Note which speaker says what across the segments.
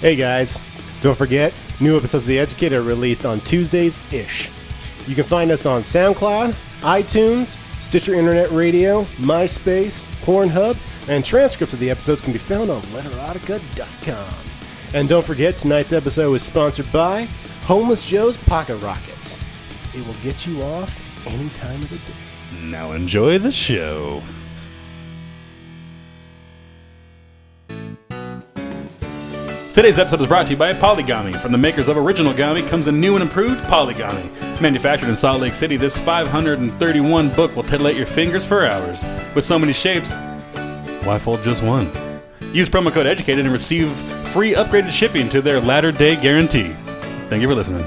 Speaker 1: Hey guys, don't forget, new episodes of The Educate are released on Tuesdays ish. You can find us on SoundCloud, iTunes, Stitcher Internet Radio, MySpace, Pornhub, and transcripts of the episodes can be found on letterotica.com. And don't forget, tonight's episode is sponsored by Homeless Joe's Pocket Rockets. It will get you off any time of the day.
Speaker 2: Now enjoy the show. Today's episode is brought to you by Polygami. From the makers of Original Gami comes a new and improved Polygami. Manufactured in Salt Lake City, this 531 book will titillate your fingers for hours. With so many shapes, why fold just one? Use promo code EDUCATED and receive free upgraded shipping to their latter day guarantee. Thank you for listening.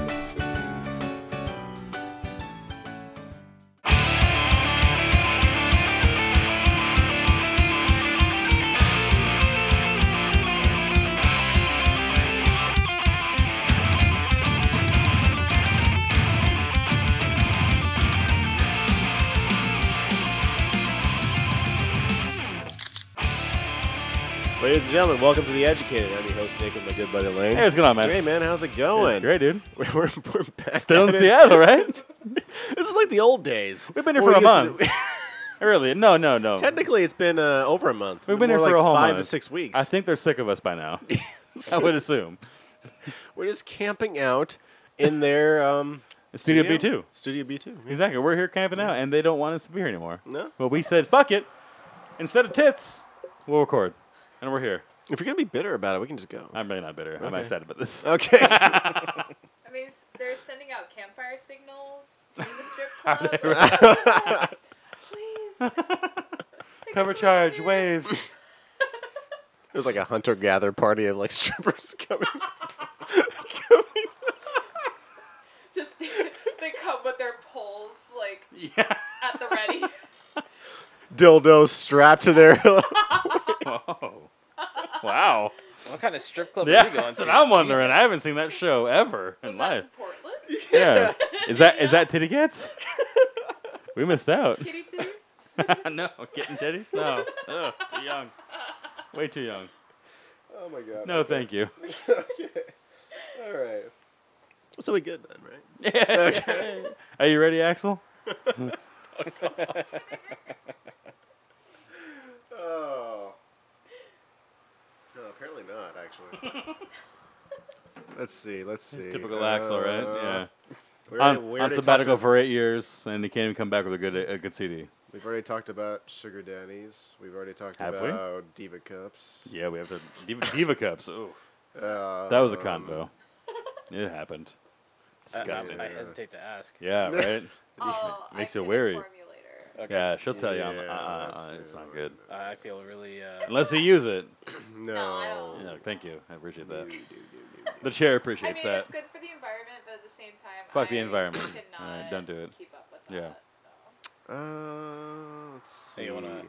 Speaker 1: Ladies and gentlemen, welcome to The Educated. I'm your host, Nick, with my good buddy Lane.
Speaker 3: Hey, what's going on, man?
Speaker 1: Hey, man, how's it going?
Speaker 3: It's great, dude.
Speaker 1: We're, we're, we're back
Speaker 3: Still in
Speaker 1: at it.
Speaker 3: Seattle, right?
Speaker 1: This is like the old days.
Speaker 3: We've been here
Speaker 1: Where
Speaker 3: for a
Speaker 1: we used
Speaker 3: month.
Speaker 1: to-
Speaker 3: really? No, no, no.
Speaker 1: Technically, it's been uh, over a month.
Speaker 3: We've been
Speaker 1: More
Speaker 3: here for
Speaker 1: like
Speaker 3: a whole
Speaker 1: five
Speaker 3: month.
Speaker 1: to six weeks.
Speaker 3: I think they're sick of us by now. I would assume.
Speaker 1: We're just camping out in their um,
Speaker 3: Studio B2.
Speaker 1: Studio B two. Yeah.
Speaker 3: Exactly. We're here camping out, and they don't want us to be here anymore.
Speaker 1: No.
Speaker 3: But we said, fuck it. Instead of tits, we'll record. And we're here.
Speaker 1: If you're gonna be bitter about it, we can just go.
Speaker 3: I'm really not bitter. I'm
Speaker 1: Okay.
Speaker 3: excited about this.
Speaker 1: Okay.
Speaker 4: I mean, s- they're sending out campfire signals to the strip club. Like, Please, please. take
Speaker 3: Cover
Speaker 4: us out
Speaker 3: charge,
Speaker 4: here.
Speaker 3: wave.
Speaker 1: There's like a hunter gatherer party of like strippers coming.
Speaker 4: Just they come with their poles like
Speaker 3: yeah.
Speaker 4: at the ready.
Speaker 1: Dildos strapped to their. Oh
Speaker 3: Whoa. Wow.
Speaker 5: What kind of strip club
Speaker 3: Yeah.
Speaker 5: are you going
Speaker 3: That's what
Speaker 5: to?
Speaker 3: I'm wondering.
Speaker 5: Jesus.
Speaker 3: I haven't seen that show ever in
Speaker 4: Was that
Speaker 3: life.
Speaker 4: in Portland?
Speaker 3: Yeah. Is that is that titty cats? we missed out.
Speaker 4: Kitty titties?
Speaker 3: no, getting titties? No. Ugh, too young. Way too young.
Speaker 1: oh my god.
Speaker 3: No, thank you.
Speaker 1: All right. So we good then, right?
Speaker 3: Are you ready, Axel?
Speaker 1: Oh. No, apparently not, actually. let's see, let's see.
Speaker 3: Typical Axel, right?
Speaker 1: Uh,
Speaker 3: Yeah.
Speaker 1: We already, we
Speaker 3: On, on
Speaker 1: already
Speaker 3: sabbatical
Speaker 1: talked a-
Speaker 3: for eight years, and he can't even come back with a good a good CD.
Speaker 1: we've already talked about sugar daddies. We've already talked
Speaker 3: Have we?
Speaker 1: about diva cups.
Speaker 3: Yeah, we have to diva, diva cups. Ooh, Um,
Speaker 1: Uh,
Speaker 3: that was a convo. It happened.
Speaker 5: I- I-
Speaker 3: Disgusting.
Speaker 5: I hesitate to ask.
Speaker 3: Yeah, right.
Speaker 4: Oh,
Speaker 3: Makes
Speaker 4: I
Speaker 3: you
Speaker 4: can
Speaker 3: wary.
Speaker 4: inform you later.
Speaker 5: Okay.
Speaker 3: Yeah, she'll tell you. I'm, uh,
Speaker 1: Yeah,
Speaker 3: uh, uh,
Speaker 1: that's,
Speaker 3: it's
Speaker 1: uh,
Speaker 3: not good
Speaker 5: I feel really. Uh,
Speaker 3: unless they use it.
Speaker 1: No.
Speaker 4: No, I don't.
Speaker 3: Oh, Yeah, thank you. I appreciate that. The chair
Speaker 4: I
Speaker 3: appreciates
Speaker 4: mean,
Speaker 3: that.
Speaker 4: it's good for the environment, but at the same time,
Speaker 3: Fuck the
Speaker 4: I
Speaker 3: environment.
Speaker 4: cannot
Speaker 3: All right, don't do it.
Speaker 4: Keep up with that.
Speaker 3: Yeah.
Speaker 1: Uh, let's see.
Speaker 5: Hey, you wanna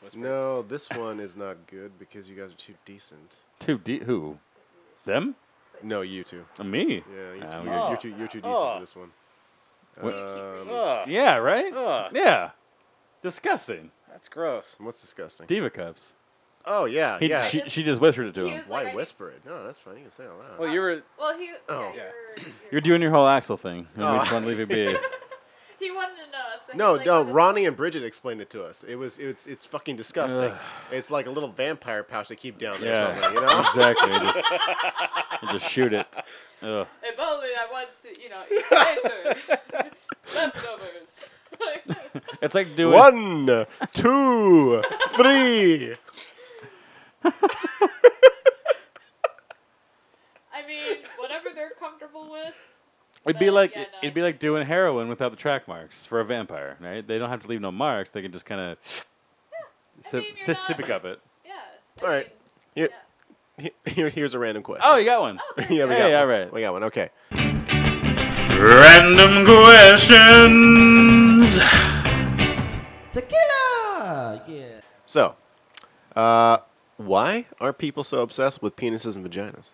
Speaker 5: whisper?
Speaker 1: No, this one is not good because you guys are too decent.
Speaker 3: Two D who? Them?
Speaker 1: No, you two.
Speaker 3: Uh, me?
Speaker 1: Yeah, you're,
Speaker 3: Ah,
Speaker 1: too,
Speaker 3: we Ah.
Speaker 1: you're,
Speaker 5: good.
Speaker 1: too, you're too decent
Speaker 5: Oh.
Speaker 1: for this one.
Speaker 4: So you keep
Speaker 1: Um,
Speaker 4: reading.
Speaker 5: Ugh,
Speaker 3: Yeah, right?
Speaker 1: Oh.
Speaker 5: Ugh.
Speaker 3: Yeah. Disgusting.
Speaker 5: that's gross.
Speaker 1: what's disgusting?
Speaker 3: Diva cups.
Speaker 1: Oh, yeah,
Speaker 3: He,
Speaker 1: yeah.
Speaker 3: she, she just whispered it to
Speaker 4: He
Speaker 3: him.
Speaker 4: was
Speaker 1: Why
Speaker 4: like, I need-
Speaker 1: whisper it? No, that's fine. You can say it out loud.
Speaker 5: Well, you were.
Speaker 4: Well, he.
Speaker 1: Oh.
Speaker 4: Yeah,
Speaker 5: Yeah.
Speaker 4: You're,
Speaker 3: You're doing your whole Axel thing. and
Speaker 1: Oh.
Speaker 3: We just want to leave it be.
Speaker 4: He wanted to know. So he
Speaker 1: No,
Speaker 4: was like,
Speaker 1: no.
Speaker 4: "What is-
Speaker 1: Ronnie and Bridget explained it to us. It was it's it's fucking disgusting. It's like a little vampire pouch they keep down there. Or
Speaker 3: Yeah.
Speaker 1: something, you know.
Speaker 3: exactly. Just, you just shoot it. Ugh.
Speaker 4: If only I want to, you know, eat later. Leftovers. Like,
Speaker 3: It's like doing.
Speaker 1: One, two, three.
Speaker 4: I mean, whatever they're comfortable with.
Speaker 3: It'd be
Speaker 4: Well,
Speaker 3: like
Speaker 4: yeah, no,
Speaker 3: it'd be like doing heroin without the track marks for a vampire, right? They don't have to leave no marks. They can just kind of sip,
Speaker 4: mean, you're
Speaker 3: sip,
Speaker 4: not-
Speaker 3: sip up it.
Speaker 4: Yeah. I
Speaker 1: All right.
Speaker 4: mean,
Speaker 1: Here,
Speaker 4: yeah.
Speaker 1: he- here, here's a random question.
Speaker 3: Oh, you got one.
Speaker 4: Oh, there
Speaker 1: yeah,
Speaker 4: you
Speaker 1: we
Speaker 4: go.
Speaker 3: Hey,
Speaker 1: got
Speaker 3: all
Speaker 1: one.
Speaker 3: right.
Speaker 1: We got one. Okay.
Speaker 2: Random questions.
Speaker 6: Tequila! Yeah.
Speaker 1: So, uh, why are people so obsessed with penises and vaginas?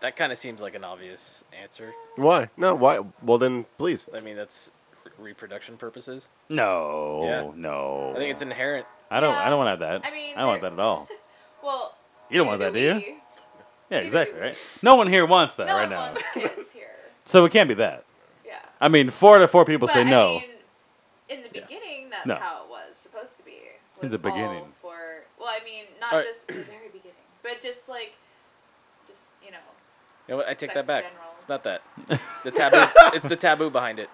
Speaker 5: That kind of seems like an obvious answer.
Speaker 1: Why? No. Why? Well, then please.
Speaker 5: I mean, that's r- reproduction purposes.
Speaker 3: No,
Speaker 5: Yeah.
Speaker 3: no.
Speaker 5: I think it's inherent.
Speaker 3: I don't.
Speaker 4: Yeah.
Speaker 3: I don't want to have that.
Speaker 4: I mean,
Speaker 3: I don't want
Speaker 4: there-
Speaker 3: that at all.
Speaker 4: Well,
Speaker 3: You don't want that, do you?
Speaker 4: we.
Speaker 3: Yeah,
Speaker 4: Neither
Speaker 3: exactly,
Speaker 4: do we.
Speaker 3: right? No one here wants that
Speaker 4: No
Speaker 3: right
Speaker 4: one
Speaker 3: now.
Speaker 4: wants kids here.
Speaker 3: So it can't be that.
Speaker 4: Yeah.
Speaker 3: I mean, four out of four people
Speaker 4: But,
Speaker 3: say
Speaker 4: I
Speaker 3: no.
Speaker 4: mean, in the beginning, that's
Speaker 3: No.
Speaker 4: how it was supposed to be.
Speaker 3: In
Speaker 4: Was
Speaker 3: the
Speaker 4: all
Speaker 3: beginning.
Speaker 4: for well, I mean, not
Speaker 5: Alright.
Speaker 4: just the very beginning, but just like, just you know,
Speaker 5: You know what? I take
Speaker 4: Sex
Speaker 5: that
Speaker 4: in
Speaker 5: back.
Speaker 4: general.
Speaker 5: It's not that. The taboo. it's the taboo behind it.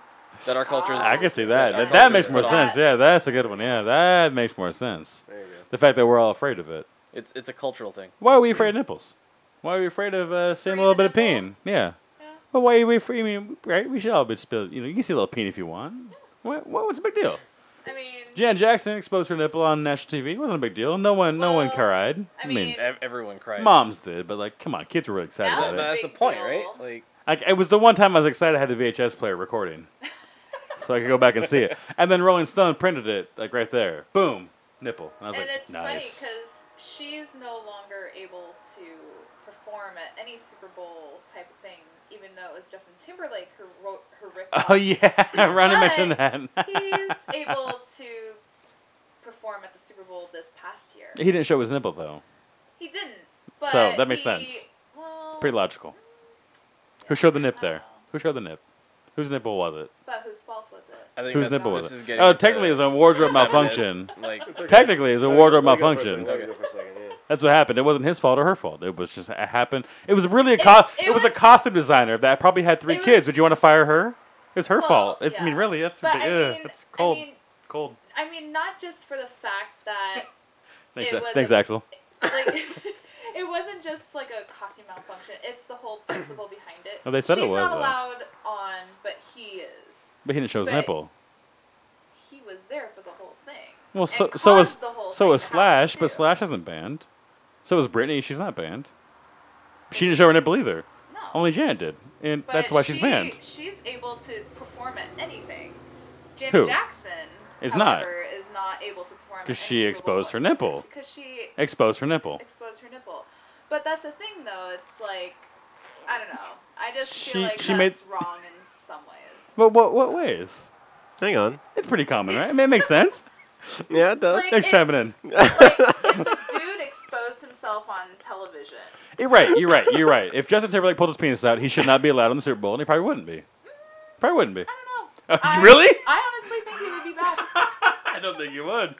Speaker 5: That our culture is.
Speaker 4: Ah.
Speaker 3: I can see that.
Speaker 5: Yeah,
Speaker 3: That,
Speaker 5: I
Speaker 3: that
Speaker 5: don't
Speaker 3: makes
Speaker 5: think
Speaker 3: more
Speaker 5: so.
Speaker 3: sense. Yeah, that's a good one. Yeah, that makes more sense.
Speaker 1: There you go.
Speaker 3: The fact that we're all afraid of it.
Speaker 5: It's it's a cultural thing.
Speaker 3: Why are we afraid of nipples? Why are we afraid of uh, seeing a
Speaker 4: Afraid
Speaker 3: little
Speaker 4: of
Speaker 3: bit of peen?
Speaker 4: nipple?
Speaker 3: Yeah.
Speaker 4: yeah.
Speaker 3: But why are we afraid? I mean, right? We should all be spilled. You know, you can see a little peen if you want. What, what, what's the big deal?
Speaker 4: I mean,
Speaker 3: Jan Jackson exposed her nipple on national TV. It wasn't a big deal. No one, no one
Speaker 4: Well,
Speaker 3: cried.
Speaker 4: I
Speaker 5: Ev-
Speaker 4: mean-
Speaker 5: Everyone cried.
Speaker 3: moms did, but like, come on, kids were really excited
Speaker 4: That
Speaker 3: about it.
Speaker 4: was a
Speaker 5: But that's the
Speaker 4: big
Speaker 5: point,
Speaker 4: deal.
Speaker 5: right? Like
Speaker 3: I, it was the one time I was excited I had the VHS player recording, so I could go back and see it. And then Rolling Stone printed it like right there. Boom, nipple. And I was
Speaker 4: and
Speaker 3: like,
Speaker 4: it's
Speaker 3: nice.
Speaker 4: funny because she's no longer able to perform at any Super Bowl type of thing, even though it was Justin Timberlake who wrote her riff.
Speaker 3: Oh yeah, Ronnie mentioned that.
Speaker 4: he's able to perform at the Super Bowl this past year.
Speaker 3: he didn't show his nipple though.
Speaker 4: He didn't. But
Speaker 3: So, that makes
Speaker 4: he-
Speaker 3: sense.
Speaker 4: Well,
Speaker 3: Pretty logical. Who showed the nip there? Who showed the nip? Whose nipple was it?
Speaker 4: But whose fault was it?
Speaker 5: I think
Speaker 3: Whose
Speaker 5: that's-
Speaker 3: nipple was
Speaker 5: this is
Speaker 3: it?
Speaker 5: getting
Speaker 3: Oh,
Speaker 5: into
Speaker 3: technically it was a wardrobe
Speaker 5: feminist,
Speaker 3: malfunction.
Speaker 5: Like
Speaker 3: Technically it was a wardrobe malfunction.
Speaker 1: Let me go for a second. Yeah.
Speaker 3: That's what happened. It wasn't his fault or her fault. It was just it happened. It was really a
Speaker 4: It-
Speaker 3: co- it,
Speaker 4: it
Speaker 3: was, a
Speaker 4: was-
Speaker 3: costume designer that probably had three
Speaker 4: it
Speaker 3: kids.
Speaker 4: was-
Speaker 3: Would you want to fire her? It's her
Speaker 4: Well,
Speaker 3: fault. It's, I mean,
Speaker 4: yeah.
Speaker 3: really, that's
Speaker 4: But
Speaker 3: ugh,
Speaker 4: I mean,
Speaker 3: that's cold.
Speaker 4: I mean,
Speaker 3: cold.
Speaker 4: I mean, not just for the fact that
Speaker 3: Thanks,
Speaker 4: it
Speaker 3: A-
Speaker 4: was
Speaker 3: thanks
Speaker 4: a-
Speaker 3: Axel.
Speaker 4: like it wasn't just like a costume malfunction. It's the whole principle behind it.
Speaker 3: Oh, they said it
Speaker 4: She's
Speaker 3: was,
Speaker 4: not
Speaker 3: though.
Speaker 4: allowed on, but he is.
Speaker 3: But he didn't show his
Speaker 4: but-
Speaker 3: nipple.
Speaker 4: He was there for the whole thing.
Speaker 3: Well,
Speaker 4: and
Speaker 3: so so was
Speaker 4: caused the whole
Speaker 3: so
Speaker 4: thing
Speaker 3: was
Speaker 4: to happen,
Speaker 3: Slash, but
Speaker 4: too.
Speaker 3: Slash isn't banned. So was Britney. She's not banned. She didn't show her nipple either.
Speaker 4: No.
Speaker 3: Only Janet did, and
Speaker 4: But
Speaker 3: that's why she's
Speaker 4: she-
Speaker 3: banned.
Speaker 4: She's able to perform at anything. Janet
Speaker 3: Who?
Speaker 4: Jackson
Speaker 3: Is not.
Speaker 4: however, is not able to perform at
Speaker 3: 'Cause
Speaker 4: any
Speaker 3: she
Speaker 4: Super Bowl
Speaker 3: exposed her
Speaker 4: whatsoever
Speaker 3: nipple.
Speaker 4: Because she
Speaker 3: Exposed her nipple.
Speaker 4: exposed her nipple. But that's the thing, though. It's like I don't know. I just
Speaker 3: She-
Speaker 4: feel like
Speaker 3: she made-
Speaker 4: that's wrong in some ways.
Speaker 3: But what what ways?
Speaker 1: Hang on.
Speaker 3: It's pretty common, right? I mean, it makes sense.
Speaker 1: Yeah, it does.
Speaker 4: Like-
Speaker 3: Next time it in.
Speaker 4: like, if a dude exposed himself on television,
Speaker 3: You're right. You're right. You're right. If Justin Timberlake pulled his penis out, he should not be allowed in the Super Bowl, and he probably wouldn't be. Probably wouldn't be.
Speaker 4: I don't know.
Speaker 3: Uh,
Speaker 4: I,
Speaker 3: really?
Speaker 4: I honestly think he would be back.
Speaker 3: I don't think you would.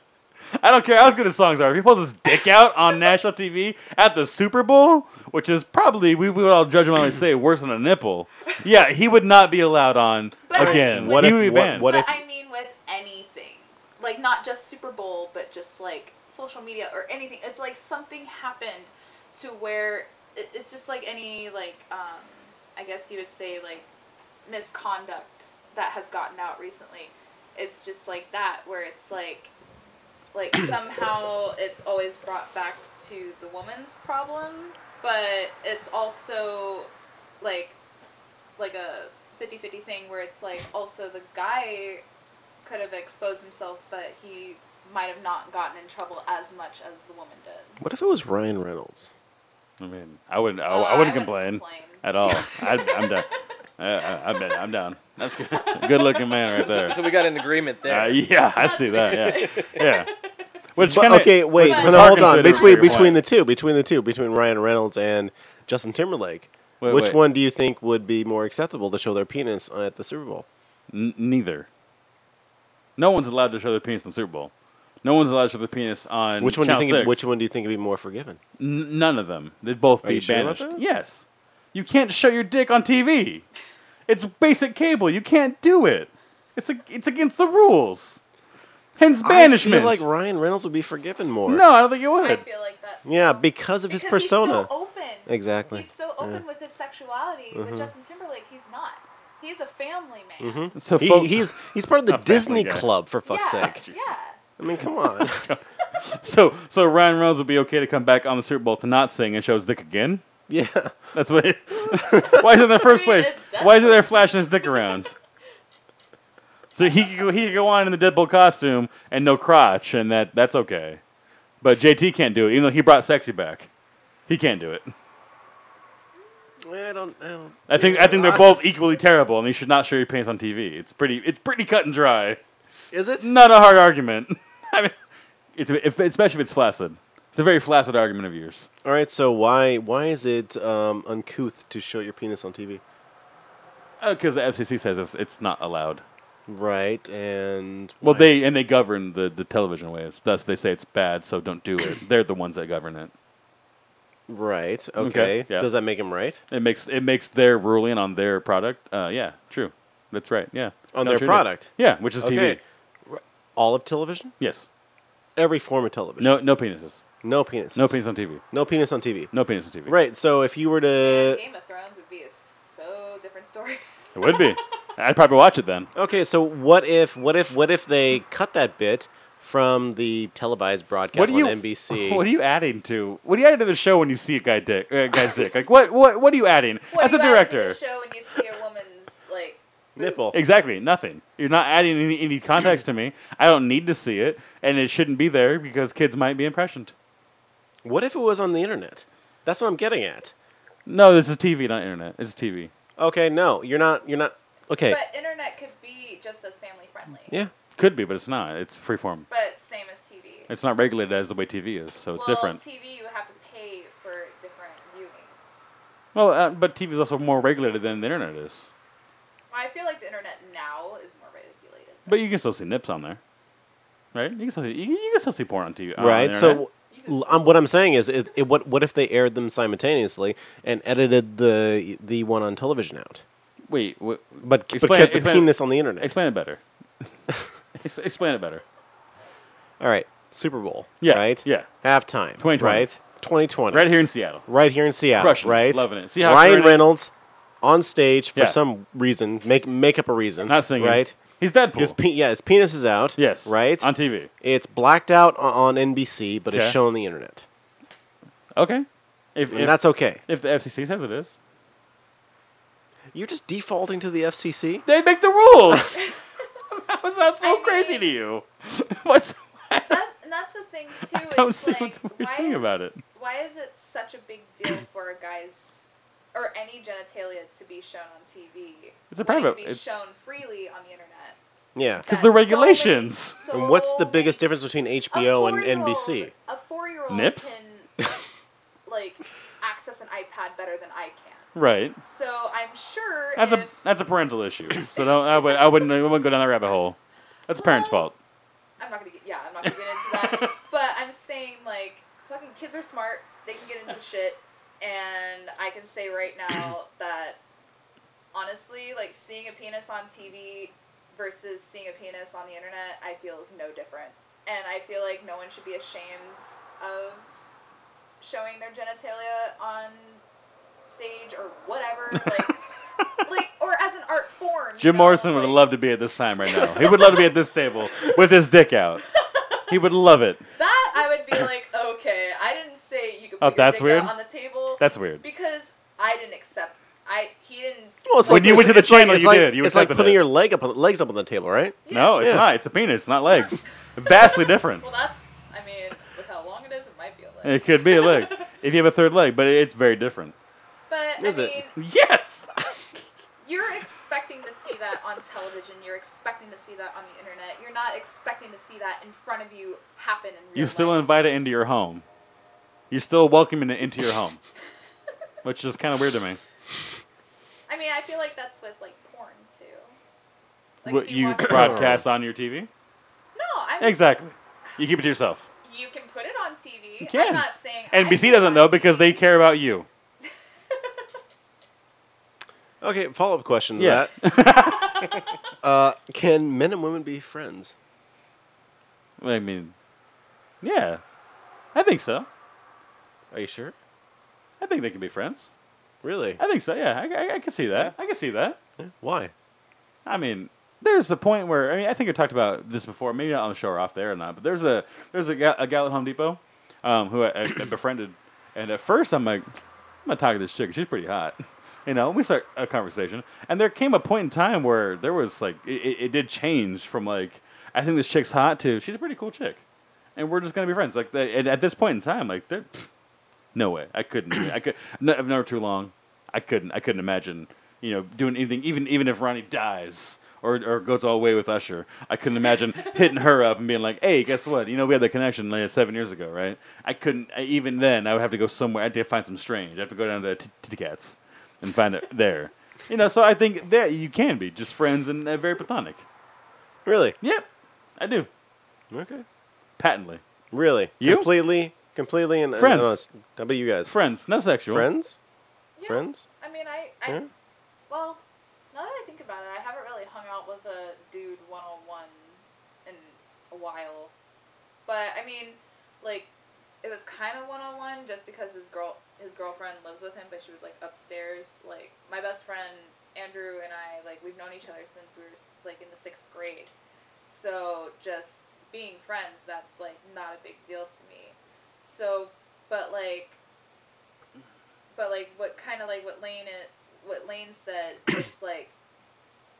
Speaker 3: I don't care how good his songs are. If he pulls his dick out on national TV at the Super Bowl, which is probably we would all judgmentally say worse than a nipple, yeah, he would not be allowed on
Speaker 4: But
Speaker 3: again.
Speaker 4: what
Speaker 3: he
Speaker 1: if-
Speaker 3: would be
Speaker 1: what-
Speaker 3: banned.
Speaker 1: what-
Speaker 4: but
Speaker 1: if-
Speaker 4: I mean, with anything, like not just Super Bowl, but just like social media or anything. If like something happened to where it- it's just like any like um, I guess you would say like misconduct that has gotten out recently. It's just like that where it's like like somehow it's always brought back to the woman's problem, but it's also like like a 50-50 thing where it's like also the guy could have exposed himself but he might have not gotten in trouble as much as the woman did.
Speaker 1: What if it was Ryan Reynolds?
Speaker 3: I mean, I wouldn't. I,
Speaker 1: Oh,
Speaker 4: Uh,
Speaker 3: Oh, I wouldn't complain at all. I, I'm down. I, I, I'm, down. I'm down. That's good. Good looking man right there.
Speaker 5: So we got an agreement there.
Speaker 3: Uh, yeah, I see that. Yeah, yeah. Which
Speaker 1: But,
Speaker 3: kind of
Speaker 1: okay, wait.
Speaker 4: which
Speaker 1: but
Speaker 4: is
Speaker 1: hold
Speaker 3: Tarkin's
Speaker 1: on.
Speaker 3: gonna be
Speaker 1: Between
Speaker 3: your point.
Speaker 1: between the two, between the two, between Ryan Reynolds and Justin Timberlake,
Speaker 3: Wait,
Speaker 1: which
Speaker 3: wait.
Speaker 1: one do you think would be more acceptable to show their penis at the Super Bowl?
Speaker 3: N- neither. No one's allowed to show their penis in the Super Bowl. No one's allowed to show their penis on
Speaker 1: Which one do you
Speaker 3: Channel
Speaker 1: think?
Speaker 3: Six.
Speaker 1: Which one do you think would be more forgiven?
Speaker 3: N- none of them. They'd both
Speaker 1: Are
Speaker 3: be
Speaker 1: you sure about
Speaker 3: banished.
Speaker 1: that?
Speaker 3: Yes, you can't show your dick on TV. It's basic cable. You can't do it. It's a, it's against the rules. Hence
Speaker 1: I
Speaker 3: banishment.
Speaker 1: feel like Ryan Reynolds would be forgiven more.
Speaker 3: no, I don't think it
Speaker 4: I
Speaker 3: would.
Speaker 4: feel like that's
Speaker 1: Yeah, because of his
Speaker 4: because
Speaker 1: persona.
Speaker 4: He's so open.
Speaker 1: exactly. Mm-hmm.
Speaker 4: He's so open with his sexuality. With Justin Timberlake, he's not. He's a family man.
Speaker 3: So
Speaker 1: He,
Speaker 3: fo-
Speaker 1: he's he's part of the
Speaker 3: A family
Speaker 1: Disney
Speaker 3: guy.
Speaker 1: Club for Mm-hmm. fuck's
Speaker 4: yeah,
Speaker 1: sake.
Speaker 4: Yeah.
Speaker 1: I mean, come on.
Speaker 3: so so Ryan Reynolds would be okay to come back on the Super Bowl to not sing and show his dick again.
Speaker 1: yeah.
Speaker 3: That's what. why is it in the first
Speaker 4: I mean,
Speaker 3: place?
Speaker 4: it's
Speaker 3: Why is it there flashing his dick around? So he could go, he could go on in the Deadpool costume and no crotch, and that that's okay. But JT can't do it, even though he brought sexy back. He can't do it.
Speaker 1: I don't. I don't.
Speaker 3: I think I think they're both equally terrible, and you should not show your pants on TV. It's pretty it's pretty cut and dry.
Speaker 1: Is it?
Speaker 3: Not a hard argument. I mean, it's, if, especially if it's flaccid. It's a very flaccid argument of yours.
Speaker 6: All right, so why why is it um, uncouth to show your penis on TV?
Speaker 3: Because Uh, the FCC says it's, it's not allowed.
Speaker 6: Right, and
Speaker 3: Well,
Speaker 6: why-
Speaker 3: they and they govern the, the television waves. Thus, they say it's bad, so don't do it. They're the ones that govern it.
Speaker 6: right okay.
Speaker 3: Okay, yeah.
Speaker 6: Does that make him right
Speaker 3: It makes it makes their ruling on their product. Uh, yeah, true. That's right. Yeah,
Speaker 6: on
Speaker 3: No,
Speaker 6: their
Speaker 3: sure.
Speaker 6: product?
Speaker 3: Yeah, which is TV.
Speaker 6: Okay. All of television,
Speaker 3: Yes.
Speaker 6: every form of television.
Speaker 3: No, no penises.
Speaker 6: no penis.
Speaker 3: No penis on TV.
Speaker 6: No penis on TV.
Speaker 3: No penis on TV.
Speaker 6: Right. So if you were to
Speaker 4: Game of Thrones would be a so different story.
Speaker 3: It would be. I'd probably watch it then.
Speaker 6: okay, so what if what if what if they cut that bit from the televised broadcast
Speaker 3: do you-
Speaker 6: on NBC?
Speaker 3: What are you adding to? What are you adding to the show when you see a guy dick? Uh, guy's dick. Like what? What? What are you adding
Speaker 4: What
Speaker 3: as
Speaker 4: do
Speaker 3: a
Speaker 4: you add to the
Speaker 3: director?
Speaker 4: show when you see a woman's like
Speaker 6: Nipple.
Speaker 3: Exactly. Nothing. You're not adding any, any context to me. I don't need to see it, and it shouldn't be there because kids might be impressioned.
Speaker 6: What if it was on the internet? That's what I'm getting at.
Speaker 3: No, this is TV, not internet. It's TV.
Speaker 6: Okay, no, you're not. You're not. Okay.
Speaker 4: But internet could be just as family friendly.
Speaker 6: yeah.
Speaker 3: Could be, but it's not. It's freeform.
Speaker 4: But same as TV.
Speaker 3: It's not regulated as the way TV is, so it's
Speaker 4: well,
Speaker 3: different.
Speaker 4: TV you have to pay for different viewings.
Speaker 3: well, uh, but TV is also more regulated than the internet is.
Speaker 4: I feel like the internet now is more regulated.
Speaker 3: But you can still see nips on there, right? You can still see, you, you can still see porn on TV. on
Speaker 6: right.
Speaker 3: the
Speaker 6: So,
Speaker 3: internet.
Speaker 4: You can-
Speaker 6: l- um, what I'm saying is, it, it, what what if they aired them simultaneously and edited the the one on television out,
Speaker 3: wait, wait,
Speaker 6: but, but
Speaker 3: Explain-
Speaker 6: kept the
Speaker 3: explain-
Speaker 6: penis on the internet?
Speaker 3: explain it better. Ex- explain it better.
Speaker 6: All right. Super Bowl.
Speaker 3: Yeah,
Speaker 6: Right.
Speaker 3: yeah.
Speaker 6: Halftime.
Speaker 3: 2020.
Speaker 6: Right. 2020.
Speaker 3: Right here in Seattle.
Speaker 6: right here in Seattle.
Speaker 3: Crushing it,
Speaker 6: right.
Speaker 3: loving it. See how
Speaker 6: Ryan
Speaker 3: creative-
Speaker 6: Reynolds on stage for
Speaker 3: Yeah.
Speaker 6: some reason. Make make up a reason.
Speaker 3: Not singing.
Speaker 6: Right.
Speaker 3: He's Deadpool.
Speaker 6: His pe- yeah, his penis is out.
Speaker 3: yes.
Speaker 6: Right.
Speaker 3: On TV.
Speaker 6: It's blacked out on, on NBC, but
Speaker 3: Okay.
Speaker 6: it's shown on the internet,
Speaker 3: Okay. If
Speaker 6: and
Speaker 3: if,
Speaker 6: that's okay.
Speaker 3: if the FCC says it is,
Speaker 6: You're just defaulting to the FCC.
Speaker 3: they make the rules. How is that so
Speaker 4: I mean-
Speaker 3: crazy to you? What's
Speaker 4: That's, and that's the thing too.
Speaker 3: don't
Speaker 4: it's
Speaker 3: see
Speaker 4: like,
Speaker 3: what's weird
Speaker 4: why
Speaker 3: thing
Speaker 4: is,
Speaker 3: about it.
Speaker 4: Why is it such a big deal for a guy's or any genitalia to be shown on TV?
Speaker 3: It's a
Speaker 4: when it
Speaker 3: private-
Speaker 4: can be
Speaker 3: it's-
Speaker 4: shown freely on the internet.
Speaker 6: Yeah.
Speaker 3: Because the
Speaker 4: That so many-
Speaker 3: regulations.
Speaker 4: so
Speaker 6: And what's the
Speaker 4: many-
Speaker 6: biggest difference between
Speaker 4: a
Speaker 6: HBO and
Speaker 4: four-year-old-
Speaker 6: NBC?
Speaker 4: A four-year-old
Speaker 3: Nips?
Speaker 4: can like access an iPad better than I can.
Speaker 3: right?
Speaker 4: So I'm sure
Speaker 3: That's
Speaker 4: if
Speaker 3: a that's a parental issue. So don't, I would I wouldn't I wouldn't go down that rabbit hole. That's parents'
Speaker 4: Well-
Speaker 3: fault.
Speaker 4: I'm not gonna get yeah, I'm not gonna get into that. but I'm saying like fucking kids are smart, they can get into shit, and I can say right now that honestly, like seeing a penis on TV versus seeing a penis on the internet, I feel is no different. And I feel like no one should be ashamed of showing their genitalia on stage or whatever. Like like or as an art form. you
Speaker 3: Jim
Speaker 4: know,
Speaker 3: Morrison would
Speaker 4: like-
Speaker 3: love to be at this time right now. He would love to be at this table with his dick out. He would love it.
Speaker 4: That I would be like, okay, I didn't say you could
Speaker 3: Oh,
Speaker 4: put your
Speaker 3: that's
Speaker 4: dick
Speaker 3: weird?
Speaker 4: out on the table.
Speaker 3: That's weird.
Speaker 4: because I didn't accept. I he didn't.
Speaker 3: When you went to the
Speaker 6: it's like-
Speaker 3: channel,
Speaker 6: it's
Speaker 3: you
Speaker 6: like-
Speaker 3: did. You
Speaker 6: it's like
Speaker 3: accepted
Speaker 6: putting
Speaker 3: it.
Speaker 6: your leg up, on- legs up on the table, right?
Speaker 3: No, it's
Speaker 6: Yeah.
Speaker 3: not. It's a penis, not legs. Vastly different.
Speaker 4: Well, that's. I mean, with how long it is, it might be a leg.
Speaker 3: It could be a leg if you have a third leg, but it's very different.
Speaker 4: But
Speaker 6: Is
Speaker 4: I
Speaker 6: it?
Speaker 4: mean,
Speaker 3: Yes.
Speaker 4: you're expecting to see that on television. You're expecting to see that on the internet. You're not expecting to see that in front of you happen in real
Speaker 3: You still
Speaker 4: life.
Speaker 3: invite it into your home. You're still welcoming it into your home, which is kind of weird to me.
Speaker 4: I mean, I feel like that's with like porn too. Like,
Speaker 3: what
Speaker 4: if
Speaker 3: you
Speaker 4: watch-
Speaker 3: broadcast on your TV?
Speaker 4: No, I mean,
Speaker 3: Exactly. You keep it to yourself.
Speaker 4: You can put it on TV.
Speaker 3: You can.
Speaker 4: I'm not saying I put
Speaker 3: NBC
Speaker 4: it
Speaker 3: doesn't
Speaker 4: on
Speaker 3: though because they
Speaker 4: TV.
Speaker 3: care about you.
Speaker 6: Okay. Follow up question to
Speaker 3: Yeah.
Speaker 6: that: uh, Can men and women be friends?
Speaker 3: I mean, yeah, I think so.
Speaker 6: Are you sure?
Speaker 3: I think they can be friends.
Speaker 6: Really?
Speaker 3: I think so. Yeah, I, I, I can see that. I can see that.
Speaker 6: Yeah. Why?
Speaker 3: I mean, there's a point where I mean, I think I talked about this before, maybe not on the show or off there or not. But there's a there's a, ga- a gal at Home Depot um, who I, I I befriended, and at first I'm like, I'm not talking to this chick. She's pretty hot, you know. We start a conversation, and there came a point in time where there was like it, it, it did change from like I think this chick's hot to she's a pretty cool chick, and we're just gonna be friends. Like that, and at this point in time, like there, pfft, no way, I couldn't. I could. No, I've known her too long. I couldn't. I couldn't imagine. You know, doing anything, even even if Ronnie dies or, or goes all the way with Usher. I couldn't imagine hitting her up and being like, "Hey, guess what? You know, we had that connection like seven years ago, right?" I couldn't. I, even then, I would have to go somewhere. I'd have to find some strange. I'd have to go down to Titty Cats and find it there. You know, so I think that you can be just friends and uh, very platonic.
Speaker 6: Really?
Speaker 3: Yep, I do
Speaker 6: Okay.
Speaker 3: patently
Speaker 6: Really?
Speaker 3: You?
Speaker 6: Completely, completely, and and
Speaker 3: Friends.
Speaker 6: honest. How about you guys?
Speaker 3: friends, no sexual
Speaker 6: Friends?
Speaker 4: Yeah,
Speaker 6: Friends?
Speaker 4: I mean, I, I
Speaker 6: Yeah.
Speaker 4: well, now that I think about it, I haven't really hung out with a dude one on one in a while. But I mean, like, it was kind of one on one just because his girl his girlfriend lives with him, but she was like upstairs. Like my best friend Andrew and I, like we've known each other since we were like in the sixth grade. So just being friends, that's like not a big deal to me. So, but like, but like what kind of like what Lane it, what Lane said, it's like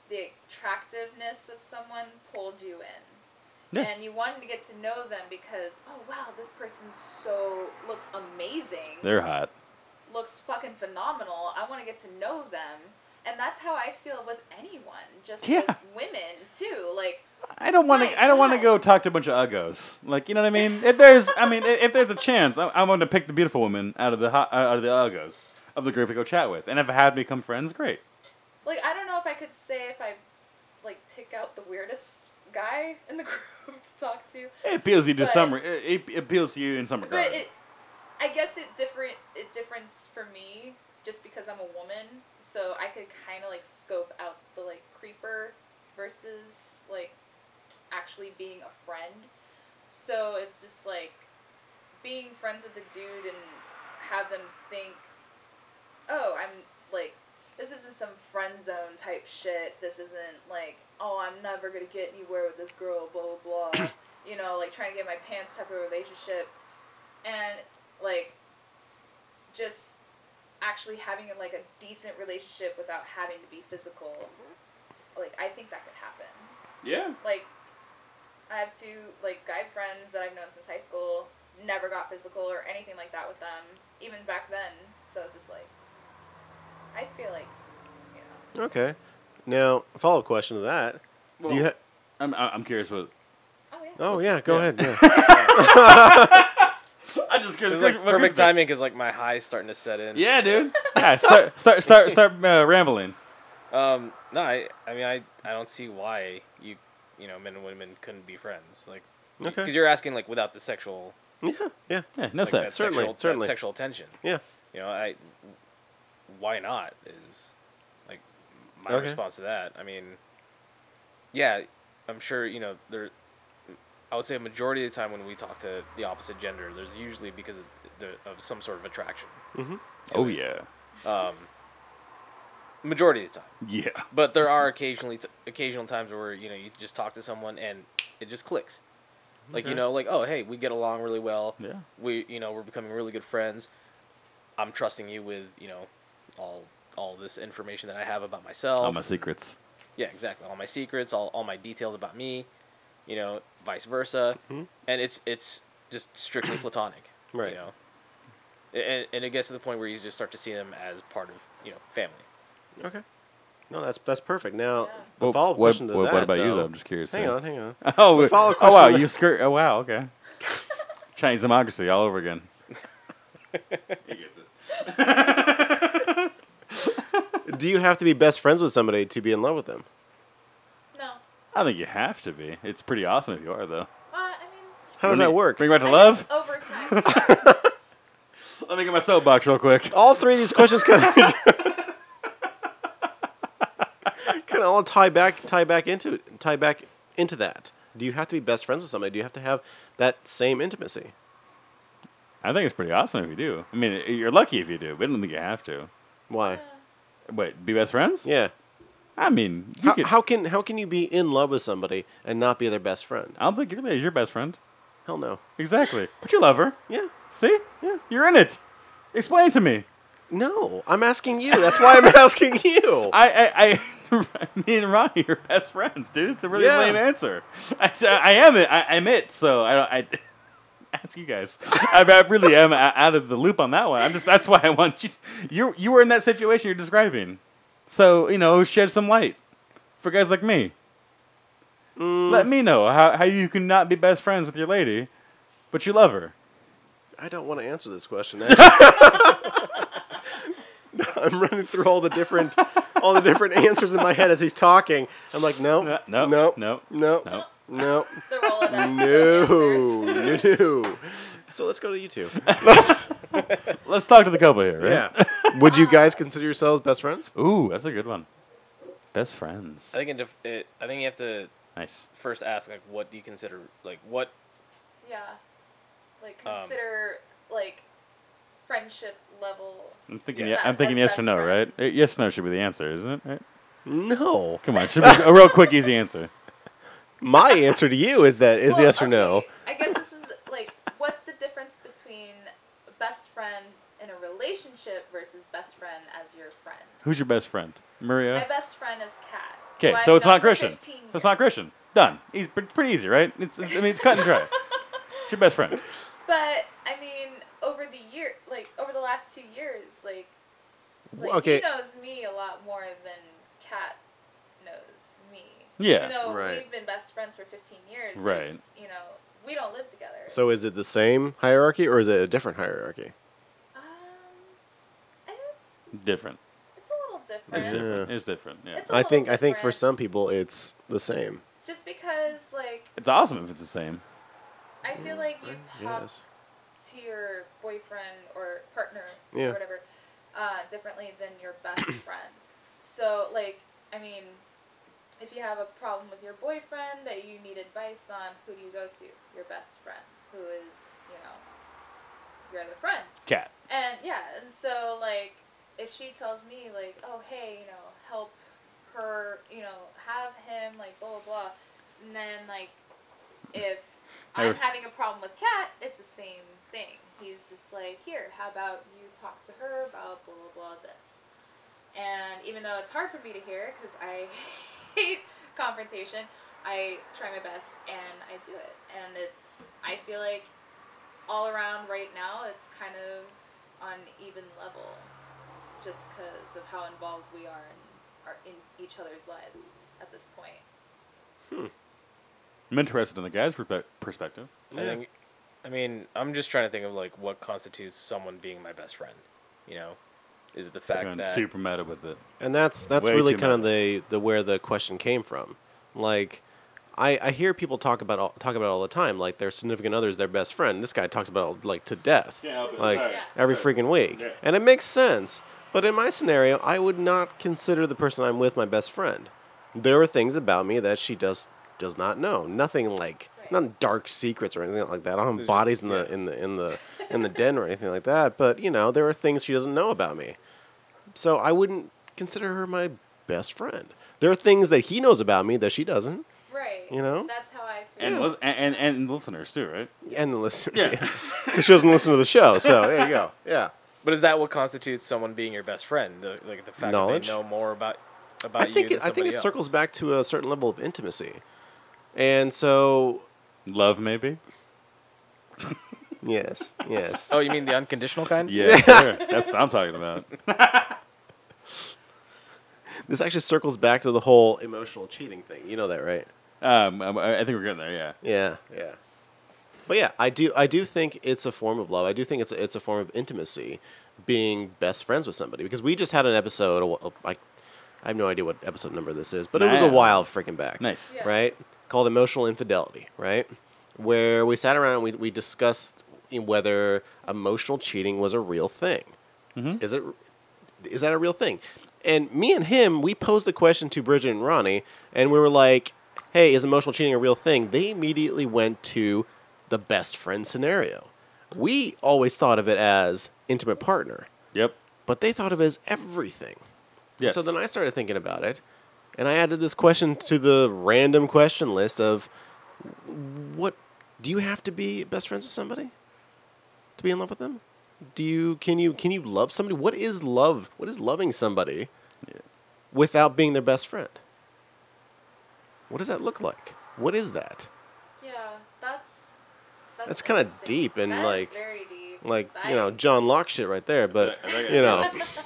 Speaker 4: the attractiveness of someone pulled you in.
Speaker 3: Yeah.
Speaker 4: And you wanted to get to know them because, oh wow, this person so looks amazing
Speaker 3: They're hot.
Speaker 4: looks fucking phenomenal. I want to get to know them. And that's how I feel with anyone, just
Speaker 3: Yeah.
Speaker 4: with women too. Like,
Speaker 3: I don't want
Speaker 4: Right,
Speaker 3: to. I don't want to
Speaker 4: yeah.
Speaker 3: go talk to a bunch of uggos. Like you know what I mean? If there's, I mean, i- if there's a chance, I- I'm going to pick the beautiful woman out of the hot, out of the uggos of the group to go chat with. And if I have become friends, great.
Speaker 4: like I don't know if I could say if I, like, pick out the weirdest guy in the group to talk to.
Speaker 3: It appeals to you to
Speaker 4: But-
Speaker 3: some. re- It, it appeals to you in some regard.
Speaker 4: But it, I guess it different. It difference for me just because I'm a woman, so I could kind of like scope out the like creeper versus like actually being a friend. So it's just like being friends with a dude and have them think, oh, I'm like. This isn't some friend zone type shit. This isn't like, oh, I'm never gonna get anywhere with this girl, blah blah blah. you know, like trying to get my pants type of relationship and like just actually having like a decent relationship without having to be physical like i think that could happen
Speaker 3: yeah.
Speaker 4: like i have two like guy friends that i've known since high school never got physical or anything like that with them even back then so it's just like i feel like you know
Speaker 6: Okay. Now, follow up question to that. Do you ha-
Speaker 3: I'm. I- I'm curious what.
Speaker 4: oh yeah
Speaker 6: oh, yeah, go
Speaker 3: Yeah.
Speaker 6: ahead. Yeah.
Speaker 3: I'm just
Speaker 5: It
Speaker 3: curious.
Speaker 5: was like
Speaker 3: what- what
Speaker 5: perfect
Speaker 3: group it is.
Speaker 5: timing because like my high's starting to set in.
Speaker 3: Yeah, dude. yeah, start, start, start, start uh, rambling.
Speaker 5: Um. No, I. I mean, I. I don't see why you. You know, men and women couldn't be friends. Like,
Speaker 6: okay.
Speaker 5: because you're asking like without the sexual.
Speaker 6: yeah, yeah,
Speaker 3: Yeah, no
Speaker 5: like, that
Speaker 3: sex.
Speaker 6: Certainly,
Speaker 5: sexual, that
Speaker 6: certainly.
Speaker 5: sexual tension.
Speaker 6: yeah.
Speaker 5: You know, I. Why not is, like, my
Speaker 6: Okay.
Speaker 5: response to that. I mean. Yeah, I'm sure you know there. I would say a majority of the time when we talk to the opposite gender, there's usually because of, the, of some sort of attraction.
Speaker 3: Oh yeah.
Speaker 5: Um, majority of the time.
Speaker 3: Yeah.
Speaker 5: But there are occasionally t- occasional times where you know you just talk to someone and it just clicks. Like you
Speaker 6: Okay.
Speaker 5: know, like oh hey, we get along really well.
Speaker 3: Yeah.
Speaker 5: We you know we're becoming really good friends. I'm trusting you with you know all all this information that I have about myself.
Speaker 3: All my secrets.
Speaker 5: yeah, exactly. All my secrets, all all my details about me. You know, vice versa, and it's it's just strictly platonic.
Speaker 6: Right.
Speaker 5: You know. And, and it gets to the point where you just start to see them as part of you know family.
Speaker 6: Okay. No, that's that's perfect. Now,
Speaker 4: Yeah.
Speaker 6: the
Speaker 3: Well,
Speaker 6: follow up
Speaker 3: what-
Speaker 6: question to
Speaker 3: what-
Speaker 6: that.
Speaker 3: what about you,
Speaker 6: though-
Speaker 3: though? I'm just curious,
Speaker 6: Hang
Speaker 3: yeah.
Speaker 6: on, hang on.
Speaker 3: Oh,
Speaker 6: The
Speaker 3: wait.
Speaker 6: follow-up
Speaker 3: oh wow,
Speaker 6: question-
Speaker 3: you skirt. Oh wow, okay. Chinese democracy all over again. he gets it.
Speaker 6: Do you have to be best friends with somebody to be in love with them?
Speaker 4: no
Speaker 3: I think you have to be. It's pretty awesome if you are, though.
Speaker 4: uh, i mean
Speaker 6: How does
Speaker 3: Let me-
Speaker 6: that work?
Speaker 3: Bring it back
Speaker 4: I
Speaker 3: to love.
Speaker 4: guess over time
Speaker 3: Let me get my soapbox real quick.
Speaker 6: All three of these questions kind of kind of all tie back tie back into tie back into that. Do you have to be best friends with somebody? Do you have to have that same intimacy?
Speaker 3: I think it's pretty awesome if you do. I mean, you're lucky if you do, but I don't think you have to.
Speaker 6: Why?
Speaker 3: Wait, be best friends?
Speaker 6: Yeah.
Speaker 3: I mean, you
Speaker 6: How,
Speaker 3: could,
Speaker 6: how can how can you be in love with somebody and not be their best friend?
Speaker 3: I don't think you're, your best friend.
Speaker 6: Hell no.
Speaker 3: Exactly. But you love her.
Speaker 6: Yeah.
Speaker 3: See?
Speaker 6: Yeah.
Speaker 3: You're in it. Explain to me.
Speaker 6: No. I'm asking you. That's why I'm asking you.
Speaker 3: I, I, I me and Ronnie are best friends, dude. It's a really
Speaker 6: Yeah.
Speaker 3: lame answer. I, so I am it. I, I'm it. So I, don't- I ask you guys. I, I really am o- out of the loop on that one. I'm just that's why I want you. You you were in that situation you're describing, so you know shed some light for guys like me.
Speaker 6: Mm.
Speaker 3: Let me know how, how you can not be best friends with your lady, but you love her.
Speaker 6: I don't want to answer this question. actually. I'm running through all the different all the different answers in my head as he's talking. I'm like, no,
Speaker 3: No,
Speaker 6: no,
Speaker 3: Uh, no,
Speaker 6: no,
Speaker 3: no, no.
Speaker 6: no, no,
Speaker 4: The Rolodex.
Speaker 6: no, no. So let's go to you two.
Speaker 3: Let's talk to the couple here, right?
Speaker 6: Yeah. Would you guys consider yourselves best friends?
Speaker 3: Ooh, that's a good one. Best friends.
Speaker 5: I think it, def- it. I think you have to
Speaker 3: Nice.
Speaker 5: first ask like, what do you consider like what?
Speaker 4: Yeah. Like
Speaker 5: Um,
Speaker 4: consider like friendship level.
Speaker 3: I'm thinking. Yeah,
Speaker 4: Yeah,
Speaker 3: I'm thinking
Speaker 4: that's
Speaker 3: yes or
Speaker 4: best
Speaker 3: no,
Speaker 4: friend.
Speaker 3: right? Eh, Yes or no should be the answer, isn't it? Right?
Speaker 6: No.
Speaker 3: Come on, should be a real quick, easy answer.
Speaker 6: My answer to you is that is
Speaker 4: Well,
Speaker 6: yes or no.
Speaker 4: okay, I guess this is like what's the difference between best friend in a relationship versus best friend as your friend?
Speaker 3: Who's your best friend,
Speaker 4: My
Speaker 3: Maria?
Speaker 4: best friend is Kat.
Speaker 3: Okay,
Speaker 4: who I've
Speaker 3: so it's
Speaker 4: known
Speaker 3: not
Speaker 4: for
Speaker 3: Christian.
Speaker 4: 15
Speaker 3: So it's not
Speaker 4: years.
Speaker 3: Christian. Done. He's pre- pretty easy, right? It's, it's, I mean, it's cut and dry. it's your best friend.
Speaker 4: But I mean, over the year, like over the last two years, like, like
Speaker 6: okay.
Speaker 4: he knows me a lot more than Kat knows me.
Speaker 3: Yeah,
Speaker 4: Even though
Speaker 6: right.
Speaker 4: we've been best friends for 15 years.
Speaker 3: Right.
Speaker 4: there's, You know, we don't live together.
Speaker 6: So is it the same hierarchy or is it a different hierarchy?
Speaker 4: Um, I don't,
Speaker 2: Different.
Speaker 4: it's a little different.
Speaker 2: It's different. It's different. Yeah.
Speaker 4: It's a
Speaker 6: I
Speaker 4: little
Speaker 6: think I think for
Speaker 4: different,
Speaker 6: some people it's the same.
Speaker 4: Just because, like,
Speaker 2: It's awesome if it's the same.
Speaker 4: I feel like you talk
Speaker 6: Yes.
Speaker 4: to your boyfriend or partner
Speaker 6: Yeah.
Speaker 4: or whatever uh, differently than your best friend. So, like, I mean, if you have a problem with your boyfriend that you need advice on, who do you go to? Your best friend, who is, you know, your other friend.
Speaker 2: Cat.
Speaker 4: And yeah, and so like if she tells me like, oh hey, you know, help her, you know, have him like blah blah blah, and then like if
Speaker 2: I
Speaker 4: I'm
Speaker 2: was-
Speaker 4: having a problem with Kat, it's the same thing. He's just like, here, how about you talk to her about blah blah blah this, and even though it's hard for me to hear because I hate confrontation, I try my best and I do it, and it's I feel like all around right now it's kind of on even level just because of how involved we are in, are in each other's lives at this point
Speaker 2: I'm interested in the guy's perpe- perspective.
Speaker 5: I think. I mean, I'm just trying to think of like what constitutes someone being my best friend. You know, is it the fact
Speaker 2: Going
Speaker 5: that
Speaker 2: super meta with it.
Speaker 6: And that's that's
Speaker 2: Way
Speaker 6: really
Speaker 2: too
Speaker 6: kind of the the where the question came from. Like I, I hear people talk about all, talk about it all the time like their significant other is their best friend. This guy talks about it like to death.
Speaker 2: Can't help it.
Speaker 6: like
Speaker 2: Sorry.
Speaker 6: every freaking week.
Speaker 2: Yeah.
Speaker 6: And it makes sense. But in my scenario, I would not consider the person I'm with my best friend. There are things about me that she does does not know. Nothing like
Speaker 4: Right.
Speaker 6: not dark secrets or anything like that. I don't have
Speaker 5: There's just-
Speaker 6: bodies in the
Speaker 5: yeah.
Speaker 6: in the in the in the den or anything like that. But you know, there are things she doesn't know about me. So I wouldn't consider her my best friend. There are things that he knows about me that she doesn't,
Speaker 4: right
Speaker 6: You know?
Speaker 4: that's how i feel
Speaker 2: And, lis- and, and and listeners too, right?
Speaker 6: and the listeners.
Speaker 2: Yeah.
Speaker 6: she doesn't listen to the show. So there you go. Yeah.
Speaker 5: But is that what constitutes someone being your best friend? The, like the fact
Speaker 6: Knowledge?
Speaker 5: that they know more about about
Speaker 6: I think
Speaker 5: Uh, you than
Speaker 6: it, I think
Speaker 5: somebody
Speaker 6: it
Speaker 5: else.
Speaker 6: circles back to a certain level of intimacy, and so
Speaker 2: Love maybe.
Speaker 6: yes, yes,
Speaker 5: Oh, you mean the unconditional kind?
Speaker 2: Yeah, sure. that's what I'm talking about.
Speaker 6: this actually circles back to the whole emotional cheating thing. You know that, right?
Speaker 2: Um, um, I I think we're getting there. Yeah.
Speaker 6: Yeah, yeah. But yeah, I do I do think it's a form of love. I do think it's a, it's a form of intimacy, being best friends with somebody. Because we just had an episode, a wh- like I have no idea what episode number this is, but it was a
Speaker 2: Nah.
Speaker 6: while freaking back.
Speaker 2: Nice.
Speaker 4: Yeah.
Speaker 6: right? Called emotional infidelity, right? Where we sat around and we, we discussed whether emotional cheating was a real thing. Is it is that a real thing? And me and him, we posed the question to Bridget and Ronnie, and we were like, "Hey, is emotional cheating a real thing?" They immediately went to the best friend scenario. We always thought of it as intimate partner,
Speaker 2: Yep.
Speaker 6: but they thought of it as everything.
Speaker 2: Yes.
Speaker 6: So then I started thinking about it, and I added this question to the random question list of what do you have to be best friends with somebody to be in love with them? Do you can you can you love somebody? What is love? What is loving somebody without being their best friend? What does that look like? What is that?
Speaker 4: yeah that's that's,
Speaker 6: That's kinda
Speaker 4: interesting.
Speaker 6: deep and,
Speaker 4: That is
Speaker 6: like-
Speaker 4: very deep
Speaker 6: Like
Speaker 4: I
Speaker 6: you know John Locke shit right there, but you know
Speaker 4: gets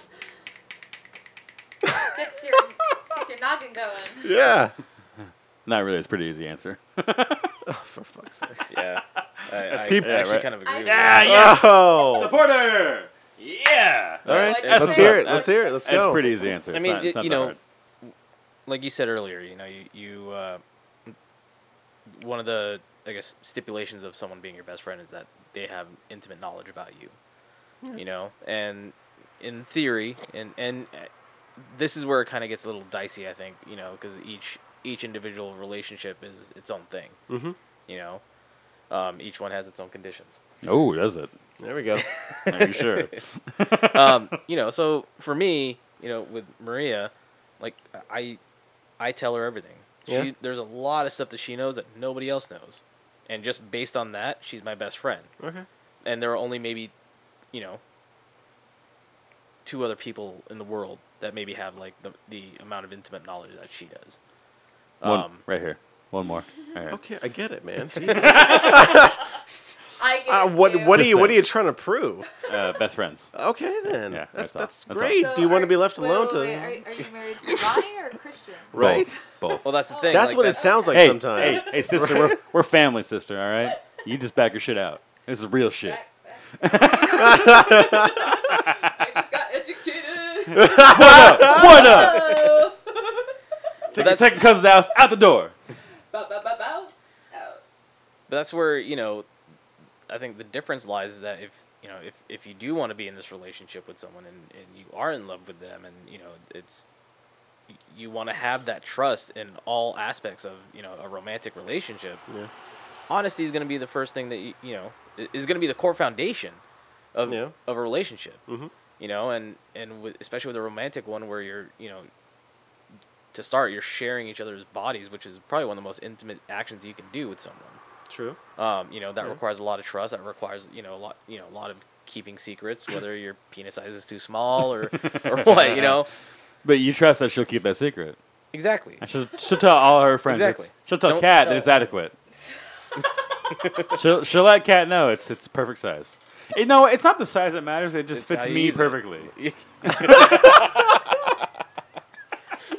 Speaker 4: your gets your talking going.
Speaker 6: Yeah.
Speaker 3: Not really. It's a pretty easy answer.
Speaker 6: For fuck's sake.
Speaker 5: Yeah. I, I
Speaker 3: People-
Speaker 5: I actually
Speaker 3: Yeah, right.
Speaker 5: kind of agree with
Speaker 7: Yeah,
Speaker 5: that.
Speaker 7: yeah.
Speaker 6: Oh.
Speaker 7: Supporter. Yeah.
Speaker 6: All right.
Speaker 4: What'd you
Speaker 6: Let's
Speaker 4: say?
Speaker 6: hear it. Let's hear it. Let's
Speaker 3: It's
Speaker 6: go.
Speaker 3: a pretty easy answer.
Speaker 5: I
Speaker 3: It's
Speaker 5: mean,
Speaker 3: not-
Speaker 5: it-
Speaker 3: it's not
Speaker 5: you
Speaker 3: that
Speaker 5: know,
Speaker 3: hard.
Speaker 5: Like you said earlier, you know, you, you uh, one of the I guess stipulations of someone being your best friend is that they have intimate knowledge about you. You know, and in theory, and and uh, this is where it kind of gets a little dicey, I think. You know, because each each individual relationship is its own thing.
Speaker 3: Mm-hmm.
Speaker 6: Mhm.
Speaker 5: You know, um, each one has its own conditions.
Speaker 3: Oh, does it?
Speaker 6: There we go.
Speaker 3: Are you sure?
Speaker 5: um, you know, so for me, you know, with Maria, like I, I tell her everything.
Speaker 6: Yeah.
Speaker 5: She, there's a lot of stuff that she knows that nobody else knows, and just based on that, she's my best friend.
Speaker 6: Okay.
Speaker 5: And there are only maybe, you know, two other people in the world that maybe have like the the amount of intimate knowledge that she does.
Speaker 3: One,
Speaker 5: Um,
Speaker 3: right here. One more. All right.
Speaker 6: Okay. I get it, man. Jesus.
Speaker 4: I get
Speaker 6: Uh,
Speaker 4: it
Speaker 6: what
Speaker 4: too.
Speaker 6: what are
Speaker 3: Just
Speaker 6: you what are
Speaker 3: saying.
Speaker 6: you trying to prove?
Speaker 3: Uh, best friends.
Speaker 6: Okay then.
Speaker 3: Yeah,
Speaker 6: that's
Speaker 3: that's all.
Speaker 6: that's
Speaker 3: That's all.
Speaker 6: great.
Speaker 4: So
Speaker 6: Do you want to
Speaker 4: are-
Speaker 6: be left
Speaker 4: wait,
Speaker 6: alone
Speaker 4: wait,
Speaker 6: to
Speaker 4: wait, Are, are you married to Ronnie or Christian?
Speaker 6: right?
Speaker 3: Both.
Speaker 5: Well,
Speaker 3: Both.
Speaker 5: that's the thing.
Speaker 6: That's
Speaker 5: like,
Speaker 6: what it
Speaker 5: that's-
Speaker 6: sounds like
Speaker 3: hey,
Speaker 6: sometimes.
Speaker 3: hey, hey, sister, we're, we're family, sister. All right. You just back your shit out. This is real shit.
Speaker 4: Back, back. I just got educated.
Speaker 3: What up?
Speaker 4: Oh.
Speaker 7: Take
Speaker 5: But
Speaker 7: your
Speaker 5: that's,
Speaker 7: second cousin's house out the door.
Speaker 4: Ba- ba- ba- bounced out.
Speaker 5: But that's where you know, I think the difference lies is that if you know if, if you do want to be in this relationship with someone and, and you are in love with them and you know it's you want to have that trust in all aspects of you know a romantic relationship.
Speaker 6: Yeah.
Speaker 5: Honesty is going to be the first thing that you, you know i- is going to be the core foundation of
Speaker 6: Yeah.
Speaker 5: of a relationship.
Speaker 6: Mhm.
Speaker 5: You know, and and with, especially with a romantic one where you're you know to start you're sharing each other's bodies, which is probably one of the most intimate actions you can do with someone.
Speaker 6: True.
Speaker 5: Um, you know that
Speaker 6: Yeah.
Speaker 5: requires a lot of trust. That requires you know a lot you know a lot of keeping secrets, whether your penis size is too small or or what you know.
Speaker 3: But you trust that she'll keep that secret.
Speaker 5: Exactly.
Speaker 3: And she'll, she'll tell all her friends.
Speaker 5: Exactly.
Speaker 3: It's- She'll tell
Speaker 5: Don't
Speaker 3: Kat
Speaker 5: tell.
Speaker 3: that it's adequate. she'll, she'll let Kat know it's it's perfect size. You know, it's not the size that matters. It just
Speaker 5: It's
Speaker 3: fits
Speaker 5: how you
Speaker 3: me
Speaker 5: use it.
Speaker 3: perfectly.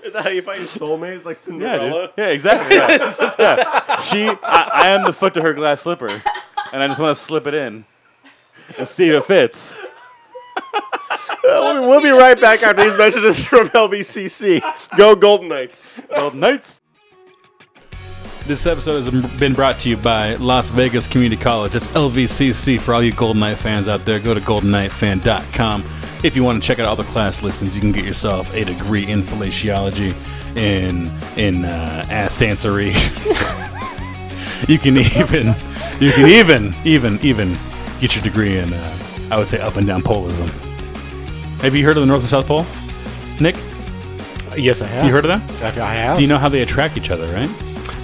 Speaker 6: Is that how you find your soulmate? It's like Cinderella.
Speaker 3: Yeah, exactly. Yeah. Yeah. She, I, I am the foot to her glass slipper, and I just want to slip it in and see if it fits.
Speaker 6: we'll, we'll be right back after these messages from LBCC. Go Golden Knights.
Speaker 3: Golden Knights. This episode has been brought to you by Las Vegas Community College. It's LVCC for all you Golden Knight fans out there. Go to goldenknightfan.com. If you want to check out all the class listings, you can get yourself a degree in fallaciology, in in uh, ass dancery. you can even you can even even even get your degree in uh, I would say up and down polism. Have you heard of the North and South Pole, Nick?
Speaker 1: Yes, I have.
Speaker 3: You heard of that?
Speaker 1: I I have.
Speaker 3: Do you know how they attract each other, right?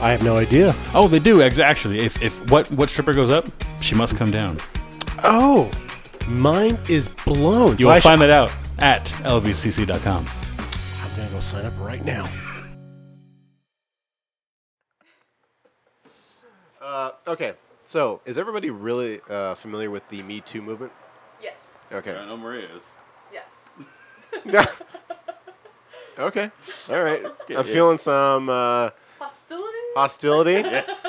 Speaker 1: I have no idea.
Speaker 3: Oh, they do ex- actually. If if what what stripper goes up, she must come down.
Speaker 1: Oh, mine is blown.
Speaker 3: You will find that out at lvcc.com.
Speaker 1: I'm gonna go sign up right now.
Speaker 6: Okay, so is everybody really uh, familiar with the Me Too movement?
Speaker 4: Yes.
Speaker 6: Okay.
Speaker 3: know Maria is.
Speaker 4: Yes.
Speaker 6: okay. All right. I'm feeling some uh,
Speaker 4: Hostility?
Speaker 6: hostility.
Speaker 3: Yes.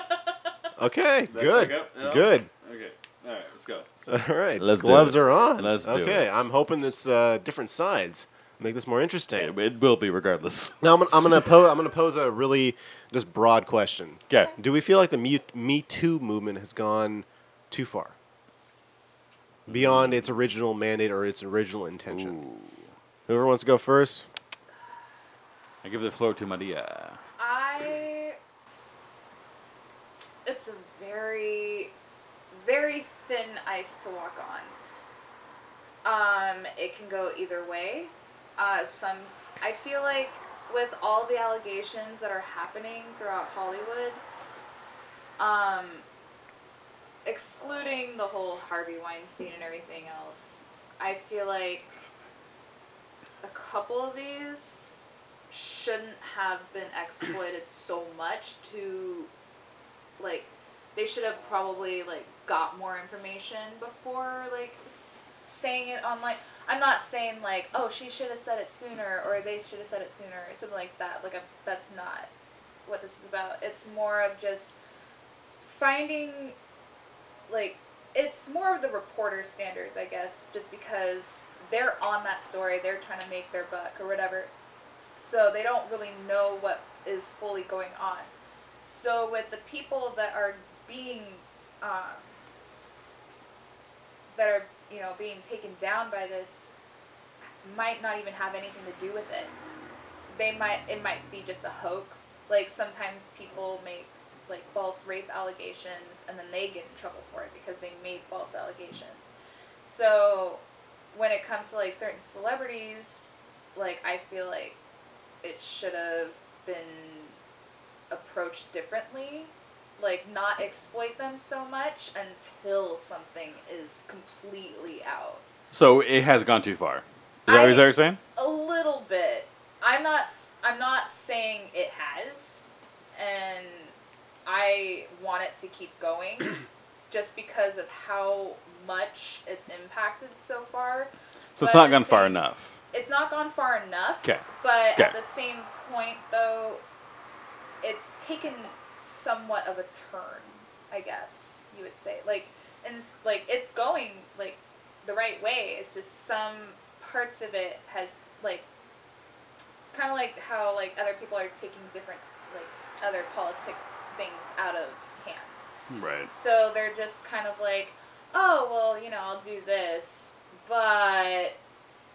Speaker 6: Okay. Good.
Speaker 3: up, no.
Speaker 6: Good.
Speaker 3: Okay. All right. Let's go.
Speaker 6: All right.
Speaker 3: Let's do
Speaker 6: Gloves
Speaker 3: it.
Speaker 6: are on.
Speaker 3: Let's do
Speaker 6: okay. I'm hoping it's uh, different sides. Make this more interesting.
Speaker 3: It will be regardless.
Speaker 6: Now I'm gonna, I'm gonna pose I'm gonna pose a really just broad question.
Speaker 3: Okay.
Speaker 6: Do we feel like the Me, Me Too movement has gone too far beyond its original mandate or its original intention? Whoever wants to go first,
Speaker 3: I give the floor to Maria.
Speaker 4: I. It's a very, very thin ice to walk on. Um, it can go either way. Uh, some, I feel like with all the allegations that are happening throughout Hollywood, um, excluding the whole Harvey Weinstein and everything else, I feel like a couple of these shouldn't have been exploited so much to like they should have probably like got more information before like saying it online I'm not saying like, oh, she should have said it sooner or they should have said it sooner or something like that. Like, i that's not what this is about. It's more of just finding, like, it's more of the reporter standards, I guess, just because they're on that story, they're trying to make their buck or whatever. So they don't really know what is fully going on. So with the people that are being, um, that are you know being taken down by this, might not even have anything to do with it. They might it might be just a hoax. Like sometimes people make like false rape allegations and then they get in trouble for it because they made false allegations. So when it comes to like certain celebrities, like I feel like it should have been approached differently like not exploit them so much until something is completely out
Speaker 3: So it has gone too far. Is that, what- is that what you're saying?
Speaker 4: a little bit i'm not s- i'm not saying it has and i want it to keep going just because of how much it's impacted so far
Speaker 3: So it's
Speaker 4: But
Speaker 3: not
Speaker 4: the
Speaker 3: gone far
Speaker 4: same-
Speaker 3: enough.
Speaker 4: it's not gone far enough.
Speaker 3: 'Kay.
Speaker 4: But
Speaker 3: Okay.
Speaker 4: at the same point, though, it's taken somewhat of a turn, I guess you would say. Like, and s- like it's going like the right way. It's just some parts of it has like kind of like how like other people are taking different like other politic things out of hand.
Speaker 3: Right.
Speaker 4: So they're just kind of like, oh, well, you know, I'll do this, but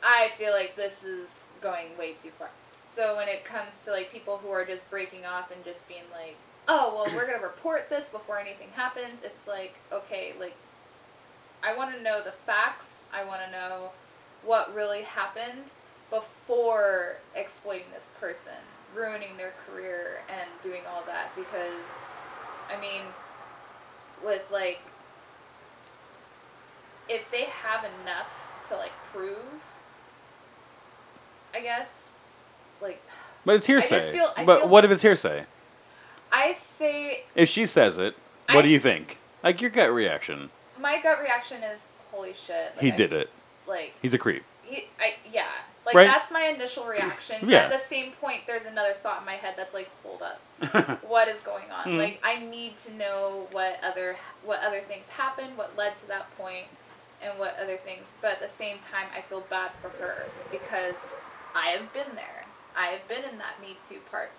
Speaker 4: I feel like this is going way too far. So when it comes to like people who are just breaking off and just being like, oh, well, we're going to report this before anything happens, it's like, okay, like, I want to know the facts. I want to know what really happened before exploiting this person, ruining their career, and doing all that because, I mean, with like if they have enough to like prove i guess like
Speaker 3: But it's
Speaker 4: just
Speaker 3: hearsay.
Speaker 4: feel- I
Speaker 3: but
Speaker 4: feel-
Speaker 3: what if it's hearsay?
Speaker 4: i say
Speaker 3: If she says it,
Speaker 4: I
Speaker 3: what do you
Speaker 4: s-
Speaker 3: think? Like your gut reaction.
Speaker 4: my gut reaction is holy shit
Speaker 3: He did it.
Speaker 4: like
Speaker 3: He's a creep.
Speaker 4: he, I, yeah like
Speaker 3: Right?
Speaker 4: that's my initial reaction
Speaker 3: Yeah.
Speaker 4: at the same point there's another thought in my head that's like hold up what is going on
Speaker 3: Mhm.
Speaker 4: like i need to know what other what other things happened what led to that point and what other things but at the same time i feel bad for her because i have been there i have been in that me too part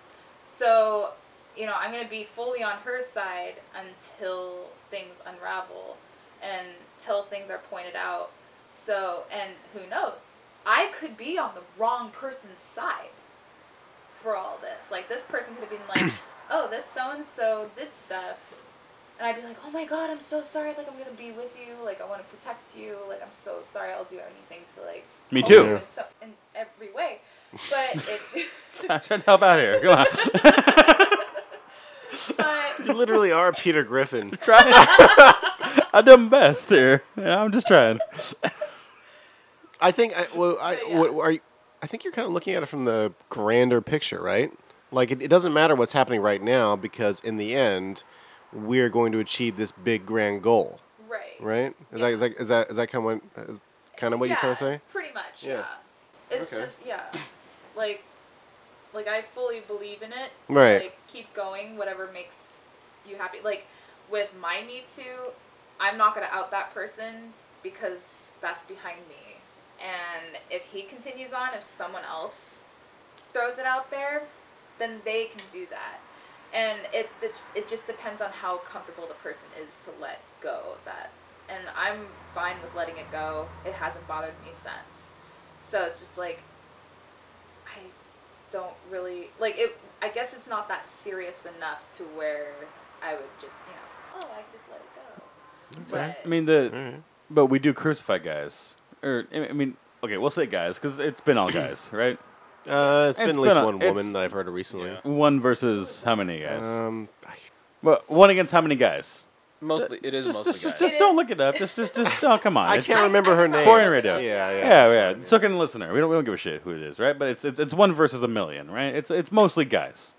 Speaker 4: so you know i'm going to be fully on her side until things unravel and till things are pointed out so and who knows i could be on the wrong person's side for all this. Like this person could have been like, "Oh, this so and so did stuff," and I'd be like, "Oh my god, I'm so sorry. Like I'm gonna be with you. Like I want to protect you. Like I'm so sorry. I'll do anything to like."
Speaker 3: Me
Speaker 4: help
Speaker 3: too.
Speaker 4: you In, so, in every way, but if
Speaker 3: I'm trying to help out here. Come on.
Speaker 4: but
Speaker 6: You literally are Peter Griffin.
Speaker 3: Try. I done best here. Yeah, I'm just trying.
Speaker 6: I think. I, well, I,
Speaker 4: But yeah.
Speaker 6: what, are you, I think you're kind of looking at it from the grander picture, right? Like it, it doesn't matter what's happening right now because in the end, we're going to achieve this big grand goal,
Speaker 4: right,
Speaker 6: right? Is that is that is that is that kind of what, is kind of what
Speaker 4: yeah,
Speaker 6: you're trying to say?
Speaker 4: Pretty much, yeah.
Speaker 6: Yeah.
Speaker 4: It's
Speaker 6: Okay.
Speaker 4: just yeah, like, like I fully believe in it.
Speaker 6: Right.
Speaker 4: Like keep going, whatever makes you happy. Like with my Me Too, I'm not gonna out that person because that's behind me. And if he continues on, if someone else throws it out there, then they can do that. And it it, it just depends on how comfortable the person is to let go of that. And I'm fine with letting it go. It hasn't bothered me since. So it's just like I don't really like it. I guess it's not that serious enough to where I would just you know oh I just let it go.
Speaker 3: I mean the, but we do crucify guys, or I mean, okay, we'll say guys because it's been all guys, right?
Speaker 6: Uh, it's
Speaker 3: It's
Speaker 6: been at least
Speaker 3: been a-
Speaker 6: one
Speaker 3: it's-
Speaker 6: woman that I've heard of recently.
Speaker 3: One versus how many guys?
Speaker 5: Uh,
Speaker 6: Um, I-
Speaker 3: well, one against how many guys?
Speaker 5: Mostly, it is
Speaker 3: Just,
Speaker 5: mostly
Speaker 3: just, just,
Speaker 5: guys.
Speaker 3: just
Speaker 4: It
Speaker 3: don't
Speaker 4: is-
Speaker 3: look it up. Just, just, just. Oh, come on.
Speaker 6: I
Speaker 3: It's-
Speaker 6: can't remember her name.
Speaker 3: Foreign radio.
Speaker 6: Yeah, yeah.
Speaker 3: Yeah,
Speaker 6: that's
Speaker 3: yeah.
Speaker 6: fine,
Speaker 3: It's okay to listener. We don't, we don't give a shit who it is, right? But it's, it's, it's one versus a million, right? It's, it's mostly guys.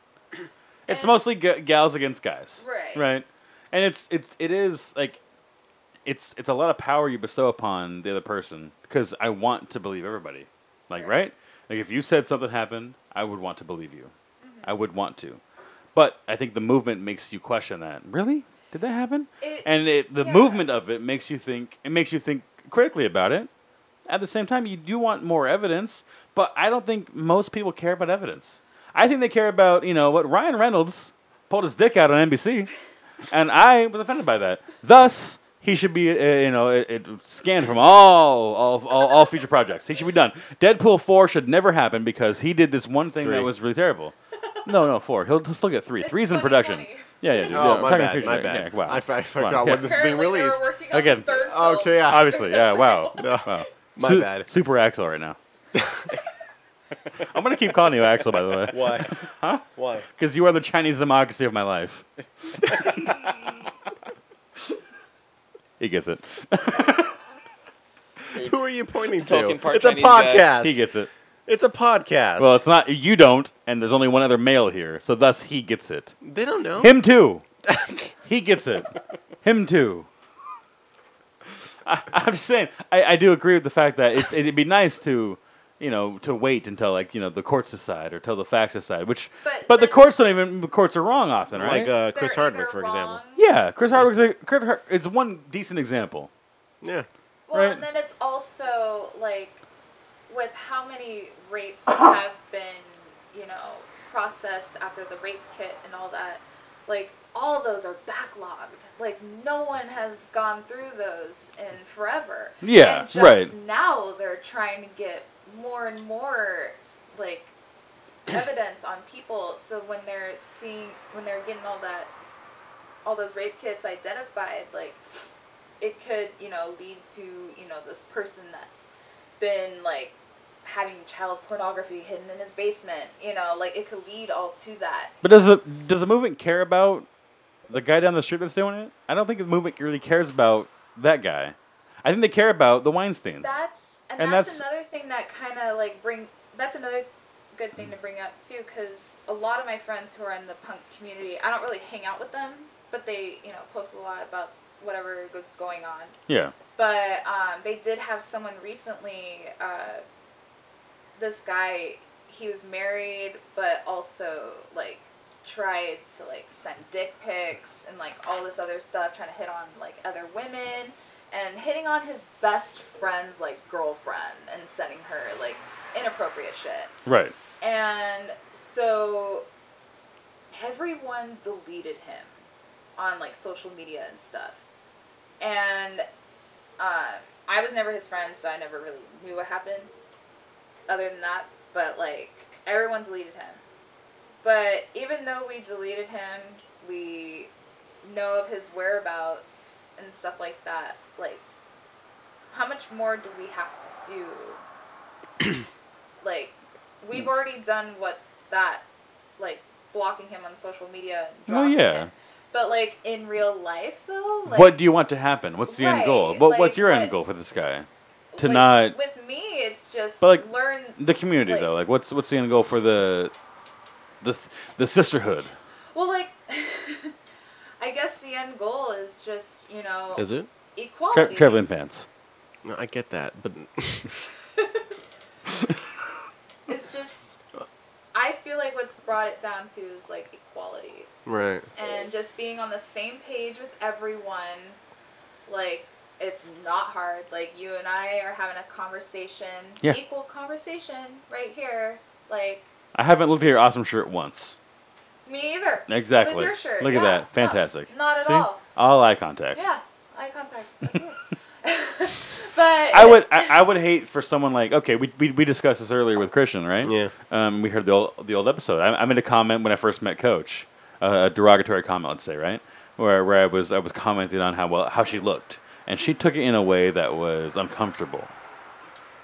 Speaker 3: It's
Speaker 4: And-
Speaker 3: mostly g- gals against guys,
Speaker 4: Right.
Speaker 3: Right, and it's, it's, it is like, it's it's a lot of power you bestow upon the other person because I want to believe everybody. Like right? Like if you said something happened, I would want to believe you. I would want to. But I think the movement makes you question that. Really? Did that happen?
Speaker 4: It-
Speaker 3: and it, the
Speaker 4: yeah.
Speaker 3: movement of it makes you think it makes you think critically about it. At the same time, you do want more evidence, but I don't think most people care about evidence. I think they care about, you know, what Ryan Reynolds pulled his dick out on NBC, and I was offended by that. Thus, he should be, uh, you know, it, it scanned from all, all, all, all future projects. He should be done. Deadpool 4 should never happen because he did this one thing
Speaker 6: Three.
Speaker 3: that was really terrible. No, no, 4. He'll still get 3.
Speaker 4: It's
Speaker 3: Three's in
Speaker 4: 2020.
Speaker 3: production. Yeah, yeah, dude. yeah,
Speaker 6: Oh,
Speaker 3: I'm
Speaker 6: my
Speaker 3: talking
Speaker 6: bad,
Speaker 3: future,
Speaker 6: my
Speaker 3: yeah,
Speaker 6: bad.
Speaker 3: Yeah, wow.
Speaker 6: I, f- I
Speaker 3: Come on,
Speaker 6: forgot
Speaker 3: yeah.
Speaker 6: when this is being
Speaker 4: Apparently they were
Speaker 6: released.
Speaker 4: working on
Speaker 3: Again.
Speaker 4: The third film.
Speaker 6: Okay, yeah.
Speaker 3: Obviously, yeah, wow. wow.
Speaker 6: My
Speaker 3: Su-
Speaker 6: bad.
Speaker 3: Super Axel right now. I'm going to keep calling you Axel, by the way,
Speaker 6: Why? Huh? Why?
Speaker 3: because you are the Chinese democracy of my life. he gets it.
Speaker 6: Who are you pointing to?
Speaker 5: Talking part
Speaker 6: It's a
Speaker 5: Chinese guy.
Speaker 6: podcast.
Speaker 3: He gets it.
Speaker 6: It's a podcast.
Speaker 3: Well, it's not. You don't, and there's only one other male here, so thus he gets it.
Speaker 6: they don't know.
Speaker 3: Him too. he gets it. Him too. I, I'm just saying. I, I do agree with the fact that it's, it'd be nice to, you know, to wait until like you know the courts decide or till the facts decide. Which, but,
Speaker 4: But
Speaker 3: the
Speaker 4: then-
Speaker 3: courts don't even. The courts are wrong often, right?
Speaker 6: Like uh,
Speaker 4: They're
Speaker 6: Chris Hardwick,
Speaker 4: either
Speaker 6: for example.
Speaker 4: wrong-
Speaker 3: yeah, Chris Hardwick's a, Chris Hard- it's one decent example.
Speaker 6: Yeah.
Speaker 4: Well,
Speaker 3: Right.
Speaker 4: and then it's also like with how many rapes have been, you know, processed after the rape kit and all that, like all those are backlogged. Like no one has gone through those in forever.
Speaker 3: Yeah,
Speaker 4: and just
Speaker 3: right.
Speaker 4: Now they're trying to get more and more s- like evidence on people. So when they're seeing, when they're getting all that, all those rape kits identified, like it could you know lead to you know this person that's been like having child pornography hidden in his basement you know like it could lead all to that
Speaker 3: But does the does the movement care about the guy down the street that's doing it? I don't think the movement really cares about that guy. I think they care about the Weinsteins.
Speaker 4: that's and,
Speaker 3: And
Speaker 4: that's,
Speaker 3: that's-
Speaker 4: another thing that kind of like bring that's another good thing to bring up too because a lot of my friends who are in the punk community i don't really hang out with them but they you know post a lot about whatever was going on
Speaker 3: yeah.
Speaker 4: But um, they did have someone recently. Uh, this guy, he was married, but also like tried to like send dick pics and like all this other stuff, trying to hit on like other women and hitting on his best friend's like girlfriend and sending her like inappropriate shit.
Speaker 3: Right.
Speaker 4: And so everyone deleted him on like social media and stuff. And uh, I was never his friend, so I never really knew what happened other than that. But like everyone deleted him. But even though we deleted him, we know of his whereabouts and stuff like that. Like, how much more do we have to do like
Speaker 3: Hmm.
Speaker 4: we've already done what that like blocking him on social media and
Speaker 3: Well,
Speaker 4: dropping
Speaker 3: yeah.
Speaker 4: him. but like in real life though like
Speaker 3: what do you want to happen? What's the end goal?
Speaker 4: Right,
Speaker 3: What, what's
Speaker 4: like,
Speaker 3: your end
Speaker 4: what-
Speaker 3: goal for this guy? To
Speaker 4: with,
Speaker 3: not
Speaker 4: with me it's just
Speaker 3: But, like,
Speaker 4: learn
Speaker 3: the community
Speaker 4: like-
Speaker 3: though. Like what's what's the end goal for the the the sisterhood?
Speaker 4: well like i guess the end goal is just you know
Speaker 6: Is it?
Speaker 4: equality
Speaker 3: Tra- traveling pants.
Speaker 6: No, I get that, but
Speaker 4: it's just i feel like what's brought it down to is like equality
Speaker 6: right.
Speaker 4: and just being on the same page with everyone like it's not hard like you and i are having a conversation
Speaker 3: Yeah.
Speaker 4: equal conversation right here like
Speaker 3: I haven't looked at your awesome shirt once.
Speaker 4: me either
Speaker 3: Exactly.
Speaker 4: with your shirt
Speaker 3: Look
Speaker 4: yeah,
Speaker 3: at that.
Speaker 4: no,
Speaker 3: Fantastic.
Speaker 4: not at
Speaker 3: See?
Speaker 4: all
Speaker 3: All eye contact.
Speaker 4: yeah eye contact with you. but
Speaker 3: I would I, I would hate for someone like okay we, we, we discussed this earlier with Christian right
Speaker 6: Yeah.
Speaker 3: um, we heard the old, the old episode I, I made a comment when I first met Coach uh, a derogatory comment let's say right where, where I was I was commenting on how well how she looked and she took it in a way that was uncomfortable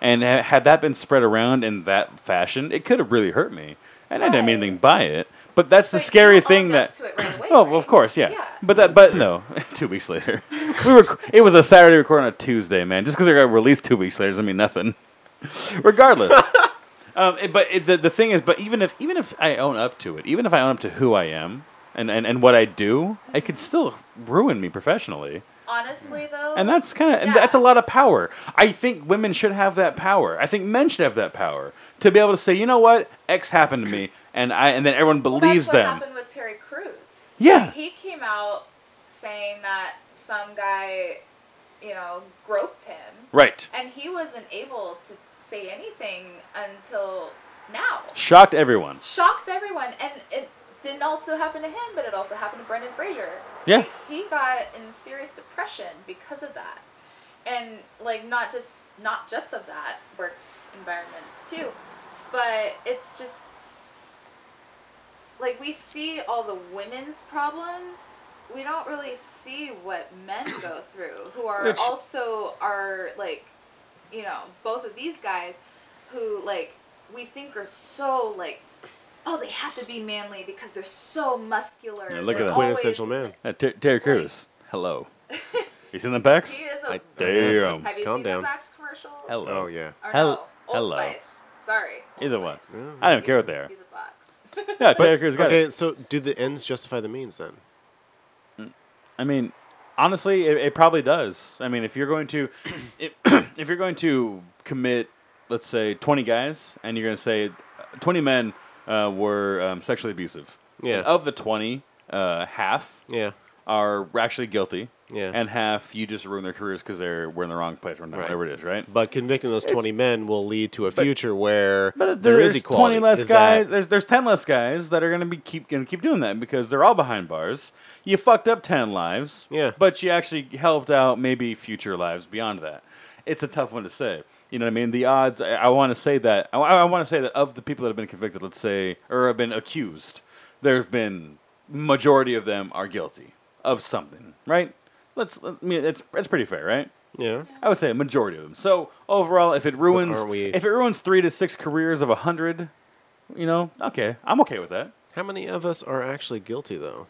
Speaker 3: and ha- had that been spread around in that fashion it could have really hurt me and I didn't mean
Speaker 4: Right.
Speaker 3: anything by it but that's the
Speaker 4: but you
Speaker 3: scary
Speaker 4: owned
Speaker 3: thing
Speaker 4: up
Speaker 3: that
Speaker 4: to it right away,
Speaker 3: Oh, well,
Speaker 4: right?
Speaker 3: of course, yeah.
Speaker 4: Yeah.
Speaker 3: But that, but no, two weeks later, we were. It was a Saturday recording on a Tuesday, man. Just because it got released two weeks later doesn't mean nothing. Regardless, um, it- but it, the the thing is, but even if even if I own up to it, even if I own up to who I am and and, and what I do, it could still ruin me professionally.
Speaker 4: honestly though,
Speaker 3: And that's kind of
Speaker 4: Yeah.
Speaker 3: that's a lot of power. I think women should have that power. I think men should have that power to be able to say, you know what, X happened to me, and I and then everyone
Speaker 4: Well,
Speaker 3: believes
Speaker 4: that's what
Speaker 3: them.
Speaker 4: happened with Terry Crews.
Speaker 3: Yeah.
Speaker 4: Like, he came out saying that some guy, you know, groped him,
Speaker 3: Right.
Speaker 4: and he wasn't able to say anything until now.
Speaker 3: Shocked everyone.
Speaker 4: Shocked everyone, and it didn't also happen to him, but it also happened to Brendan Fraser.
Speaker 3: Yeah.
Speaker 4: Like, he got in serious depression because of that, and like not just not just of that work environments too, but it's just like we see all the women's problems we don't really see what men go through who are
Speaker 3: Which-
Speaker 4: also are like you know both of these guys who like we think are so like oh they have to be manly because they're so muscular
Speaker 3: Yeah, look at
Speaker 4: They're
Speaker 3: that.
Speaker 6: Quintessential
Speaker 4: always-
Speaker 6: man.
Speaker 3: Uh, Ter- Terry Crews. Hello. You seen the pecs?
Speaker 4: he is a
Speaker 6: I-
Speaker 3: Damn.
Speaker 4: have you
Speaker 6: Calm
Speaker 4: seen
Speaker 6: down.
Speaker 4: those Axe commercials
Speaker 3: Hello.
Speaker 6: Oh yeah.
Speaker 4: or
Speaker 3: Hel-
Speaker 4: no, Old
Speaker 3: hello.
Speaker 4: Spice sorry Old
Speaker 3: Either one.
Speaker 4: Spice.
Speaker 3: I don't care
Speaker 4: He's-
Speaker 3: what they are.
Speaker 4: he's a fox
Speaker 3: Yeah, Terry Crews got
Speaker 6: Okay,
Speaker 3: it.
Speaker 6: so do the ends justify the means then?
Speaker 3: I mean, honestly, it, it probably does. I mean, if you're going to, if, if you're going to commit, let's say, 20 guys, and you're going to say uh, 20 men uh, were um, sexually abusive.
Speaker 6: Yeah.
Speaker 3: And of the 20, uh, half
Speaker 6: Yeah.
Speaker 3: are actually guilty.
Speaker 6: Yeah.
Speaker 3: And half you just ruin their careers because they're we're in the wrong place or not,
Speaker 6: Right.
Speaker 3: whatever it is, right?
Speaker 6: But convicting those twenty men will lead to a future where
Speaker 3: But
Speaker 6: there is
Speaker 3: there's
Speaker 6: equality.
Speaker 3: twenty less
Speaker 6: Is
Speaker 3: guys.
Speaker 6: that-
Speaker 3: There's there's ten less guys that are gonna be keep gonna keep doing that because they're all behind bars. You fucked up ten lives.
Speaker 6: Yeah.
Speaker 3: But you actually helped out maybe future lives beyond that. It's a tough one to say. You know what I mean? The odds. I, I want to say that. I, I want to say that of the people that have been convicted, let's say, or have been accused, there have been majority of them are guilty of something, right? Let's. I mean, it's it's pretty fair, right?
Speaker 6: yeah.
Speaker 3: I would say a majority of them. So overall, if it ruins
Speaker 6: aren't we-
Speaker 3: if it ruins three to six careers of a hundred, you know, okay, I'm okay with that.
Speaker 6: How many of us are actually guilty though?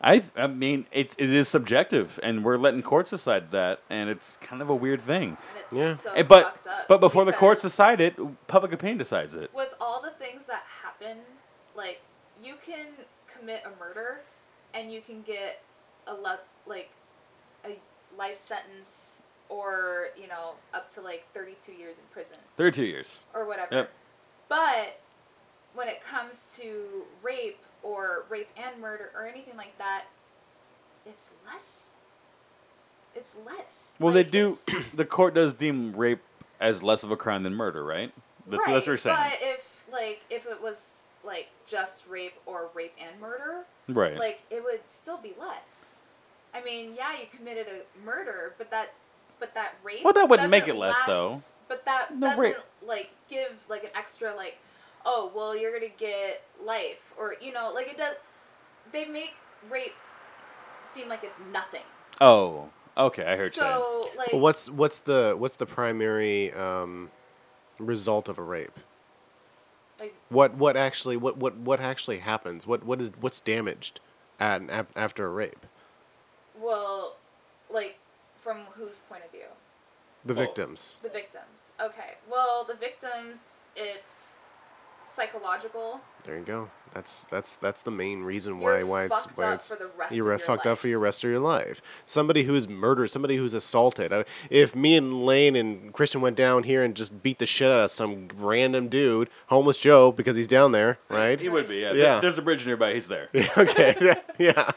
Speaker 3: I I mean, it it is subjective, and we're letting courts decide that, and it's kind of a weird thing.
Speaker 4: and it's
Speaker 6: Yeah.
Speaker 4: so
Speaker 3: Eh, but
Speaker 4: fucked up
Speaker 3: but before the courts
Speaker 4: because-
Speaker 3: decide it, public opinion decides it.
Speaker 4: with all the things that happen, like you can commit a murder and you can get a le- like a life sentence or you know up to like 32 years in prison
Speaker 3: Thirty-two years.
Speaker 4: or whatever.
Speaker 3: Yep.
Speaker 4: But when it comes to rape or rape and murder or anything like that, it's less. It's less.
Speaker 3: Well, they
Speaker 4: Like,
Speaker 3: do.
Speaker 4: it's-
Speaker 3: the court does deem rape as less of a crime than murder, right? That's,
Speaker 4: right,
Speaker 3: that's what you're saying,
Speaker 4: But if like if it was like just rape or rape and murder,
Speaker 3: right?
Speaker 4: like it would still be less. I mean, yeah, you committed a murder, but that but that rape
Speaker 3: Well, that wouldn't make
Speaker 4: doesn't
Speaker 3: it less,
Speaker 4: last-
Speaker 3: though.
Speaker 4: But that
Speaker 3: No,
Speaker 4: doesn't
Speaker 3: rape-
Speaker 4: like give like an extra like oh, well, you're going to get life or you know, like it does they make rape seem like it's nothing.
Speaker 3: oh, okay, I heard you. saying.
Speaker 4: so like
Speaker 6: Well, what's what's the what's the primary um, result of a rape?
Speaker 4: like
Speaker 6: What what actually what what what actually happens? What what is what's damaged at, af- after a rape?
Speaker 4: well like from whose point of view?
Speaker 6: The
Speaker 3: Well-
Speaker 6: victims.
Speaker 4: The victims. Okay. Well, the victims, it's psychological.
Speaker 6: There you go. That's that's that's the main reason
Speaker 4: You're
Speaker 6: why why it's
Speaker 4: fucked
Speaker 6: why
Speaker 4: up
Speaker 6: it's
Speaker 4: for the rest
Speaker 6: you're
Speaker 4: of your
Speaker 6: fucked up
Speaker 4: life.
Speaker 6: for your rest of your life. Somebody who is murdered, somebody who's assaulted. I- If me and Lane and Christian went down here and just beat the shit out of some random dude, homeless Joe, because he's down there, right?
Speaker 3: He would be, yeah.
Speaker 6: Yeah.
Speaker 3: There's a bridge nearby. He's there.
Speaker 6: okay. yeah.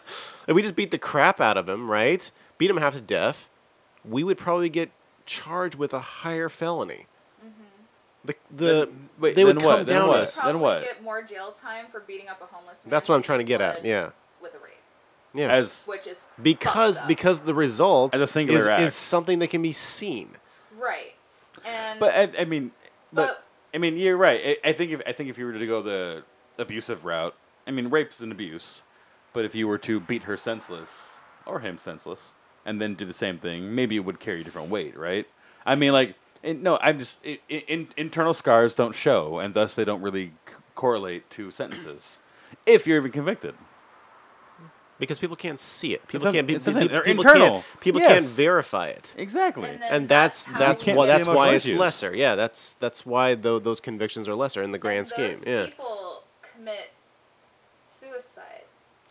Speaker 6: If we just beat the crap out of him, right? Beat him half to death. We would probably get charged with a higher felony.
Speaker 4: Mm-hmm.
Speaker 6: The the
Speaker 3: Then- wait,
Speaker 6: they would
Speaker 3: then
Speaker 6: come
Speaker 3: what? Then
Speaker 6: down to
Speaker 3: what?
Speaker 6: us.
Speaker 4: Probably
Speaker 3: what?
Speaker 4: get more jail time for beating up a homeless man.
Speaker 6: That's what I'm
Speaker 4: than
Speaker 6: trying to
Speaker 4: you
Speaker 6: get at.
Speaker 4: would
Speaker 6: Yeah.
Speaker 4: With a rape,
Speaker 6: Yeah.
Speaker 3: As
Speaker 4: which is fucked
Speaker 6: because
Speaker 4: up.
Speaker 6: because the result
Speaker 3: As a singular
Speaker 6: is,
Speaker 3: act.
Speaker 6: is something that can be seen.
Speaker 4: right, and
Speaker 3: But I, I mean, but,
Speaker 4: But-
Speaker 3: I mean, you're right. I, I think if I think if you were to go the abusive route, I mean, rape is an abuse, but if you were to beat her senseless or him senseless and then do the same thing, maybe it would carry a different weight, right? I mean, like, in no, I'm just i i in, internal scars don't show, and thus they don't really c- correlate to sentences if you're even convicted.
Speaker 6: Because people can't see it. People
Speaker 3: un-
Speaker 6: can't. Be,
Speaker 3: it's un-
Speaker 6: people,
Speaker 3: they're
Speaker 6: people
Speaker 3: internal.
Speaker 6: can't. People can't
Speaker 3: Yes.
Speaker 6: verify it.
Speaker 3: Exactly.
Speaker 4: And then-
Speaker 6: And that's
Speaker 4: how
Speaker 6: that's
Speaker 4: you
Speaker 3: can't
Speaker 6: why
Speaker 3: see
Speaker 6: that's
Speaker 3: emotional
Speaker 6: why it's
Speaker 3: issues.
Speaker 6: lesser. Yeah, that's that's why though those convictions are lesser in the grand scheme.
Speaker 4: those
Speaker 6: Yeah.
Speaker 4: people commit suicide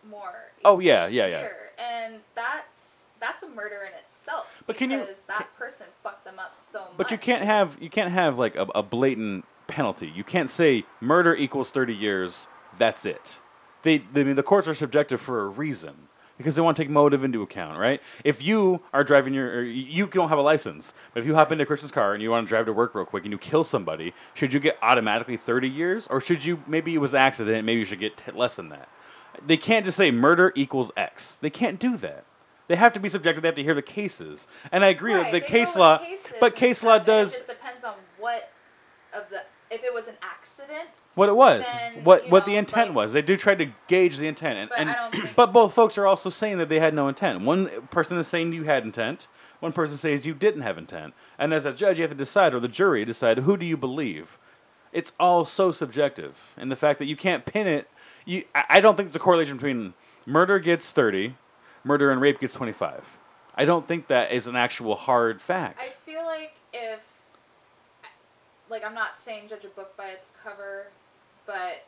Speaker 4: more.
Speaker 3: oh yeah, yeah, yeah.
Speaker 4: here, and that's that's a murder in itself.
Speaker 3: But can you-
Speaker 4: because that person fucked them up so much.
Speaker 3: But you can't have you can't have like a, a blatant penalty. You can't say murder equals thirty years. That's it. They, they I mean the courts are subjective for a reason because they want to take motive into account, right? If you are driving your or you don't have a license, but if you hop into Chris's car and you want to drive to work real quick and you kill somebody, should you get automatically thirty years, or should you maybe it was an accident, maybe you should get t- less than that? They can't just say murder equals X. They can't do that. They have to be subjective. They have to hear the cases, and I agree
Speaker 4: Right,
Speaker 3: that the
Speaker 4: they know
Speaker 3: case
Speaker 4: what
Speaker 3: law,
Speaker 4: cases
Speaker 3: but
Speaker 4: and
Speaker 3: case
Speaker 4: stuff,
Speaker 3: law
Speaker 4: and It
Speaker 3: does
Speaker 4: just depends on what of the if it was an accident.
Speaker 3: what it was,
Speaker 4: then,
Speaker 3: what
Speaker 4: you
Speaker 3: what the
Speaker 4: know,
Speaker 3: intent
Speaker 4: like-
Speaker 3: was. They do try to gauge the intent, and
Speaker 4: But I
Speaker 3: and
Speaker 4: don't think-
Speaker 3: but both folks are also saying that they had no intent. One person is saying you had intent. One person says you didn't have intent. And as a judge, you have to decide, or the jury decide, who do you believe? It's all so subjective, and the fact that you can't pin it, you I, I don't think there's a correlation between murder gets thirty, murder and rape gets twenty five. I don't think that is an actual hard fact.
Speaker 4: I feel like if, like, I'm not saying judge a book by its cover, but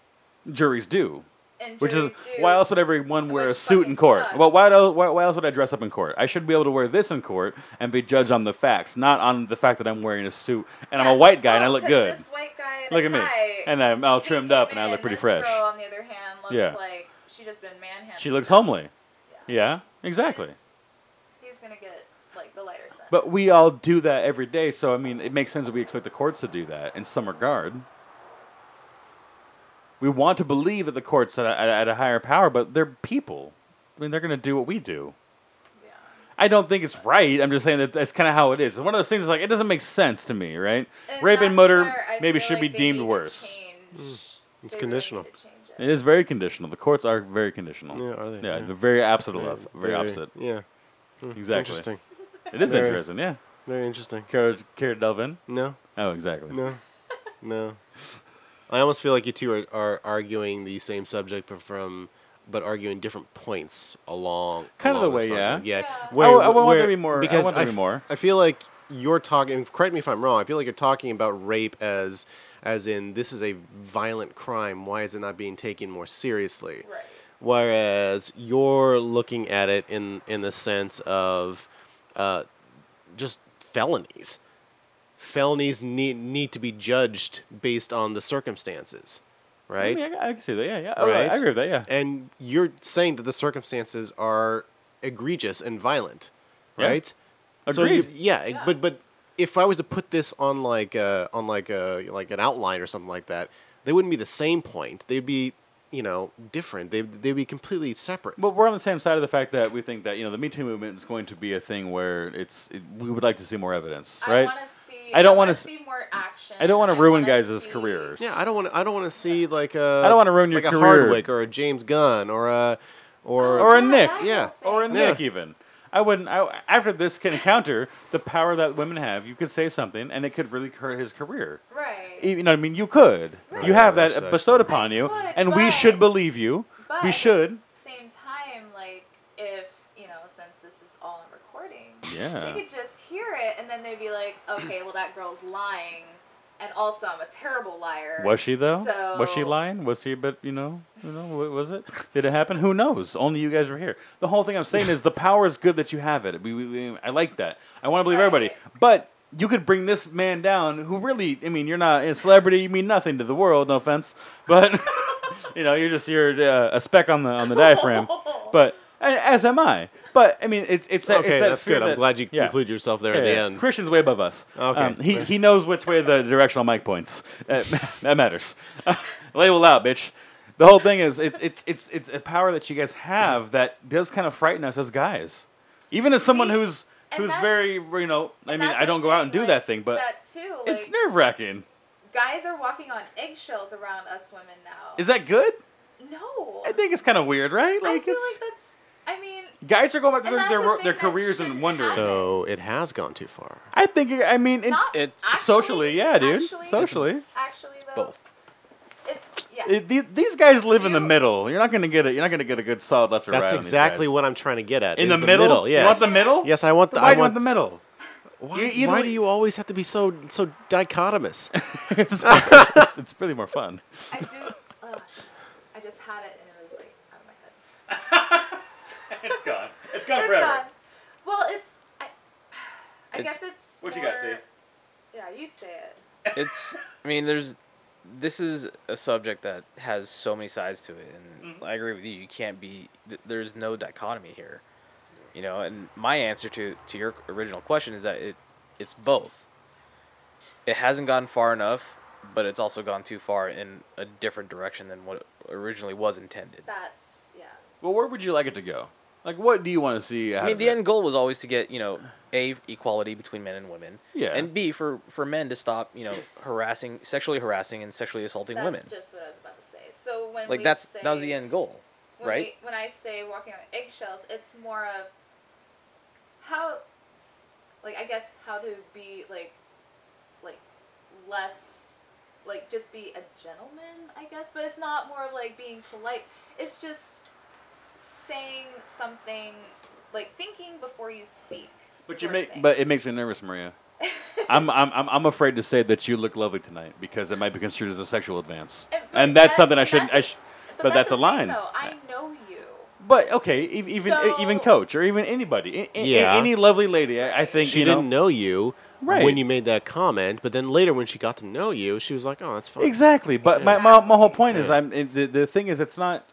Speaker 3: Juries do.
Speaker 4: and
Speaker 3: Which is
Speaker 4: juries do,
Speaker 3: why else would everyone wear a
Speaker 4: which
Speaker 3: suit in
Speaker 4: fucking
Speaker 3: court?
Speaker 4: sucks.
Speaker 3: Well, why, do, why why else would I dress up in court? I should be able to wear this in court and be judged on the facts, not on the fact that I'm wearing a suit and I'm a
Speaker 4: Yeah,
Speaker 3: white guy and
Speaker 4: oh,
Speaker 3: I look
Speaker 4: 'cause
Speaker 3: good.
Speaker 4: This white guy in a
Speaker 3: Look at me,
Speaker 4: tie,
Speaker 3: and I'm all
Speaker 4: he
Speaker 3: trimmed
Speaker 4: came
Speaker 3: up and I
Speaker 4: in,
Speaker 3: look pretty
Speaker 4: this
Speaker 3: fresh.
Speaker 4: Girl, on the other hand, looks
Speaker 3: Yeah.
Speaker 4: like she just been manhandled.
Speaker 3: She looks homely. Yeah, exactly.
Speaker 4: He's, he's gonna get like the lighter side.
Speaker 3: But we all do that every day, so I mean, it makes sense that we expect the courts to do that in some regard. We want to believe that the courts at a, at a- at a higher power, but they're people. I mean, they're going to do what we do.
Speaker 4: yeah.
Speaker 3: I don't think it's right. I'm just saying that that's kind of how it is. It's one of those things. Like it doesn't make sense to me, right?
Speaker 4: And
Speaker 3: Rape and
Speaker 4: that's
Speaker 3: murder
Speaker 4: where I
Speaker 3: maybe
Speaker 4: feel
Speaker 3: should
Speaker 4: like
Speaker 3: be
Speaker 4: they
Speaker 3: deemed
Speaker 4: need to
Speaker 3: worse.
Speaker 4: change- they
Speaker 6: Mm. It's
Speaker 4: really
Speaker 6: conditional.
Speaker 4: need to change it.
Speaker 3: It is very conditional. The courts are very conditional.
Speaker 6: Yeah, are they?
Speaker 3: Yeah,
Speaker 6: Yeah.
Speaker 3: the very opposite of love. Very
Speaker 6: Very-
Speaker 3: opposite.
Speaker 6: Yeah.
Speaker 3: Exactly.
Speaker 6: Interesting.
Speaker 3: It is
Speaker 6: Very-
Speaker 3: interesting. Yeah.
Speaker 6: Very interesting.
Speaker 3: Care, care to delve in?
Speaker 6: No.
Speaker 3: Oh, exactly.
Speaker 6: No. No. I almost feel like you two are, are arguing the same subject, but from but arguing different points along.
Speaker 3: Kind of the
Speaker 6: along
Speaker 3: way, yeah.
Speaker 6: subject. Yeah.
Speaker 4: Yeah.
Speaker 3: I w- I want there to be more- I
Speaker 6: Because
Speaker 3: want there to
Speaker 6: f-
Speaker 3: be more.
Speaker 6: I feel like you're talking. Correct me if I'm wrong. I feel like you're talking about rape as as in this is a violent crime. Why is it not being taken more seriously?
Speaker 4: Right.
Speaker 6: Whereas you're looking at it in in the sense of uh, just felonies. Felonies need need to be judged based on the circumstances,
Speaker 3: I,
Speaker 6: right?
Speaker 3: mean, I, I can see that. Yeah, yeah. Oh, I-
Speaker 6: Right.
Speaker 3: I agree with that. Yeah.
Speaker 6: And you're saying that the circumstances are egregious and violent,
Speaker 3: Yeah.
Speaker 6: right? So you,
Speaker 3: Agreed.
Speaker 6: yeah,
Speaker 4: Yeah.
Speaker 6: but but if I was to put this on like uh on like a like an outline or something like that, they wouldn't be the same point. They'd be you know different. They they'd be completely separate.
Speaker 3: But we're on the same side of the fact that we think that you know the Me Too movement is going to be a thing where it's it, we would like to see more evidence,
Speaker 4: I
Speaker 3: right?
Speaker 4: want to see.
Speaker 3: I don't
Speaker 4: want
Speaker 3: wanna
Speaker 4: to
Speaker 3: s-
Speaker 4: see more action.
Speaker 3: I don't wanna ruin
Speaker 4: wanna
Speaker 3: guys'
Speaker 4: see-
Speaker 3: careers.
Speaker 6: yeah, I don't want to. I don't want to see like a.
Speaker 3: I don't wanna ruin your
Speaker 6: like a
Speaker 3: career.
Speaker 6: Hardwick or a James Gunn or a or
Speaker 3: Or a
Speaker 4: Yeah,
Speaker 3: Nick.
Speaker 4: that
Speaker 6: Yeah.
Speaker 4: whole
Speaker 3: or a
Speaker 4: thing.
Speaker 6: Yeah.
Speaker 3: Nick even. I wouldn't. I, after this encounter, the power that women have, you could say something, and it could really hurt his career. E,
Speaker 4: Right.
Speaker 3: You know, what I mean, you could. You
Speaker 6: Right.
Speaker 3: have
Speaker 6: Yeah,
Speaker 3: that
Speaker 6: that's actually-
Speaker 3: bestowed upon you,
Speaker 4: could,
Speaker 3: and we
Speaker 4: but-
Speaker 3: should believe you.
Speaker 4: But
Speaker 3: we
Speaker 4: at the
Speaker 3: should.
Speaker 4: s- same time, like if you know, since this is all in recording,
Speaker 3: Yeah.
Speaker 4: they could just hear it, and then they'd be like, "Okay, well that girl's lying," and also I'm a terrible liar.
Speaker 3: Was she though?
Speaker 4: So,
Speaker 3: Was she lying? Was he? But you know, you know, wa- was it? Did it happen? Who knows? Only you guys were here. The whole thing I'm saying is the power is good that you have it. We, we, we- I like that. I want to believe everybody, but you could bring this man down, who really, I mean, you're not a celebrity. You mean nothing to the world. No offense, but you know, you're just you're uh, a speck on the on the diaphragm. But and as am I. But I mean, it's it's that, it's
Speaker 6: okay,
Speaker 3: that
Speaker 6: that's
Speaker 3: fear
Speaker 6: good. I'm
Speaker 3: that-
Speaker 6: glad you
Speaker 3: yeah.
Speaker 6: include yourself there
Speaker 3: Yeah,
Speaker 6: at the
Speaker 3: yeah.
Speaker 6: end.
Speaker 3: Christian's way above us.
Speaker 6: Okay.
Speaker 3: Um, he, he knows which way the directional mic points. Uh, that matters. label out, bitch. The whole thing is it's it's it's it's a power that you guys have that does kind of frighten us as guys, even as someone
Speaker 4: See,
Speaker 3: who's
Speaker 4: and
Speaker 3: who's
Speaker 4: that-
Speaker 3: very you know I mean
Speaker 4: and that's
Speaker 3: I
Speaker 4: the
Speaker 3: don't go out and do
Speaker 4: like,
Speaker 3: that thing, but
Speaker 4: that too, like,
Speaker 3: it's nerve wracking.
Speaker 4: guys are walking on eggshells around us women now.
Speaker 3: Is that good?
Speaker 4: no?
Speaker 3: I think it's kind of weird, right?
Speaker 4: I
Speaker 3: Like
Speaker 4: feel
Speaker 3: it's
Speaker 4: like that's. I mean,
Speaker 3: guys are going back to their
Speaker 4: and that's
Speaker 3: their,
Speaker 4: the
Speaker 3: ro-
Speaker 4: thing
Speaker 3: their
Speaker 4: that
Speaker 3: careers and
Speaker 4: shouldn't
Speaker 3: wondering.
Speaker 4: happen.
Speaker 6: So it has gone too far.
Speaker 3: I think it, I mean it,
Speaker 4: not
Speaker 5: it-
Speaker 4: actually-
Speaker 3: socially, yeah, dude,
Speaker 4: actually-
Speaker 3: socially.
Speaker 4: Actually, though,
Speaker 6: Both.
Speaker 4: it's yeah.
Speaker 3: It, the- these guys live in the
Speaker 4: You-
Speaker 3: middle. You're not gonna get it. You're not gonna get a good solid left or right.
Speaker 6: That's
Speaker 3: on these
Speaker 6: exactly
Speaker 3: guys.
Speaker 6: what I'm trying to get at.
Speaker 3: in
Speaker 6: is
Speaker 3: the, middle. You want
Speaker 6: Yes.
Speaker 3: the middle?
Speaker 6: Yes, I want the.
Speaker 3: Why do
Speaker 6: I
Speaker 3: you want
Speaker 6: want
Speaker 3: the middle?
Speaker 6: Why,
Speaker 3: You- either
Speaker 6: why
Speaker 3: way-
Speaker 6: do you always have to be so so dichotomous?
Speaker 3: it's, it's, it's really more fun.
Speaker 4: I do. Ugh, I just had it and it was like out of my head.
Speaker 3: It's gone. It's gone
Speaker 4: It's gone. Well, it's. I, I
Speaker 5: It's-
Speaker 4: guess it's.
Speaker 3: What you got,
Speaker 4: more-
Speaker 3: Steve?
Speaker 4: Yeah, you say it.
Speaker 5: it's i mean there's this is a subject that has so many sides to it and i agree with you you can't be th- there's no dichotomy here you know and my answer to to your original question is that it it's both it hasn't gone far enough but it's also gone too far in a different direction than what originally was intended
Speaker 4: That's yeah.
Speaker 3: Well, where would you like it to go? Like, what do you want to see?
Speaker 5: I
Speaker 3: out
Speaker 5: mean,
Speaker 3: of
Speaker 5: the
Speaker 3: it?
Speaker 5: end goal was always to get you know a equality between men and women,
Speaker 3: Yeah.
Speaker 5: and b for for men to stop you know harassing, sexually harassing, and sexually assaulting
Speaker 4: That's
Speaker 5: women.
Speaker 4: just what I was about to say. So when
Speaker 5: Like
Speaker 4: we
Speaker 5: that's
Speaker 4: say,
Speaker 5: that was the end goal,
Speaker 4: when
Speaker 5: right?
Speaker 4: We, when I say walking on eggshells, it's more of how, like I guess how to be like, like less, like just be a gentleman, I guess. But it's not more of like being polite. It's just saying something, like thinking before you speak.
Speaker 3: But you
Speaker 4: sort of
Speaker 3: make,
Speaker 4: thing.
Speaker 3: but it makes me nervous, Maria. I'm, I'm, I'm, I'm afraid to say that you look lovely tonight because it might be construed as a sexual advance,
Speaker 4: And-
Speaker 3: and
Speaker 4: but
Speaker 3: that's
Speaker 4: that-
Speaker 3: something I
Speaker 4: and
Speaker 3: shouldn't.
Speaker 4: that's-
Speaker 3: I sh- but that's
Speaker 4: the
Speaker 3: a line.
Speaker 4: Thing, though. I know you.
Speaker 3: but okay, e- even
Speaker 4: So-
Speaker 3: even coach or even anybody, a- a-
Speaker 6: Yeah.
Speaker 3: any lovely lady, I, I think
Speaker 6: she
Speaker 3: you know,
Speaker 6: didn't know you
Speaker 3: Right.
Speaker 6: when you made that comment, but then later when she got to know you, she was like, "Oh, that's fine."
Speaker 3: exactly. But my, my, my whole point is, I'm it- the, the thing is, it's not.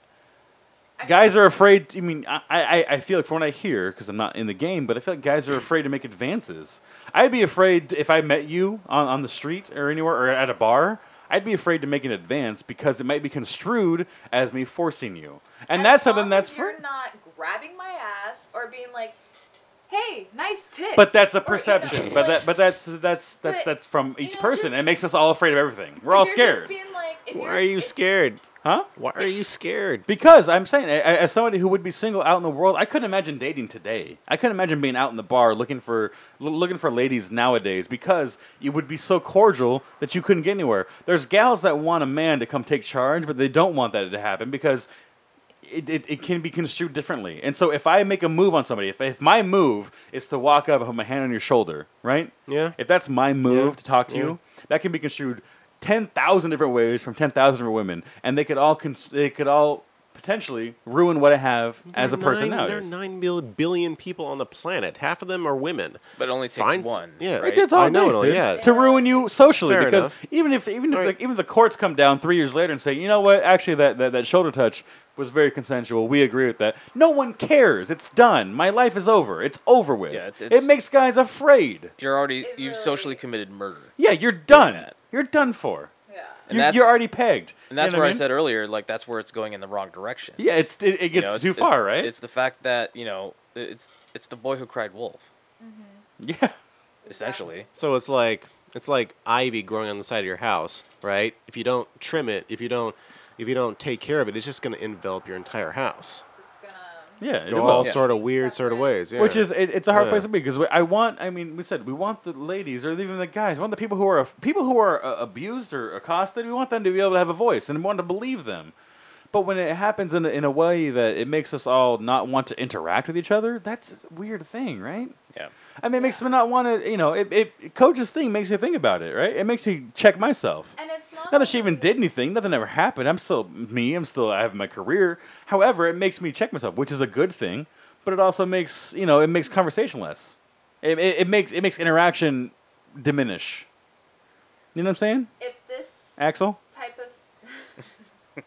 Speaker 4: I mean-
Speaker 3: Guys are afraid. I mean, I, I, I feel like from what I hear, because I'm not in the game, but I feel like guys are afraid to make advances. I'd be afraid if I met you on, on the street or anywhere or at a bar. I'd be afraid to make an advance because it might be construed as me forcing you, and
Speaker 4: As
Speaker 3: that's something
Speaker 4: long
Speaker 3: that's
Speaker 4: as
Speaker 3: for.
Speaker 4: you're not grabbing my ass or being like, "Hey, nice tits."
Speaker 3: But that's a
Speaker 4: or, you know,
Speaker 3: perception. but
Speaker 4: like,
Speaker 3: that, but that's that's that's
Speaker 4: But,
Speaker 3: that's from
Speaker 4: you
Speaker 3: each
Speaker 4: know,
Speaker 3: person. it
Speaker 4: just-
Speaker 3: makes us all afraid of everything. We're
Speaker 4: if
Speaker 3: all
Speaker 4: you're
Speaker 3: scared,
Speaker 4: Just being like, if
Speaker 6: Why
Speaker 4: you're-
Speaker 6: are you
Speaker 4: if-
Speaker 6: scared?
Speaker 3: huh?
Speaker 6: Why are you scared?
Speaker 3: Because I'm saying, a- a- as somebody who would be single out in the world, I couldn't imagine dating today. I couldn't imagine being out in the bar looking for l- looking for ladies nowadays because it would be so cordial that you couldn't get anywhere. There's gals that want a man to come take charge, but they don't want that to happen because it, it, it can be construed differently. And so if I make a move on somebody, if, if my move is to walk up and put my hand on your shoulder, right?
Speaker 6: Yeah.
Speaker 3: If that's my move to talk to you, that can be construed 10,000 different ways from 10,000 different women. And they could all, cons- they could all potentially ruin what I have as a
Speaker 6: There are
Speaker 3: person
Speaker 6: nine, there are
Speaker 3: nowadays.
Speaker 6: nine bil- billion people on the planet. Half of them are women.
Speaker 5: but it only takes
Speaker 6: Find s-
Speaker 5: one.
Speaker 6: yeah.
Speaker 5: right?
Speaker 3: It does all
Speaker 6: I know,
Speaker 3: nice, dude,
Speaker 6: yeah.
Speaker 3: to ruin you socially
Speaker 6: Fair
Speaker 3: because
Speaker 6: enough.
Speaker 3: even if even if
Speaker 6: Right.
Speaker 3: the, even the courts come down three years later and say, you know what, actually that, that, that shoulder touch was very consensual. We agree with that. No one cares. It's done. My life is over. It's over with.
Speaker 5: Yeah, it's- it's-
Speaker 3: it makes guys afraid.
Speaker 5: You're already
Speaker 4: It
Speaker 5: you've
Speaker 4: really-
Speaker 5: socially committed murder,
Speaker 3: Yeah, you're done.
Speaker 5: that.
Speaker 3: You're done for.
Speaker 4: Yeah.
Speaker 5: And
Speaker 3: you're,
Speaker 5: that's-
Speaker 3: you're already pegged.
Speaker 5: and that's
Speaker 3: You know
Speaker 5: where
Speaker 3: what
Speaker 5: I said earlier, like that's where it's going in the wrong direction.
Speaker 3: mean? Yeah, it's it, it
Speaker 5: You
Speaker 3: gets
Speaker 5: know, it's-
Speaker 3: too
Speaker 5: it's-
Speaker 3: far, right?
Speaker 5: It's the fact that you know it's it's the boy who cried wolf,
Speaker 3: yeah.
Speaker 5: essentially.
Speaker 6: So it's like it's like ivy growing on the side of your house, right? If you don't trim it, if you don't if you don't take care of it, it's just going to envelop your entire house.
Speaker 4: It's just gonna.
Speaker 3: Yeah. it
Speaker 6: Go
Speaker 3: will.
Speaker 6: all
Speaker 5: Yeah.
Speaker 6: sort of weird sort of
Speaker 4: Separate.
Speaker 6: ways. Yeah.
Speaker 3: Which is it, it's a hard
Speaker 6: Yeah.
Speaker 3: place to be because I want. I mean, we said we want the ladies or even the guys. We want the people who are people who are uh, abused or accosted. We want them to be able to have a voice and we want to believe them. But when it happens in a, in a way that it makes us all not want to interact with each other, that's a weird thing, right?
Speaker 5: Yeah.
Speaker 3: I mean, it makes me not want to. You know, it, it coach's thing makes you think about it, right? It makes me check myself.
Speaker 4: And it's not.
Speaker 3: Not that she even
Speaker 4: only-
Speaker 3: did anything. Nothing ever happened. I'm still me. I'm still. I have my career. However, it makes me check myself, which is a good thing. But it also makes you know it makes conversation less. It, it, it makes it makes interaction diminish. You know what I'm saying,
Speaker 4: If this
Speaker 3: Axel?
Speaker 4: type of. s-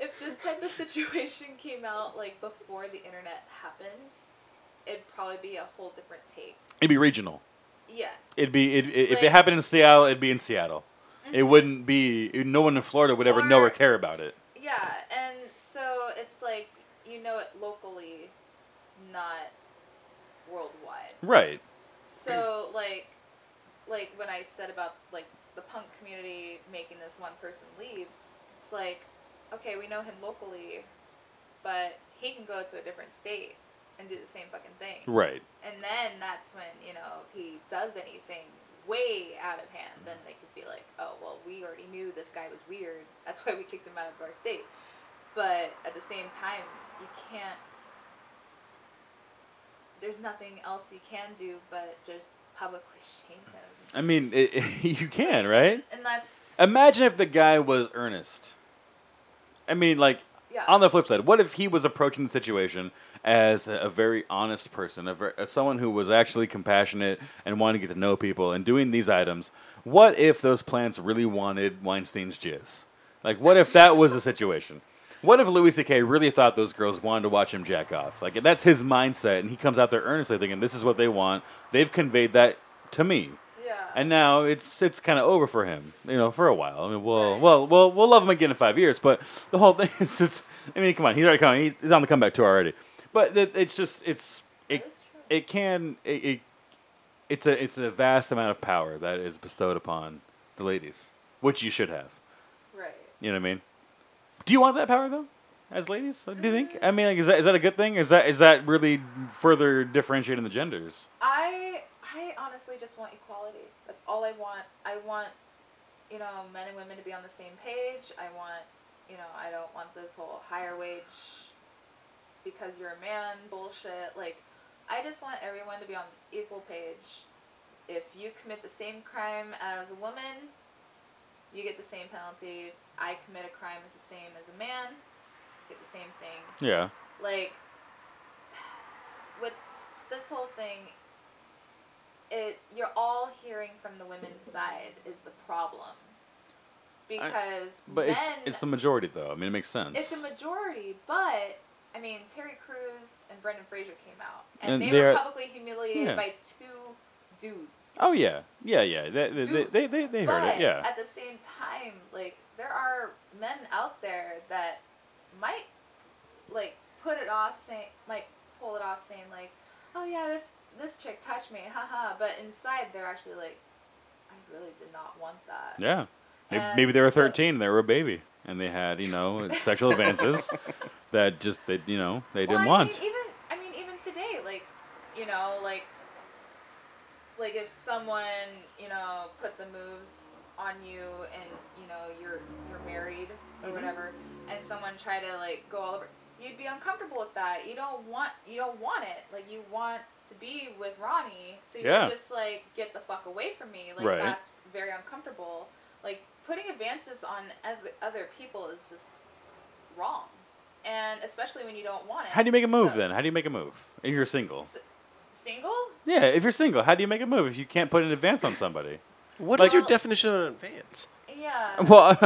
Speaker 4: if this type of situation came out like before the internet happened, it'd probably be a whole different take.
Speaker 3: It'd be regional.
Speaker 4: Yeah.
Speaker 3: It'd be it, it, if it
Speaker 4: Like-
Speaker 3: happened in Seattle, it'd be in Seattle. It wouldn't be. No one in Florida would ever know or
Speaker 4: Or-
Speaker 3: care about it.
Speaker 4: Yeah, and so it's like you know it locally, not worldwide.
Speaker 3: Right.
Speaker 4: So like, like when I said about like the punk community making this one person leave, it's like, okay, we know him locally, but he can go to a different state and do the same fucking thing.
Speaker 3: Right.
Speaker 4: And then that's when you know if he does anything way out of hand, then they could be like, oh well, we already knew this guy was weird. That's why we kicked him out of our state. But at the same time, you can't. There's nothing else you can do but just publicly shame him.
Speaker 3: I mean, it, you can right.
Speaker 4: And that's
Speaker 3: Imagine if the guy was earnest. I mean, like
Speaker 4: Yeah.
Speaker 3: On the flip side, what if he was approaching the situation as a, a very honest person, a, ver- as someone who was actually compassionate and wanted to get to know people and doing these items? What if those plants really wanted Weinstein's jizz? Like, what if that was the situation? What if Louis C.K. really thought those girls wanted to watch him jack off? Like, that's his mindset, and he comes out there earnestly thinking, this is what they want. They've conveyed that to me.
Speaker 4: yeah.
Speaker 3: And now it's it's kind of over for him, you know, for a while. I mean, we'll
Speaker 4: Right.
Speaker 3: well we'll we'll love him again in five years. But the whole thing is, it's I mean, come on, he's already coming. He's, he's on the comeback tour already. But it, it's just it's
Speaker 4: That
Speaker 3: it
Speaker 4: is true.
Speaker 3: it can it, it it's a it's a vast amount of power that is bestowed upon the ladies, which you should have.
Speaker 4: right.
Speaker 3: You know what I mean? Do you want that power though, as ladies? Do you think?
Speaker 4: Uh,
Speaker 3: I mean, like, is that is that a good thing? Is that is that really further differentiating the genders?
Speaker 4: I I honestly just want equality. That's all I want. I want you know men and women to be on the same page. I want you know I don't want this whole higher wage because you're a man bullshit. Like I just want everyone to be on equal page. If you commit the same crime as a woman, you get the same penalty. If I commit a crime as the same as a man, get the same thing
Speaker 3: Yeah.
Speaker 4: like with this whole thing it you're all hearing from the women's side is the problem because
Speaker 3: But
Speaker 4: men
Speaker 3: it's, it's the majority, though. I mean, it makes sense.
Speaker 4: it's a majority but i mean terry Crews and brendan fraser came out and,
Speaker 3: And
Speaker 4: they
Speaker 3: they're-
Speaker 4: were publicly humiliated
Speaker 3: Yeah.
Speaker 4: by two dudes
Speaker 3: oh yeah, yeah, yeah. They they they,
Speaker 4: Dudes.
Speaker 3: they, they, they heard
Speaker 4: but
Speaker 3: it. Yeah,
Speaker 4: at the same time like there are men out there that might like put it off saying might pull it off saying like oh yeah this this chick touched me haha but inside they're actually like i really did not want that
Speaker 3: yeah. Maybe,
Speaker 4: And
Speaker 3: maybe they were
Speaker 4: so-
Speaker 3: thirteen. They were a baby, and they had you know sexual advances that just they you know they
Speaker 4: Well,
Speaker 3: didn't
Speaker 4: I
Speaker 3: want.
Speaker 4: Mean, even I mean, even today, like, you know, like, like if someone you know put the moves on you, and you know you're you're married or
Speaker 3: Mm-hmm.
Speaker 4: whatever, and someone try to like go all over, you'd be uncomfortable with that. You don't want you don't want it. Like you want to be with Ronnie, so you're
Speaker 3: Yeah.
Speaker 4: just like get the fuck away from me. Like
Speaker 3: Right.
Speaker 4: that's very uncomfortable. Like putting advances on oth- other people is just wrong. And especially when you don't want it.
Speaker 3: How do you make a move
Speaker 4: So-
Speaker 3: then? How do you make a move if you're single?
Speaker 4: S- single?
Speaker 3: Yeah, if you're single, how do you make a move if you can't put an advance on somebody?
Speaker 6: What is
Speaker 4: Like-
Speaker 6: your definition of an advance?
Speaker 4: Yeah.
Speaker 3: Well,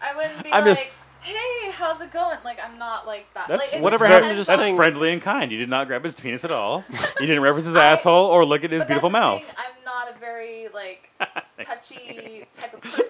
Speaker 4: I wouldn't be
Speaker 3: I'm
Speaker 4: like,
Speaker 3: just-
Speaker 4: hey, how's it going? Like, I'm not like that.
Speaker 3: that's
Speaker 4: like, it
Speaker 6: whatever
Speaker 4: depends-
Speaker 6: happened to just
Speaker 3: that's
Speaker 6: saying-
Speaker 3: friendly and kind. You did not grab his penis at all. You didn't reference his
Speaker 4: I-
Speaker 3: asshole or look at his
Speaker 4: but
Speaker 3: beautiful
Speaker 4: that's
Speaker 3: mouth.
Speaker 4: the thing, I'm not a very, like, touchy type of person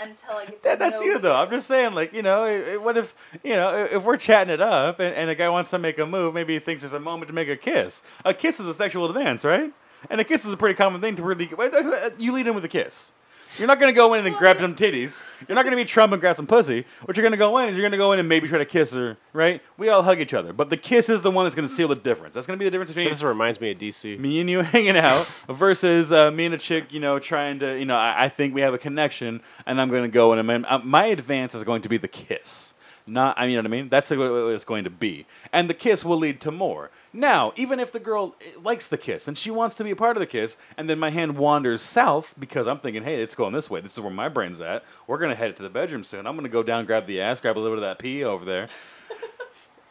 Speaker 4: until I get to
Speaker 3: That, that's
Speaker 4: know
Speaker 3: you though. I'm just saying, like you know, i- i- what if you know i- if we're chatting it up and, and a guy wants to make a move, maybe he thinks there's a moment to make a kiss. A kiss is a sexual advance, right? And a kiss is a pretty common thing to really. wait, that's what- You lead in with a kiss. You're not gonna go in and
Speaker 4: Well,
Speaker 3: grab
Speaker 4: yeah.
Speaker 3: some titties. You're not gonna be Trump and grab some pussy. What you're gonna go in is you're gonna go in and maybe try to kiss her, right? We all hug each other, but the kiss is the one that's gonna seal the difference. That's gonna be the difference between
Speaker 6: This reminds me of DC.
Speaker 3: me and you hanging out versus uh, me and a chick, you know, trying to, you know, I, I think we have a connection and I'm going to go and I'm, uh, my advance is going to be the kiss. Not, I mean, you know what I mean? That's what what it's going to be. And the kiss will lead to more. Now, even if the girl eh, likes the kiss and she wants to be a part of the kiss, and then my hand wanders south because I'm thinking, hey, it's going this way. This is where my brain's at. We're going to head to the bedroom soon. I'm going to go down, grab the ass, grab a little bit of that pee over there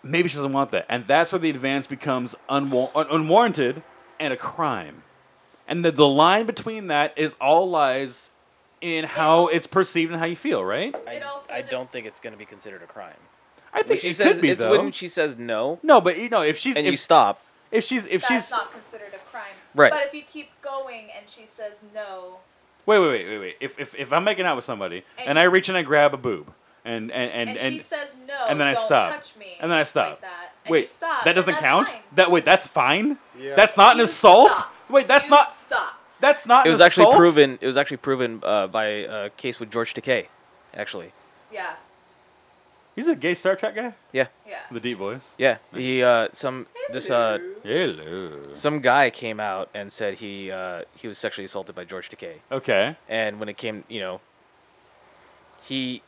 Speaker 3: maybe she doesn't want that. And that's where the advance becomes unwa- un- unwarranted and a crime. And the, the line between that is all lies in how it's perceived and how you feel, right?
Speaker 5: I,
Speaker 4: It also
Speaker 5: I
Speaker 4: de-
Speaker 5: don't think it's going to be considered a crime.
Speaker 3: I
Speaker 5: When
Speaker 3: think
Speaker 5: she
Speaker 3: it
Speaker 5: says
Speaker 3: could be
Speaker 5: it's
Speaker 3: though.
Speaker 5: when she says no,
Speaker 3: no, but you know, if she's
Speaker 5: and
Speaker 3: if,
Speaker 5: you stop.
Speaker 3: if she's if
Speaker 4: That's
Speaker 3: she's
Speaker 4: not considered a crime.
Speaker 5: Right.
Speaker 4: But if you keep going and she says no,
Speaker 3: wait wait wait wait wait if if, if I'm making out with somebody and,
Speaker 4: And-
Speaker 3: I reach and I grab a boob and and and,
Speaker 4: and,
Speaker 3: and,
Speaker 4: she says no,
Speaker 3: and then I
Speaker 4: don't
Speaker 3: stop.
Speaker 4: touch me.
Speaker 3: And then I stop.
Speaker 4: Like that. And
Speaker 3: wait
Speaker 4: you stop.
Speaker 3: that
Speaker 4: and
Speaker 3: doesn't
Speaker 4: that's
Speaker 3: count
Speaker 4: fine.
Speaker 3: that wait that's fine
Speaker 1: Yeah.
Speaker 3: that's not an
Speaker 4: You
Speaker 3: assault
Speaker 4: stopped.
Speaker 3: wait that's
Speaker 4: You
Speaker 3: not
Speaker 4: stopped.
Speaker 3: that's not
Speaker 5: It
Speaker 3: an
Speaker 5: was actually
Speaker 3: assault?
Speaker 5: proven. It was actually proven uh, by a case with George Takei, actually.
Speaker 4: Yeah.
Speaker 3: He's a gay Star Trek guy.
Speaker 5: Yeah,
Speaker 4: Yeah.
Speaker 3: The deep voice.
Speaker 5: yeah. He uh, some this uh,
Speaker 3: Hello.
Speaker 5: some guy came out and said he uh, he was sexually assaulted by George Takei.
Speaker 3: Okay.
Speaker 5: and when it came, you know, he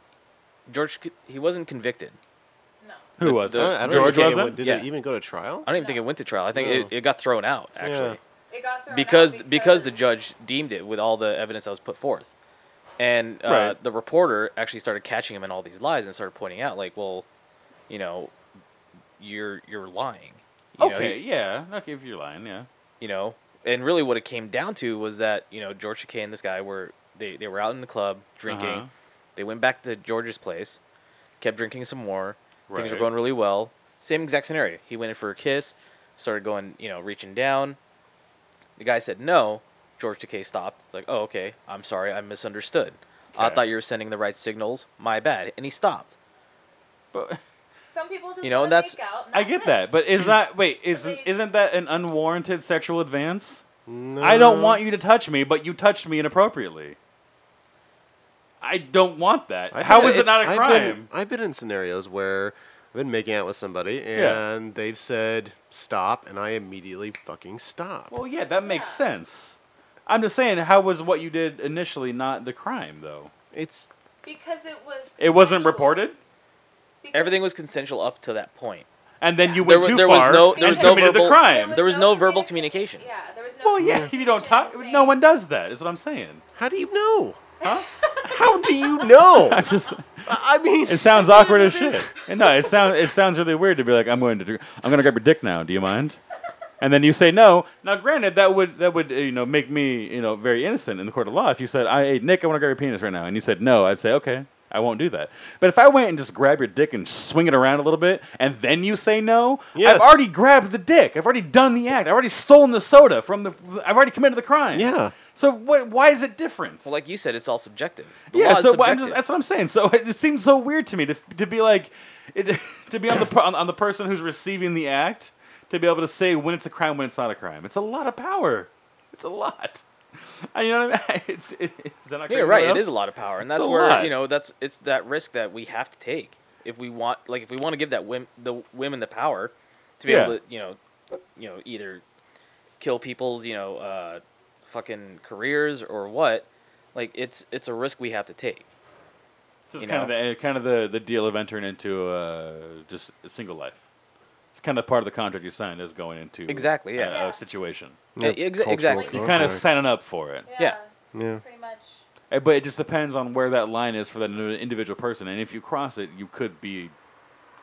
Speaker 5: George c- he wasn't convicted.
Speaker 4: no.
Speaker 3: Who
Speaker 5: The-
Speaker 3: was
Speaker 5: the-
Speaker 3: it?
Speaker 6: I don't
Speaker 3: George
Speaker 6: think
Speaker 3: was
Speaker 6: it
Speaker 3: it?
Speaker 6: Did
Speaker 5: Yeah.
Speaker 6: it even go to trial?
Speaker 5: I don't even think it went to trial. I think it,
Speaker 6: No.
Speaker 5: it got thrown out actually
Speaker 4: It got thrown out
Speaker 5: because
Speaker 4: because
Speaker 5: because the judge deemed it with all the evidence that was put forth, and uh,
Speaker 3: Right.
Speaker 5: the reporter actually started catching him in all these lies and started pointing out like, well, you know, you're you're lying. You know,
Speaker 3: Okay, yeah. Okay, if you're lying, yeah.
Speaker 5: you know and really what it came down to was that you know george Takei and this guy were they, they were out in the club drinking
Speaker 3: Uh-huh.
Speaker 5: they went back to george's place kept drinking some more things were
Speaker 3: Right.
Speaker 5: going really well same exact scenario he went in for a kiss started going you know reaching down the guy said no george Takei stopped it's like oh okay i'm sorry i misunderstood i
Speaker 3: Okay.
Speaker 5: thought you were sending the right signals my bad and he stopped
Speaker 3: But
Speaker 4: Some people just
Speaker 5: You know,
Speaker 4: wanna
Speaker 5: that's-
Speaker 4: make out, and
Speaker 3: I
Speaker 4: that's
Speaker 3: get
Speaker 4: it.
Speaker 3: that. But is that wait, isn't
Speaker 4: they-
Speaker 3: isn't that an unwarranted sexual advance? I don't want you to touch me, but you touched me inappropriately. I don't want that.
Speaker 6: I've
Speaker 3: How
Speaker 6: been-
Speaker 3: is it not a
Speaker 6: I've been-
Speaker 3: crime?
Speaker 6: I've been in scenarios where I've been making out with somebody and
Speaker 3: Yeah.
Speaker 6: they've said stop, and I immediately fucking stop.
Speaker 3: Well, yeah, that makes
Speaker 4: Yeah.
Speaker 3: sense. I'm just saying, how was what you did initially not the crime, though?
Speaker 6: it's
Speaker 4: because it was.
Speaker 3: It wasn't
Speaker 4: consensual.
Speaker 3: reported,
Speaker 4: Because
Speaker 5: everything was consensual up to that point
Speaker 3: and then you
Speaker 5: There
Speaker 3: went
Speaker 5: wa-
Speaker 3: too
Speaker 5: there was
Speaker 3: far.
Speaker 5: no-
Speaker 3: and
Speaker 5: there was
Speaker 4: no
Speaker 3: committed
Speaker 5: verbal-
Speaker 3: the crime.
Speaker 5: There was no verbal
Speaker 4: communica-
Speaker 5: communication.
Speaker 4: Yeah, there was no.
Speaker 3: well, yeah, if you don't talk,
Speaker 4: communication
Speaker 3: no
Speaker 4: saying-
Speaker 3: one does that. Is what I'm saying.
Speaker 6: how do you know?
Speaker 3: Huh?
Speaker 6: How do you know?
Speaker 3: I
Speaker 6: I
Speaker 3: just.
Speaker 6: I mean,
Speaker 3: It sounds awkward as shit. And no, it sounds it sounds really weird to be like, I'm going to, I'm going to grab your dick now. Do you mind? And then you say no. Now, granted, that would that would uh, you know make me you know very innocent in the court of law. If you said, I hey, Nick, I want to grab your penis right now, and you said no, I'd say okay, I won't do that. But if I went and just grab your dick and swing it around a little bit, and then you say no,
Speaker 6: Yes.
Speaker 3: I've already grabbed the dick. I've already done the act. I've already stolen the soda from the. I've already committed the crime.
Speaker 6: Yeah.
Speaker 3: So what, why is it different?
Speaker 5: well like you said it's all subjective The law
Speaker 3: Yeah,
Speaker 5: is
Speaker 3: so why- I'm just,
Speaker 5: subjective.
Speaker 3: that's what I'm saying. So it, seems so weird to me to, to be like, it, to be on the per- on, on the person who's receiving the act to be able to say when it's a crime, when it's not a crime. It's a lot of power. It's a lot. I, you know what I mean? It's it, is that not
Speaker 5: Yeah,
Speaker 3: crazy
Speaker 5: you're right.
Speaker 3: enough?
Speaker 5: It is a lot of power, and that's
Speaker 3: a
Speaker 5: where
Speaker 3: lot.
Speaker 5: you know that's it's that risk that we have to take if we want, like, if we want to give that wim, the women the power to be able
Speaker 3: Yeah.
Speaker 5: to, you know, you know, either kill people's, you know, uh, fucking careers or what. Like, it's it's a risk we have to take.
Speaker 3: It's just
Speaker 5: you
Speaker 3: kind of the kind of the, the deal of entering into uh, just a single life. It's kind of part of the contract you signed is going into
Speaker 5: Exactly, yeah.
Speaker 3: a,
Speaker 4: Yeah.
Speaker 3: a situation.
Speaker 5: Yeah, exa-
Speaker 6: cultural
Speaker 5: exactly.
Speaker 4: You
Speaker 3: You're
Speaker 4: Okay.
Speaker 3: kind of
Speaker 6: conflict.
Speaker 3: signing up for it.
Speaker 4: Yeah,
Speaker 6: Yeah.
Speaker 4: pretty much.
Speaker 3: Uh, But it just depends on where that line is for that indi- individual person, and if you cross it, you could be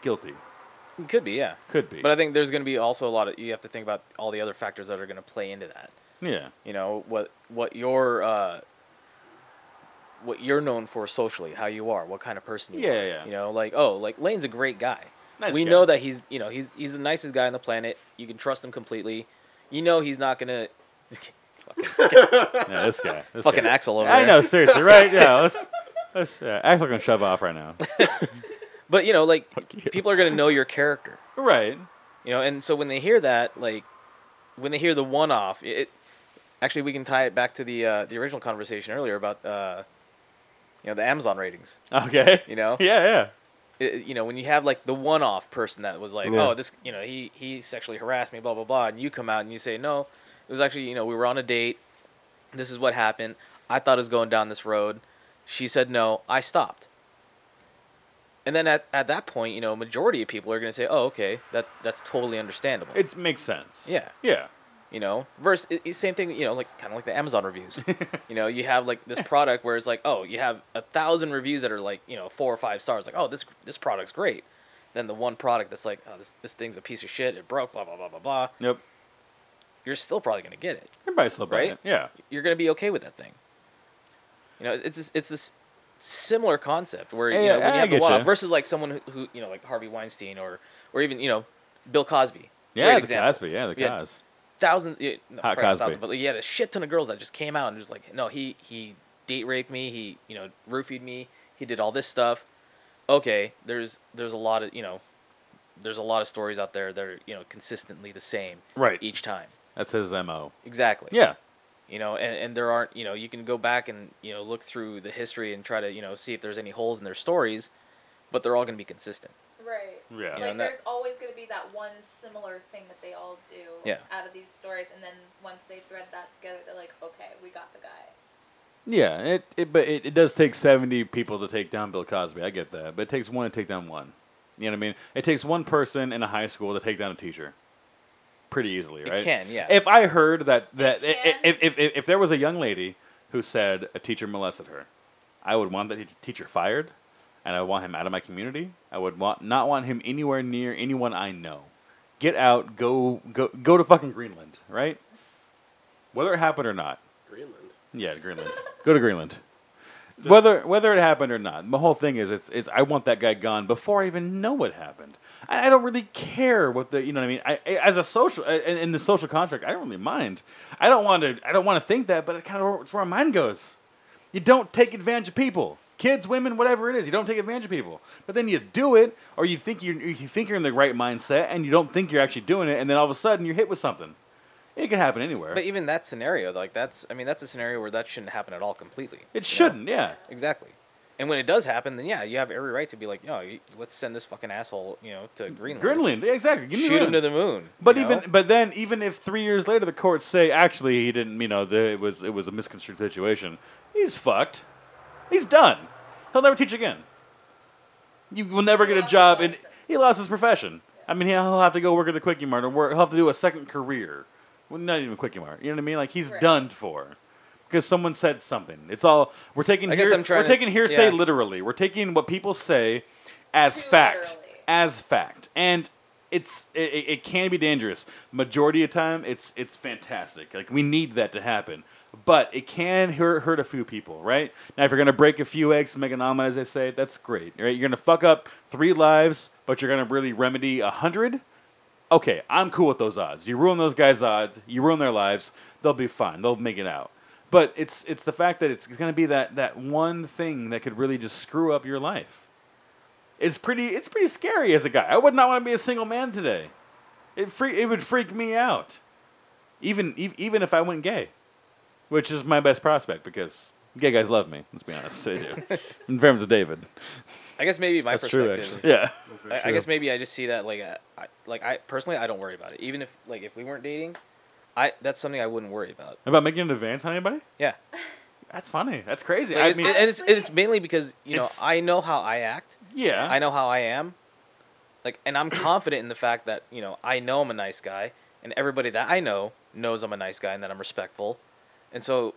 Speaker 3: guilty.
Speaker 5: It could be, yeah.
Speaker 3: Could be.
Speaker 5: But I think there's going to be also a lot of you have to think about all the other factors that are going to play into that.
Speaker 3: yeah.
Speaker 5: you know what what your uh, what you're known for socially, how you are, what kind of person you
Speaker 3: Yeah,
Speaker 5: are.
Speaker 3: yeah.
Speaker 5: You know, like oh, like Lane's a great guy.
Speaker 3: Nice
Speaker 5: we
Speaker 3: guy.
Speaker 5: know that he's you know he's he's the nicest guy on the planet. You can trust him completely. You know he's not gonna
Speaker 3: Yeah, this guy. This
Speaker 5: fucking
Speaker 3: guy.
Speaker 5: Axel over
Speaker 3: I
Speaker 5: there.
Speaker 3: know, seriously, right? Yeah, let's. let's yeah, Axel can shove off right now.
Speaker 5: But you know, like
Speaker 6: you.
Speaker 5: people are gonna know your character.
Speaker 3: Right.
Speaker 5: You know, and so when they hear that, like when they hear the one off, it, it actually we can tie it back to the uh, the original conversation earlier about uh, you know the Amazon ratings.
Speaker 3: Okay.
Speaker 5: You know?
Speaker 3: Yeah, yeah.
Speaker 5: it- you know, when you have like the one-off person that was like,
Speaker 6: Yeah.
Speaker 5: oh, this, you know, he he sexually harassed me, blah blah blah, and you come out and you say, no, it was actually, you know, we were on a date. This is what happened. I thought it was going down this road. She said no. I stopped. And then at, at that point, you know, majority of people are going to say, oh, okay, that that's totally understandable.
Speaker 3: It makes sense.
Speaker 5: Yeah.
Speaker 3: Yeah.
Speaker 5: you know, versus it, it's same thing, you know, like kind of like the Amazon reviews. you know, you have like this product where it's like, oh, you have a thousand reviews that are like, you know, four or five stars. Like, oh, this this product's great. Then the one product that's like, oh, this this thing's a piece of shit. It broke. Blah blah blah blah blah.
Speaker 3: Yep.
Speaker 5: You're still probably gonna get it.
Speaker 3: Everybody's still buying
Speaker 5: Right?
Speaker 3: it. Yeah.
Speaker 5: You're gonna be okay with that thing. You know, it's this, it's this similar concept where
Speaker 3: Yeah,
Speaker 5: you know when
Speaker 3: yeah, I
Speaker 5: you have the
Speaker 3: get
Speaker 5: one
Speaker 3: ya.
Speaker 5: off versus like someone who, who you know like Harvey Weinstein or or even you know Bill Cosby.
Speaker 3: Yeah,
Speaker 5: Great
Speaker 3: the
Speaker 5: example
Speaker 3: Cosby. Yeah, the
Speaker 5: Yeah.
Speaker 3: Cos.
Speaker 5: thousand, yeah, no,
Speaker 3: Hot
Speaker 5: probably not
Speaker 3: Cosby.
Speaker 5: thousand, but he had a shit ton of girls that just came out and just like, no, he he date raped me, he you know roofied me, he did all this stuff. Okay, there's there's a lot of you know, there's a lot of stories out there that are you know consistently the same,
Speaker 3: Right.
Speaker 5: Each time,
Speaker 3: That's his MO.
Speaker 5: exactly.
Speaker 3: Yeah.
Speaker 5: You know, and, and there aren't you know you can go back and you know look through the history and try to you know see if there's any holes in their stories, but they're all gonna be consistent.
Speaker 4: Right.
Speaker 3: Yeah.
Speaker 4: Like
Speaker 5: and that-
Speaker 4: there's always going to be that one similar thing that they all do
Speaker 5: Yeah.
Speaker 4: out of these stories, and then once they thread that together, they're like, okay, we got the guy.
Speaker 3: Yeah. It, it, but it, it does take 70 people to take down Bill Cosby. I get that. But it takes one to take down one. You know what I mean? It takes one person in a high school to take down a teacher. Pretty easily,
Speaker 5: It
Speaker 3: right?
Speaker 5: can, yeah.
Speaker 3: If I heard that that
Speaker 4: It
Speaker 3: i- i-
Speaker 4: can.
Speaker 3: if, if, if, if there was a young lady who said a teacher molested her, I would want that teacher- teacher fired, and I want him out of my community. I would want not want him anywhere near anyone I know. Get out, go go go to fucking Greenland, right? Whether it happened or not.
Speaker 6: Greenland.
Speaker 3: Yeah, to Greenland. Go to Greenland. whether whether it happened or not, the whole thing is it's it's I want that guy gone before I even know what happened. I, I don't really care what the you know what I mean. I, I as a social I- in, in the social contract, I don't really mind. I don't want to I don't want to think that, but it kind of it's where mine goes. You don't take advantage of people. Kids, women, whatever it is, you don't take advantage of people. But then you do it, or you think you're, you think you're in the right mindset, and you don't think you're actually doing it, and then all of a sudden you're hit with something. It can happen anywhere.
Speaker 5: But even that scenario, like that's, I mean, that's a scenario where that shouldn't happen at all completely. you know?
Speaker 3: it shouldn't, yeah.
Speaker 5: Exactly. And when it does happen, then yeah, you have every right to be like, no, you- let's send this fucking asshole, you know, to Greenland.
Speaker 3: Greenland, yeah, exactly. Give me
Speaker 5: Shoot him
Speaker 3: Greenland.
Speaker 5: to the moon.
Speaker 3: But
Speaker 5: you know?
Speaker 3: even but then even if three years later the courts say actually he didn't you know the, it was it was a misconstrued situation he's fucked he's done he'll never teach again you will never
Speaker 4: He
Speaker 3: get a
Speaker 4: lost
Speaker 3: job
Speaker 4: his
Speaker 3: and
Speaker 4: license.
Speaker 3: he lost his profession I mean he'll have to go work at the quickie mart or work, he'll have to do a second career well, not even quickie mart you know what I mean like he's
Speaker 4: Right.
Speaker 3: done for because someone said something it's all we're taking
Speaker 5: I guess
Speaker 3: hear-
Speaker 5: I'm trying
Speaker 3: we're
Speaker 5: to-
Speaker 3: taking hearsay
Speaker 5: yeah.
Speaker 3: literally we're taking what people say as
Speaker 4: Too
Speaker 3: fact
Speaker 4: literally.
Speaker 3: as fact and it's it, it it can be dangerous majority of time it's it's fantastic like we need that to happen but it can hurt, hurt a few people right now if you're gonna break a few eggs to make an omelet as they say that's great right you're gonna fuck up three lives but you're gonna really remedy a hundred okay, I'm cool with those odds. You ruin those guys' odds, you ruin their lives, they'll be fine. They'll make it out. But it's it's the fact that it's, going to be that that one thing that could really just screw up your life. It's pretty it's pretty scary as a guy. I would not want to be a single man today. It free, it would freak me out. Even ev- even if I went gay, which is my best prospect because gay guys love me. Let's be honest, they do. In terms of David,
Speaker 5: I guess maybe my
Speaker 6: That's true,
Speaker 5: perspective.
Speaker 3: yeah.
Speaker 5: I, I guess maybe I just see that like uh, I, I like I personally I don't worry about it. Even if like if we weren't dating, I that's something I wouldn't worry about.
Speaker 3: About making an advance on anybody?
Speaker 5: Yeah,
Speaker 3: That's funny. That's crazy.
Speaker 5: Like,
Speaker 3: I
Speaker 5: it-
Speaker 3: mean,
Speaker 5: and it's, it's mainly because you know
Speaker 3: It's-
Speaker 5: I know how I act.
Speaker 3: yeah.
Speaker 5: I know how I am. Like, and I'm confident in the fact that you know I know I'm a nice guy, and everybody that I know knows I'm a nice guy and that I'm respectful, and so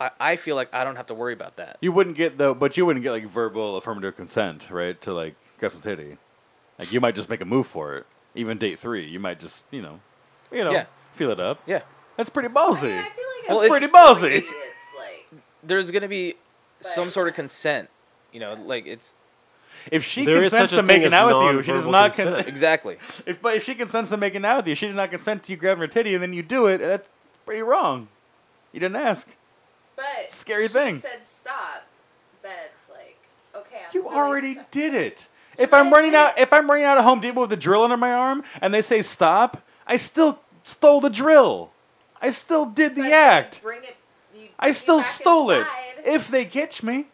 Speaker 5: I, I feel like I don't have to worry about that.
Speaker 3: You wouldn't get though, but you wouldn't get like verbal affirmative consent, right? To like grab some titty, like you might just make a move for it. Even date three, you might just you know, you know,
Speaker 5: Yeah.
Speaker 3: feel it up.
Speaker 5: Yeah,
Speaker 3: that's pretty
Speaker 4: I, mean,
Speaker 3: ballsy.
Speaker 4: I feel like
Speaker 5: Well,
Speaker 4: it's
Speaker 5: it's-
Speaker 3: pretty ballsy.
Speaker 4: It's,
Speaker 3: it's-
Speaker 4: like
Speaker 5: there's gonna be
Speaker 4: But-
Speaker 5: some sort of consent. You know, like it's
Speaker 3: If she
Speaker 6: There is
Speaker 3: consents
Speaker 6: such a
Speaker 3: to
Speaker 6: thing
Speaker 3: making
Speaker 6: as
Speaker 3: out with you, she does
Speaker 6: nonverbal
Speaker 3: not. Con-
Speaker 6: consent.
Speaker 5: exactly.
Speaker 3: if but if she consents to making out with you, she did not consent to you grabbing her titty, and then you do it. That's pretty wrong. You didn't ask.
Speaker 4: but
Speaker 3: Scary
Speaker 4: she
Speaker 3: thing.
Speaker 4: Said stop. Then it's like okay. I'm
Speaker 3: You
Speaker 4: really
Speaker 3: already
Speaker 4: sorry.
Speaker 3: did it. If I'm
Speaker 4: already
Speaker 3: running
Speaker 4: did
Speaker 3: out,
Speaker 4: it.
Speaker 3: if I'm running out of Home Depot with a drill under my arm, and they say stop, I still stole the drill. I still did the
Speaker 4: But you
Speaker 3: act.
Speaker 4: Bring it. You bring
Speaker 3: I
Speaker 4: it
Speaker 3: still
Speaker 4: back
Speaker 3: stole it.
Speaker 4: inside.
Speaker 3: If they catch me,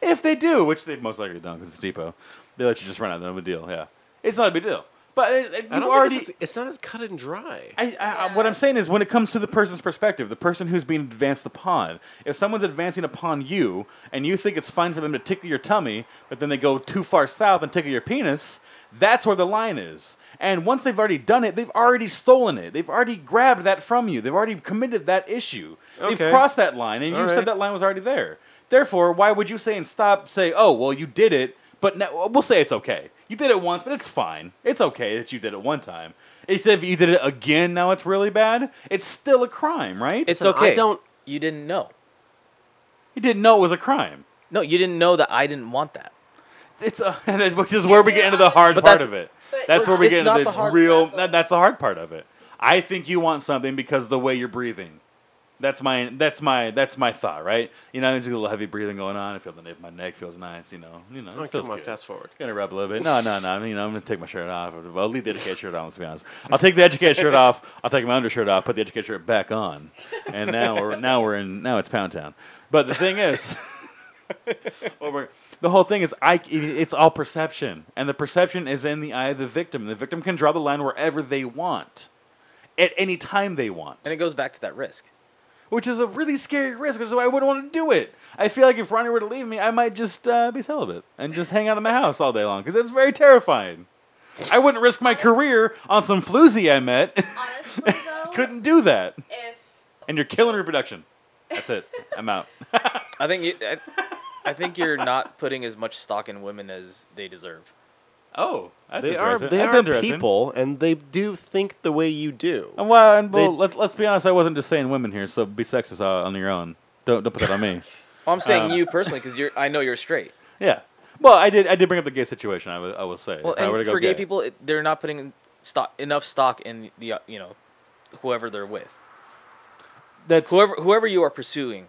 Speaker 3: if they do, which they most likely don't, because it's depot, they let you just run out. No big deal. Yeah, it's not a big deal. But it, it-
Speaker 6: I
Speaker 3: you
Speaker 6: don't
Speaker 3: already.
Speaker 6: think it's, it's not as cut and dry.
Speaker 3: I, I, I- What I'm saying is, when it comes to the person's perspective, the person who's being advanced upon, if someone's advancing upon you and you think it's fine for them to tickle your tummy, but then they go too far south and tickle your penis, that's where the line is. And once they've already done it, they've already stolen it. They've already grabbed that from you. They've already committed that issue. They've
Speaker 6: Okay.
Speaker 3: crossed that line, and you
Speaker 6: All
Speaker 3: said
Speaker 6: right.
Speaker 3: that line was already there. Therefore, why would you say and stop say, oh, well, you did it, but now, we'll say it's okay. You did it once, but it's fine. It's okay that you did it one time. It's if you did it again, now it's really bad. It's still a crime, right?
Speaker 5: It's
Speaker 6: Listen, I
Speaker 5: okay.
Speaker 6: don't-
Speaker 5: You didn't know.
Speaker 3: you didn't know it was a crime.
Speaker 5: No, you didn't know that I didn't want that.
Speaker 3: It's a, which is where we get into the hard
Speaker 4: But
Speaker 3: part
Speaker 5: that's-
Speaker 3: of it.
Speaker 4: but
Speaker 3: That's where we
Speaker 5: it's
Speaker 3: get into
Speaker 5: not
Speaker 3: this
Speaker 5: the hard
Speaker 3: real.
Speaker 4: level.
Speaker 3: That, that's the hard part of it. I think you want something because of the way you're breathing. That's my that's my that's my thought, right? You know, I do a little heavy breathing going on. I feel the nape of my neck feels nice. You know, you know.
Speaker 6: Oh,
Speaker 3: it feels
Speaker 6: come on,
Speaker 3: good.
Speaker 6: fast forward.
Speaker 3: Gonna rub a little bit. No, no, no. I mean, I'm gonna take my shirt off. I'll leave the educate shirt on. Let's be honest. I'll take the educate shirt off. I'll take my undershirt off. Put the educate shirt back on. And now we're now we're in now it's Pound Town. But the thing is, over the whole thing is I. It's all perception, and the perception is in the eye of the victim. The victim can draw the line wherever they want, at any time they want
Speaker 5: And it goes back to that risk.
Speaker 3: which is a really scary risk. Which is why I wouldn't want to do it. I feel like if Ronnie were to leave me, I might just uh, be celibate and just hang out in my house all day long because it's very terrifying. I wouldn't risk my career on some floozy I met.
Speaker 4: Honestly though,
Speaker 3: Couldn't do that.
Speaker 4: if
Speaker 3: And you're killing reproduction. That's it. I'm out.
Speaker 5: I think you, I, I think you're not putting as much stock in women as they deserve.
Speaker 3: Oh, that's
Speaker 6: they are
Speaker 3: interesting.
Speaker 6: they
Speaker 3: that's
Speaker 6: are
Speaker 3: interesting.
Speaker 6: people, and they do think the way you do.
Speaker 3: And well, and well
Speaker 6: They-
Speaker 3: let's, let's be honest. I wasn't just saying women here, so be sexist uh, on your own. Don't don't put that on me.
Speaker 5: Well, I'm saying
Speaker 3: Um,
Speaker 5: you personally because you're. I know you're straight.
Speaker 3: yeah. Well, I did I did bring up the gay situation. I will I will say.
Speaker 5: Well,
Speaker 3: If I were to
Speaker 5: and
Speaker 3: go
Speaker 5: for gay people, it, they're not putting stock enough stock in the uh, you know, whoever they're with,
Speaker 3: that's
Speaker 5: whoever whoever you are pursuing,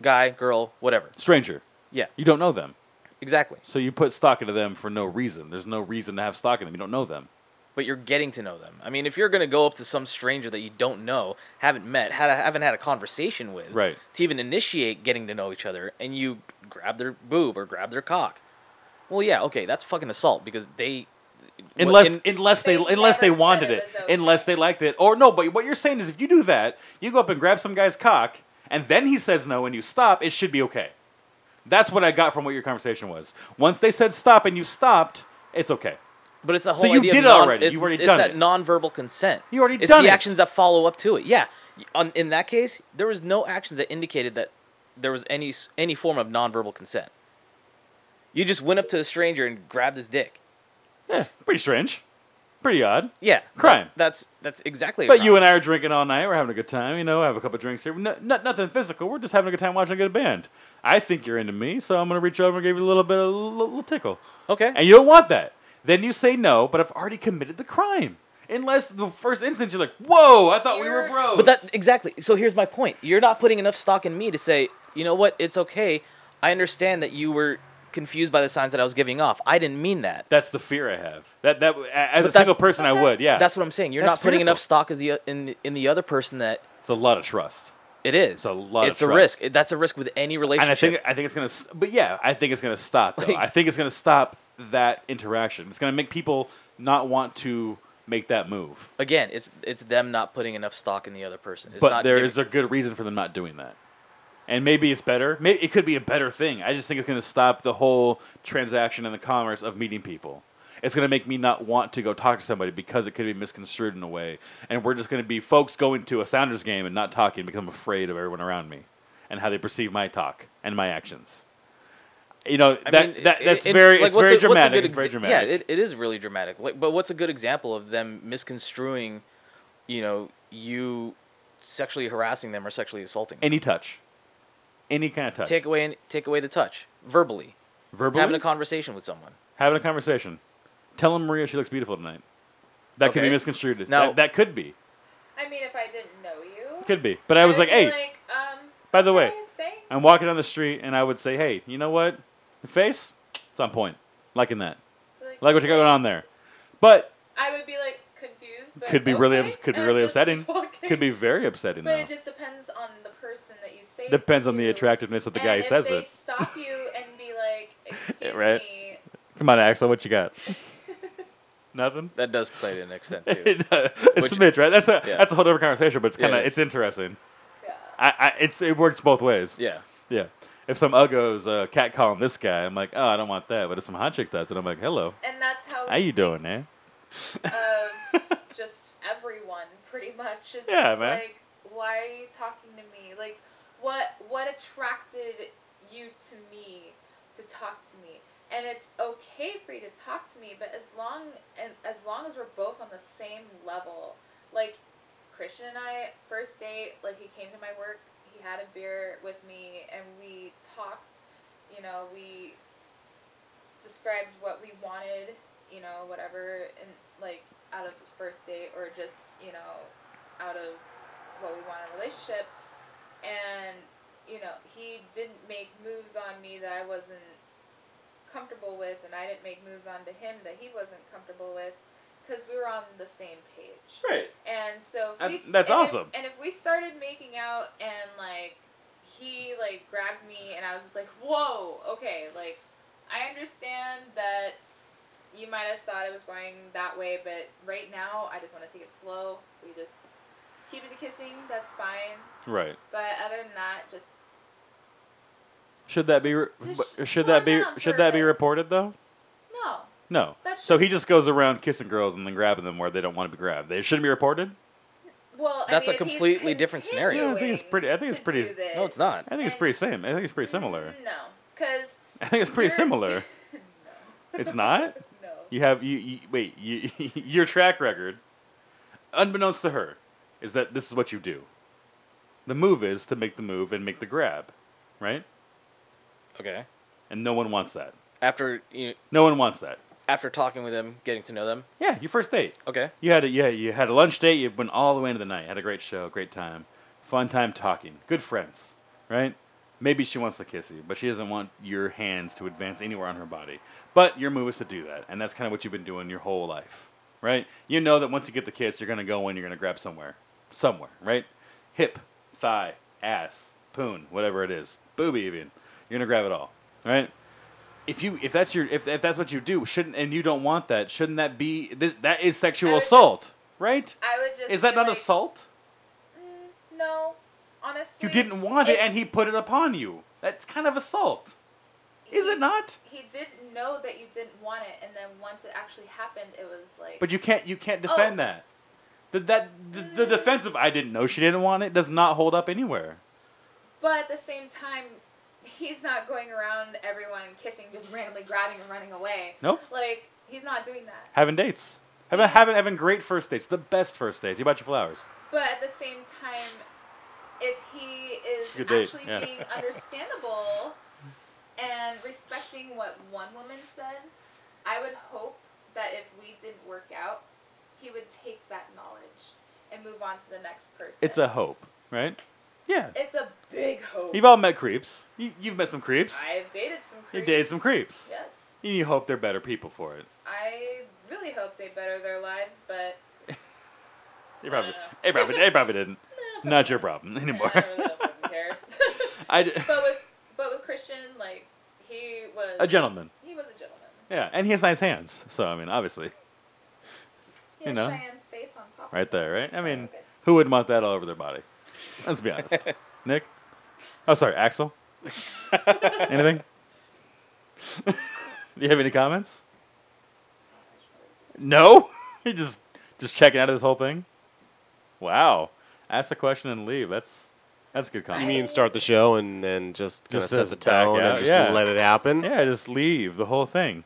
Speaker 5: guy, girl, whatever.
Speaker 3: stranger.
Speaker 5: Yeah,
Speaker 3: You don't know them,
Speaker 5: exactly.
Speaker 3: so you put stock into them for no reason. There's no reason to have stock in them. You don't know them.
Speaker 5: But you're getting to know them. I mean, if you're gonna go up to some stranger that you don't know, haven't met, had a, haven't had a conversation with,
Speaker 3: Right.
Speaker 5: to even initiate getting to know each other, and you grab their boob or grab their cock, well, yeah, okay, that's fucking assault because they, what-
Speaker 3: Unless
Speaker 5: in-
Speaker 3: unless they,
Speaker 4: They
Speaker 3: unless they
Speaker 4: never said
Speaker 3: wanted
Speaker 4: it
Speaker 3: it,
Speaker 4: was okay.
Speaker 3: unless they liked it, or no. But what you're saying is, if you do that, you go up and grab some guy's cock, and then he says no, and you stop. It should be okay. That's what I got from what your conversation was. Once they said stop and you stopped, it's okay.
Speaker 5: But it's the
Speaker 3: So
Speaker 5: whole
Speaker 3: you
Speaker 5: idea
Speaker 3: did
Speaker 5: of non,
Speaker 3: already.
Speaker 5: It's,
Speaker 3: You already
Speaker 5: it's
Speaker 3: done
Speaker 5: that
Speaker 3: it.
Speaker 5: nonverbal consent.
Speaker 3: You already
Speaker 5: it's
Speaker 3: done
Speaker 5: the
Speaker 3: it.
Speaker 5: actions that follow up to it. Yeah. On, in that case, there was no actions that indicated that there was any s- any form of nonverbal consent. You just went up to a stranger and grabbed his dick.
Speaker 3: Pretty strange. Pretty odd.
Speaker 5: Yeah.
Speaker 3: Crime.
Speaker 5: That's that's exactly. a
Speaker 3: But you
Speaker 5: crime.
Speaker 3: and I are drinking all night. We're having a good time. You know, have a couple drinks here. No, no, nothing physical. We're just having a good time watching a good band. I think you're into me, so I'm gonna reach over and give you a little bit of a little, little tickle.
Speaker 5: okay.
Speaker 3: And you don't want that. Then you say no, but I've already committed the crime. Unless the first instance you're like, whoa, I thought we were
Speaker 4: You're-
Speaker 3: bros.
Speaker 5: But that exactly. So here's my point. You're not putting enough stock in me to say, you know what? It's okay. I understand that you were confused by the signs that I was giving off. I didn't mean that.
Speaker 3: that's the fear I have. That that as a
Speaker 5: that's-
Speaker 3: single person, I would. Yeah,
Speaker 5: That's what I'm saying. You're
Speaker 3: That's
Speaker 5: not putting enough
Speaker 3: fearful.
Speaker 5: stock as the, in the, in the other person that
Speaker 3: it's a lot of trust.
Speaker 5: It is. It's
Speaker 3: a lot of
Speaker 5: It's a
Speaker 3: trust.
Speaker 5: risk. It- That's a risk with any relationship.
Speaker 3: And I think I think it's gonna. s- But yeah, I think it's gonna stop. Though.
Speaker 5: Like-
Speaker 3: I think it's gonna stop that interaction. It's gonna make people not want to make that move.
Speaker 5: Again, it's it's them not putting enough stock in the other person. It's
Speaker 3: but
Speaker 5: not
Speaker 3: there
Speaker 5: giving-
Speaker 3: is a good reason for them not doing that. And maybe it's better. Maybe it could be a better thing. I just think it's going to stop the whole transaction and the commerce of meeting people. It's going to make me not want to go talk to somebody because it could be misconstrued in a way. And we're just going to be folks going to a Sounders game and not talking because I'm afraid of everyone around me and how they perceive my talk and my actions. You know,
Speaker 5: I
Speaker 3: that,
Speaker 5: mean,
Speaker 3: that,
Speaker 5: it-
Speaker 3: that's
Speaker 5: it-
Speaker 3: very,
Speaker 5: like,
Speaker 3: it's
Speaker 5: what's
Speaker 3: very
Speaker 5: a- what's a
Speaker 3: dramatic.
Speaker 5: good
Speaker 3: It's very
Speaker 5: exa-
Speaker 3: dramatic.
Speaker 5: Yeah, it, it is really dramatic. Like, but what's a good example of them misconstruing, you know, you sexually harassing them or sexually assaulting them?
Speaker 3: any touch, any kind of touch.
Speaker 5: take away and take away the touch verbally,
Speaker 3: Verbally?
Speaker 5: having a conversation with someone.
Speaker 3: having a conversation. Tell him Maria she looks beautiful tonight. That could be
Speaker 5: Okay.
Speaker 3: misconstrued.
Speaker 5: Now-
Speaker 3: that, that could be,
Speaker 4: I mean, if I didn't know you,
Speaker 3: could be. But I was
Speaker 4: I'd
Speaker 3: like,
Speaker 4: be
Speaker 3: hey,
Speaker 4: um,
Speaker 3: by the way,
Speaker 4: okay, thanks.
Speaker 3: I'm walking down the street, and I would say, hey, you know what? Your face, it's on point. Liking that. Like what you got going on there. But
Speaker 4: I would be like confused. But
Speaker 3: could be really,
Speaker 4: okay,
Speaker 3: ups- could be
Speaker 4: and
Speaker 3: really
Speaker 4: just keep
Speaker 3: upsetting.
Speaker 4: walking.
Speaker 3: Could be very upsetting.
Speaker 4: But
Speaker 3: Though.
Speaker 4: it just depends on the person that you say. it
Speaker 3: Depends on the
Speaker 4: to.
Speaker 3: attractiveness of the
Speaker 4: and
Speaker 3: guy who
Speaker 4: if
Speaker 3: says
Speaker 4: they
Speaker 3: it.
Speaker 4: stop you and be like, "Excuse
Speaker 3: Right.
Speaker 4: me,"
Speaker 3: Come on, Axel, what you got? Nothing.
Speaker 5: That does play to an extent too.
Speaker 3: it's a smidge, right? That's a
Speaker 5: Yeah.
Speaker 3: that's a whole different conversation, but it's
Speaker 5: Yeah,
Speaker 3: kind of
Speaker 5: it is.
Speaker 3: it's interesting.
Speaker 4: yeah.
Speaker 3: I, I it's it works both ways.
Speaker 5: yeah.
Speaker 3: Yeah. If some uggo's uh, cat calling this guy, I'm like, oh, I don't want that. But if some hot chick does it, I'm like, hello,
Speaker 4: and that's how
Speaker 3: how you doing, man?
Speaker 4: of just everyone pretty much is
Speaker 3: Yeah,
Speaker 4: just
Speaker 3: man.
Speaker 4: like why are you talking to me like what what attracted you to me to talk to me and it's okay for you to talk to me but as long and as long as we're both on the same level like christian and i first date like he came to my work he had a beer with me and we talked you know we described what we wanted, you know, whatever, and like out of the first date or just you know, out of what we want in a relationship, and you know, he didn't make moves on me that I wasn't comfortable with, and I didn't make moves onto him that he wasn't comfortable with, because we were on the same page.
Speaker 3: Right.
Speaker 4: And so if
Speaker 3: And
Speaker 4: we, s-
Speaker 3: that's
Speaker 4: and if-
Speaker 3: awesome.
Speaker 4: and if we started making out and like he like grabbed me and I was just like, whoa, okay, like I understand that you might have thought it was going that way, but right now I just want to take it slow. We just s- keep it to kissing. That's fine.
Speaker 3: Right.
Speaker 4: But other than that, just
Speaker 3: Should that be re-
Speaker 4: Just
Speaker 3: but should
Speaker 4: slow
Speaker 3: that be
Speaker 4: down for
Speaker 3: should
Speaker 4: a
Speaker 3: that be
Speaker 4: bit.
Speaker 3: reported though?
Speaker 4: no.
Speaker 3: No.
Speaker 4: That
Speaker 3: So
Speaker 4: should-
Speaker 3: he just goes around kissing girls and then grabbing them where they don't want to be grabbed. They shouldn't be reported.
Speaker 4: Well, I
Speaker 5: That's a
Speaker 4: mean, if he's
Speaker 5: completely different scenario.
Speaker 3: Yeah, I think it's pretty- I think it's
Speaker 4: continuing
Speaker 3: pretty-
Speaker 4: to do
Speaker 5: no, it's not.
Speaker 4: this,
Speaker 3: I think it's
Speaker 4: and-
Speaker 3: pretty same. I think it's pretty similar.
Speaker 4: No. Because
Speaker 3: I think it's pretty
Speaker 4: You're-
Speaker 3: similar. It's not.
Speaker 4: no,
Speaker 3: You have you, you wait. You, your track record, unbeknownst to her, is that this is what you do. The move is to make the move and make the grab, right?
Speaker 5: Okay.
Speaker 3: And no one wants that.
Speaker 5: After you,
Speaker 3: No one wants that.
Speaker 5: after talking with them, getting to know them.
Speaker 3: Yeah, your first date.
Speaker 5: Okay.
Speaker 3: You had a, yeah, you had a lunch date. You went all the way into the night. Had a great show, great time, fun time talking, good friends, right? Maybe she wants to kiss you, but she doesn't want your hands to advance anywhere on her body. But your move is to do that, and that's kind of what you've been doing your whole life, right? You know that once you get the kiss, you're gonna go in, you're gonna grab somewhere, somewhere, right? Hip, thigh, ass, poon, whatever it is, booby even. You're gonna grab it all, right? If you if that's your if, if that's what you do, shouldn't and you don't want that, shouldn't that be th- that is
Speaker 4: I
Speaker 3: sexual
Speaker 4: would just-
Speaker 3: assault, right?
Speaker 4: I would just.
Speaker 3: Is that
Speaker 4: be
Speaker 3: not
Speaker 4: like,
Speaker 3: assault?
Speaker 4: No, honestly.
Speaker 3: You didn't want it,
Speaker 4: if
Speaker 3: and he put it upon you. That's kind of assault, is
Speaker 4: he-
Speaker 3: it not?
Speaker 4: He did know that you didn't want it, and then once it actually happened, it was like.
Speaker 3: But you can't you can't defend
Speaker 4: Oh. Mm.
Speaker 3: that. The, that the, the defense of I didn't know she didn't want it does not hold up anywhere.
Speaker 4: But at the same time, he's not going around everyone kissing, just randomly grabbing and running away.
Speaker 3: Nope.
Speaker 4: Like he's not doing that.
Speaker 3: Having dates, having
Speaker 4: Yes.
Speaker 3: having having great first dates, the best first dates. You bought your flowers.
Speaker 4: But at the same time, if he is
Speaker 3: Good date,
Speaker 4: actually
Speaker 3: yeah.
Speaker 4: being understandable and respecting what one woman said, I would hope that if we did work out, he would take that knowledge and move on to the next person.
Speaker 3: It's a hope, right? Yeah.
Speaker 4: it's a big hope.
Speaker 3: You've all met creeps. You, you've met some creeps.
Speaker 4: I've dated some
Speaker 3: You
Speaker 4: creeps.
Speaker 3: dated some creeps.
Speaker 4: Yes.
Speaker 3: You hope they're better people for it.
Speaker 4: I really hope they better their lives, but
Speaker 3: They probably,
Speaker 4: Uh.
Speaker 3: they probably, they probably didn't. Not your problem anymore.
Speaker 4: I don't really fucking care.
Speaker 3: I d-
Speaker 4: but with but with Christian, like he was
Speaker 3: a gentleman.
Speaker 4: He was a gentleman.
Speaker 3: Yeah, and he has nice hands. So I mean, obviously, You
Speaker 4: He had
Speaker 3: know.
Speaker 4: Cheyenne's face on top. of
Speaker 3: right
Speaker 4: it,
Speaker 3: there, right? I
Speaker 4: so
Speaker 3: mean,
Speaker 4: it's good.
Speaker 3: who wouldn't want that all over their body? Let's be honest. Nick, oh sorry, Axel. Anything? Do you have any comments? No. He just just checking out his whole thing. Wow. Ask the question and leave. That's that's a good comment.
Speaker 6: You mean start the show and then just kind of
Speaker 3: Just
Speaker 6: set
Speaker 3: just
Speaker 6: the
Speaker 3: back
Speaker 6: tone
Speaker 3: out,
Speaker 6: and just
Speaker 3: yeah.
Speaker 6: let it happen?
Speaker 3: Yeah, just leave the whole thing.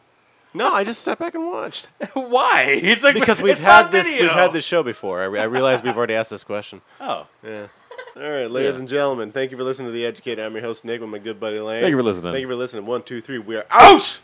Speaker 6: No, I just sat back and watched
Speaker 3: Why? It's like
Speaker 6: because we've
Speaker 3: it's not
Speaker 6: had this
Speaker 3: video.
Speaker 6: we've had this show before. I, re- I realize we've already asked this question.
Speaker 3: Oh,
Speaker 6: Yeah. All right, ladies
Speaker 3: Yeah.
Speaker 6: and gentlemen, thank you for listening to the Educator. I'm your host Nick with my good buddy Lane.
Speaker 3: Thank you for listening.
Speaker 6: Thank you Oh! for listening. One, two, three. We are out.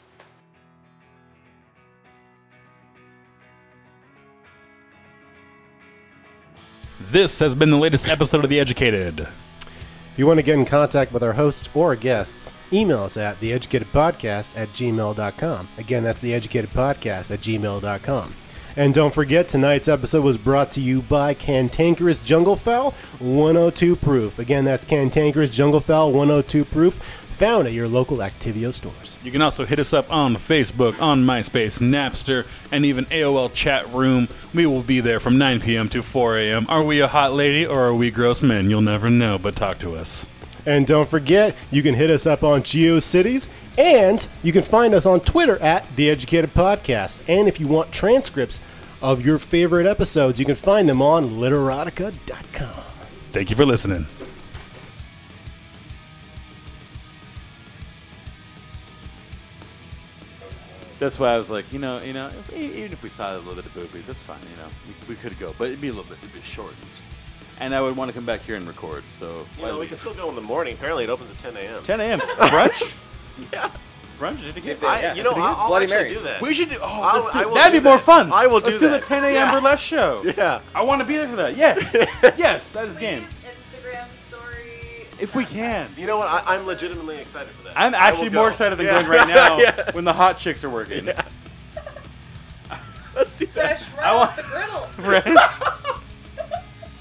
Speaker 2: This has been the latest episode of The Educated.
Speaker 1: If you want to get in contact with our hosts or guests, email us at theeducatedpodcast at gmail.com. Again, that's theeducatedpodcast at gmail.com. And don't forget, tonight's episode was brought to you by Cantankerous Junglefowl 102 Proof. Again, that's Cantankerous Junglefowl 102 Proof, found at your local Activio stores.
Speaker 2: You can also hit us up on Facebook, on MySpace, Napster, and even AOL chat room. We will be there from 9 p.m. to 4 a.m. Are we a hot lady or are we gross men? You'll never know, but talk to us.
Speaker 1: And don't forget, you can hit us up on GeoCities, and you can find us on Twitter at The Educated Podcast. And if you want transcripts of your favorite episodes, you can find them on literotica.com.
Speaker 2: Thank you for listening.
Speaker 3: that's why I was like, you know, you know, if, e- even if we saw a little bit of boobies, that's fine. You know, we, we could go, but it'd be a little bit, it'd be shortened. And I would want to come back here and record. So
Speaker 6: You know, we can still go in the morning. Apparently, it opens at 10 a.m.
Speaker 3: 10 a.m. brunch,
Speaker 6: Yeah.
Speaker 3: brunch. Did it get
Speaker 5: Yeah,
Speaker 6: I, you know,
Speaker 5: it's a
Speaker 6: I'll, I'll
Speaker 5: Bloody
Speaker 6: actually
Speaker 5: Marys.
Speaker 6: do that.
Speaker 3: We should do. Oh,
Speaker 6: I'll-
Speaker 3: let's
Speaker 6: I
Speaker 3: do,
Speaker 6: will
Speaker 3: that'd
Speaker 6: do
Speaker 3: be more
Speaker 6: that.
Speaker 3: fun.
Speaker 6: I will
Speaker 3: let's
Speaker 6: do
Speaker 3: do
Speaker 6: that.
Speaker 3: the 10 a.m.
Speaker 6: Yeah.
Speaker 3: burlesque show.
Speaker 6: yeah.
Speaker 3: I want to be there for that. Yes, yes, that is
Speaker 4: Please,
Speaker 3: game.
Speaker 4: Instagram story.
Speaker 3: If we
Speaker 4: soundtrack.
Speaker 3: can.
Speaker 6: You know what? I, I'm legitimately excited for that.
Speaker 3: I'm
Speaker 6: I will
Speaker 3: actually more
Speaker 6: go.
Speaker 3: excited than
Speaker 6: Yeah.
Speaker 3: going right now
Speaker 6: Yes.
Speaker 3: when the hot chicks are working.
Speaker 6: Let's do that.
Speaker 4: Fresh right
Speaker 3: I
Speaker 4: off
Speaker 3: want-
Speaker 4: the griddle.
Speaker 3: Right?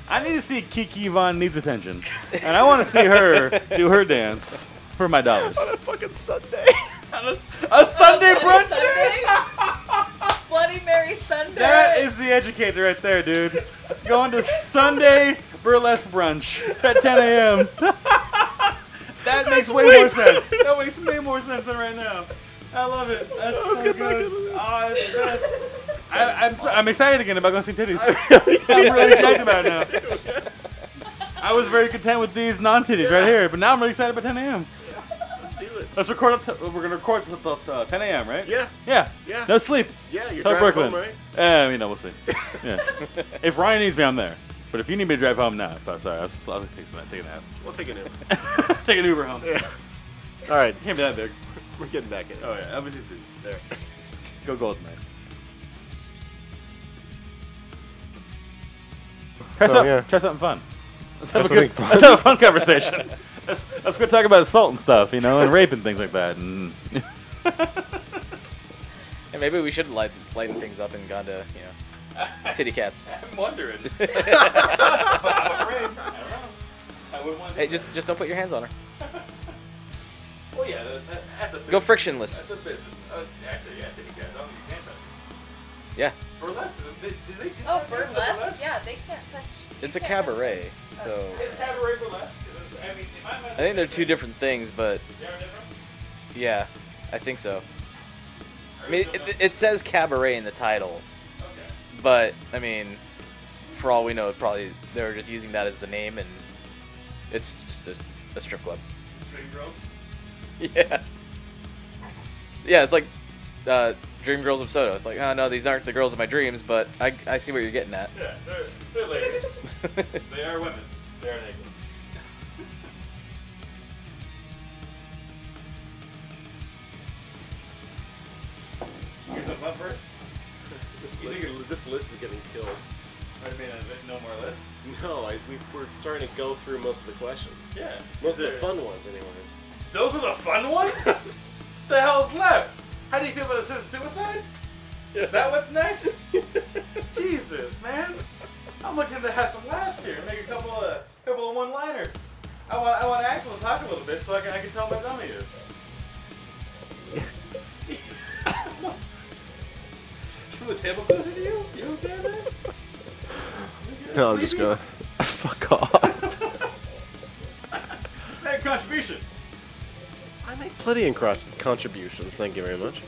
Speaker 3: I need to see Kiki Von needs attention, and I want to see her do her dance for my dollars.
Speaker 6: On a fucking Sunday.
Speaker 3: A Sunday
Speaker 4: Bloody
Speaker 3: brunch.
Speaker 4: Sunday. Bloody Mary Sunday.
Speaker 3: That is the educator right there, dude. Going to Sunday burlesque brunch at 10 a.m. that makes way more sense. That makes way more sense than right now. I love it. That's so
Speaker 6: get back
Speaker 3: good.
Speaker 6: into this.
Speaker 3: Oh, it's the best. I, I'm, so, I'm excited again about going to see titties. I'm really excited about it now. I was very content with these non-titties right here, but now I'm really excited about 10 a.m.
Speaker 6: Let's do it. it.
Speaker 3: Let's record. Up t- we're gonna record till uh, 10 a.m. Right?
Speaker 6: Yeah,
Speaker 3: Yeah.
Speaker 6: Yeah.
Speaker 3: No sleep.
Speaker 6: yeah, you're
Speaker 3: Tell
Speaker 6: driving
Speaker 3: Brooklyn.
Speaker 6: home, right?
Speaker 3: Eh, you know, we'll see. Yeah. if Ryan needs me, I'm there. But if you need me to drive home, no. Sorry, sorry. I'll, just, I'll take, some, take a nap.
Speaker 6: We'll take a nap.
Speaker 3: Take an Uber home.
Speaker 6: All right,
Speaker 3: Can't be that big.
Speaker 6: we're getting back in.
Speaker 3: Oh yeah, obviously.
Speaker 6: There.
Speaker 3: Go Golden Knights. Try,
Speaker 6: So,
Speaker 3: something,
Speaker 6: yeah.
Speaker 3: try something fun. Let's have, a
Speaker 6: something
Speaker 3: good,
Speaker 6: fun.
Speaker 3: let's have a fun conversation. let's, let's quit talking about assault and stuff, you know, and rape and things like that. And
Speaker 5: And maybe we should light, lighten things up and gone to, you know, titty cats.
Speaker 3: I'm wondering. I'm afraid. I don't know. I wouldn't want
Speaker 5: Hey, just just don't put your hands on her.
Speaker 3: Well, yeah, that, that, that's a
Speaker 5: Go frictionless.
Speaker 3: a business. Uh, actually, yeah, titty cats. I don't think you can touch.
Speaker 5: Yeah,
Speaker 3: Burlesque. Did, did they do
Speaker 4: Oh, burlesque? Yeah, they can't touch. you
Speaker 5: it's a
Speaker 4: can't touch
Speaker 5: cabaret, so
Speaker 3: Is cabaret burlesque? I mean, in my mind,
Speaker 5: I think they're two different things, but
Speaker 3: they are different.
Speaker 5: yeah, I think so. I mean, it, it says cabaret in the title, but I mean, for all we know, probably they were just using that as the name, and it's just a, a strip club.
Speaker 3: Straight girls.
Speaker 5: Yeah. Yeah, it's like uh, Dream Girls of Soto. It's like, oh no, these aren't the girls of my dreams, but I, I see what you're getting at.
Speaker 3: Yeah, they're, they're ladies. they are women. They are naked. Here's a bumper.
Speaker 6: This
Speaker 3: You think
Speaker 6: list, this list is getting killed.
Speaker 3: I mean, uh, no more list.
Speaker 6: No, I, we, we're starting to go through most of the questions.
Speaker 3: Yeah.
Speaker 6: Most of the
Speaker 3: There-
Speaker 6: fun ones, anyways.
Speaker 3: Those were the fun ones? the hell's left? How do you feel about assisted suicide? Is that what's next? Jesus, man. I'm looking to have some laughs here, make a couple of couple of one-liners. I want I want Axel to talk a little bit so I can I can tell my dummy is. Threw a table closer to you? You okay, man?
Speaker 6: No, I'm just going. Fuck off.
Speaker 3: Make contribution.
Speaker 6: I make plenty of cro- contributions. Thank you very much.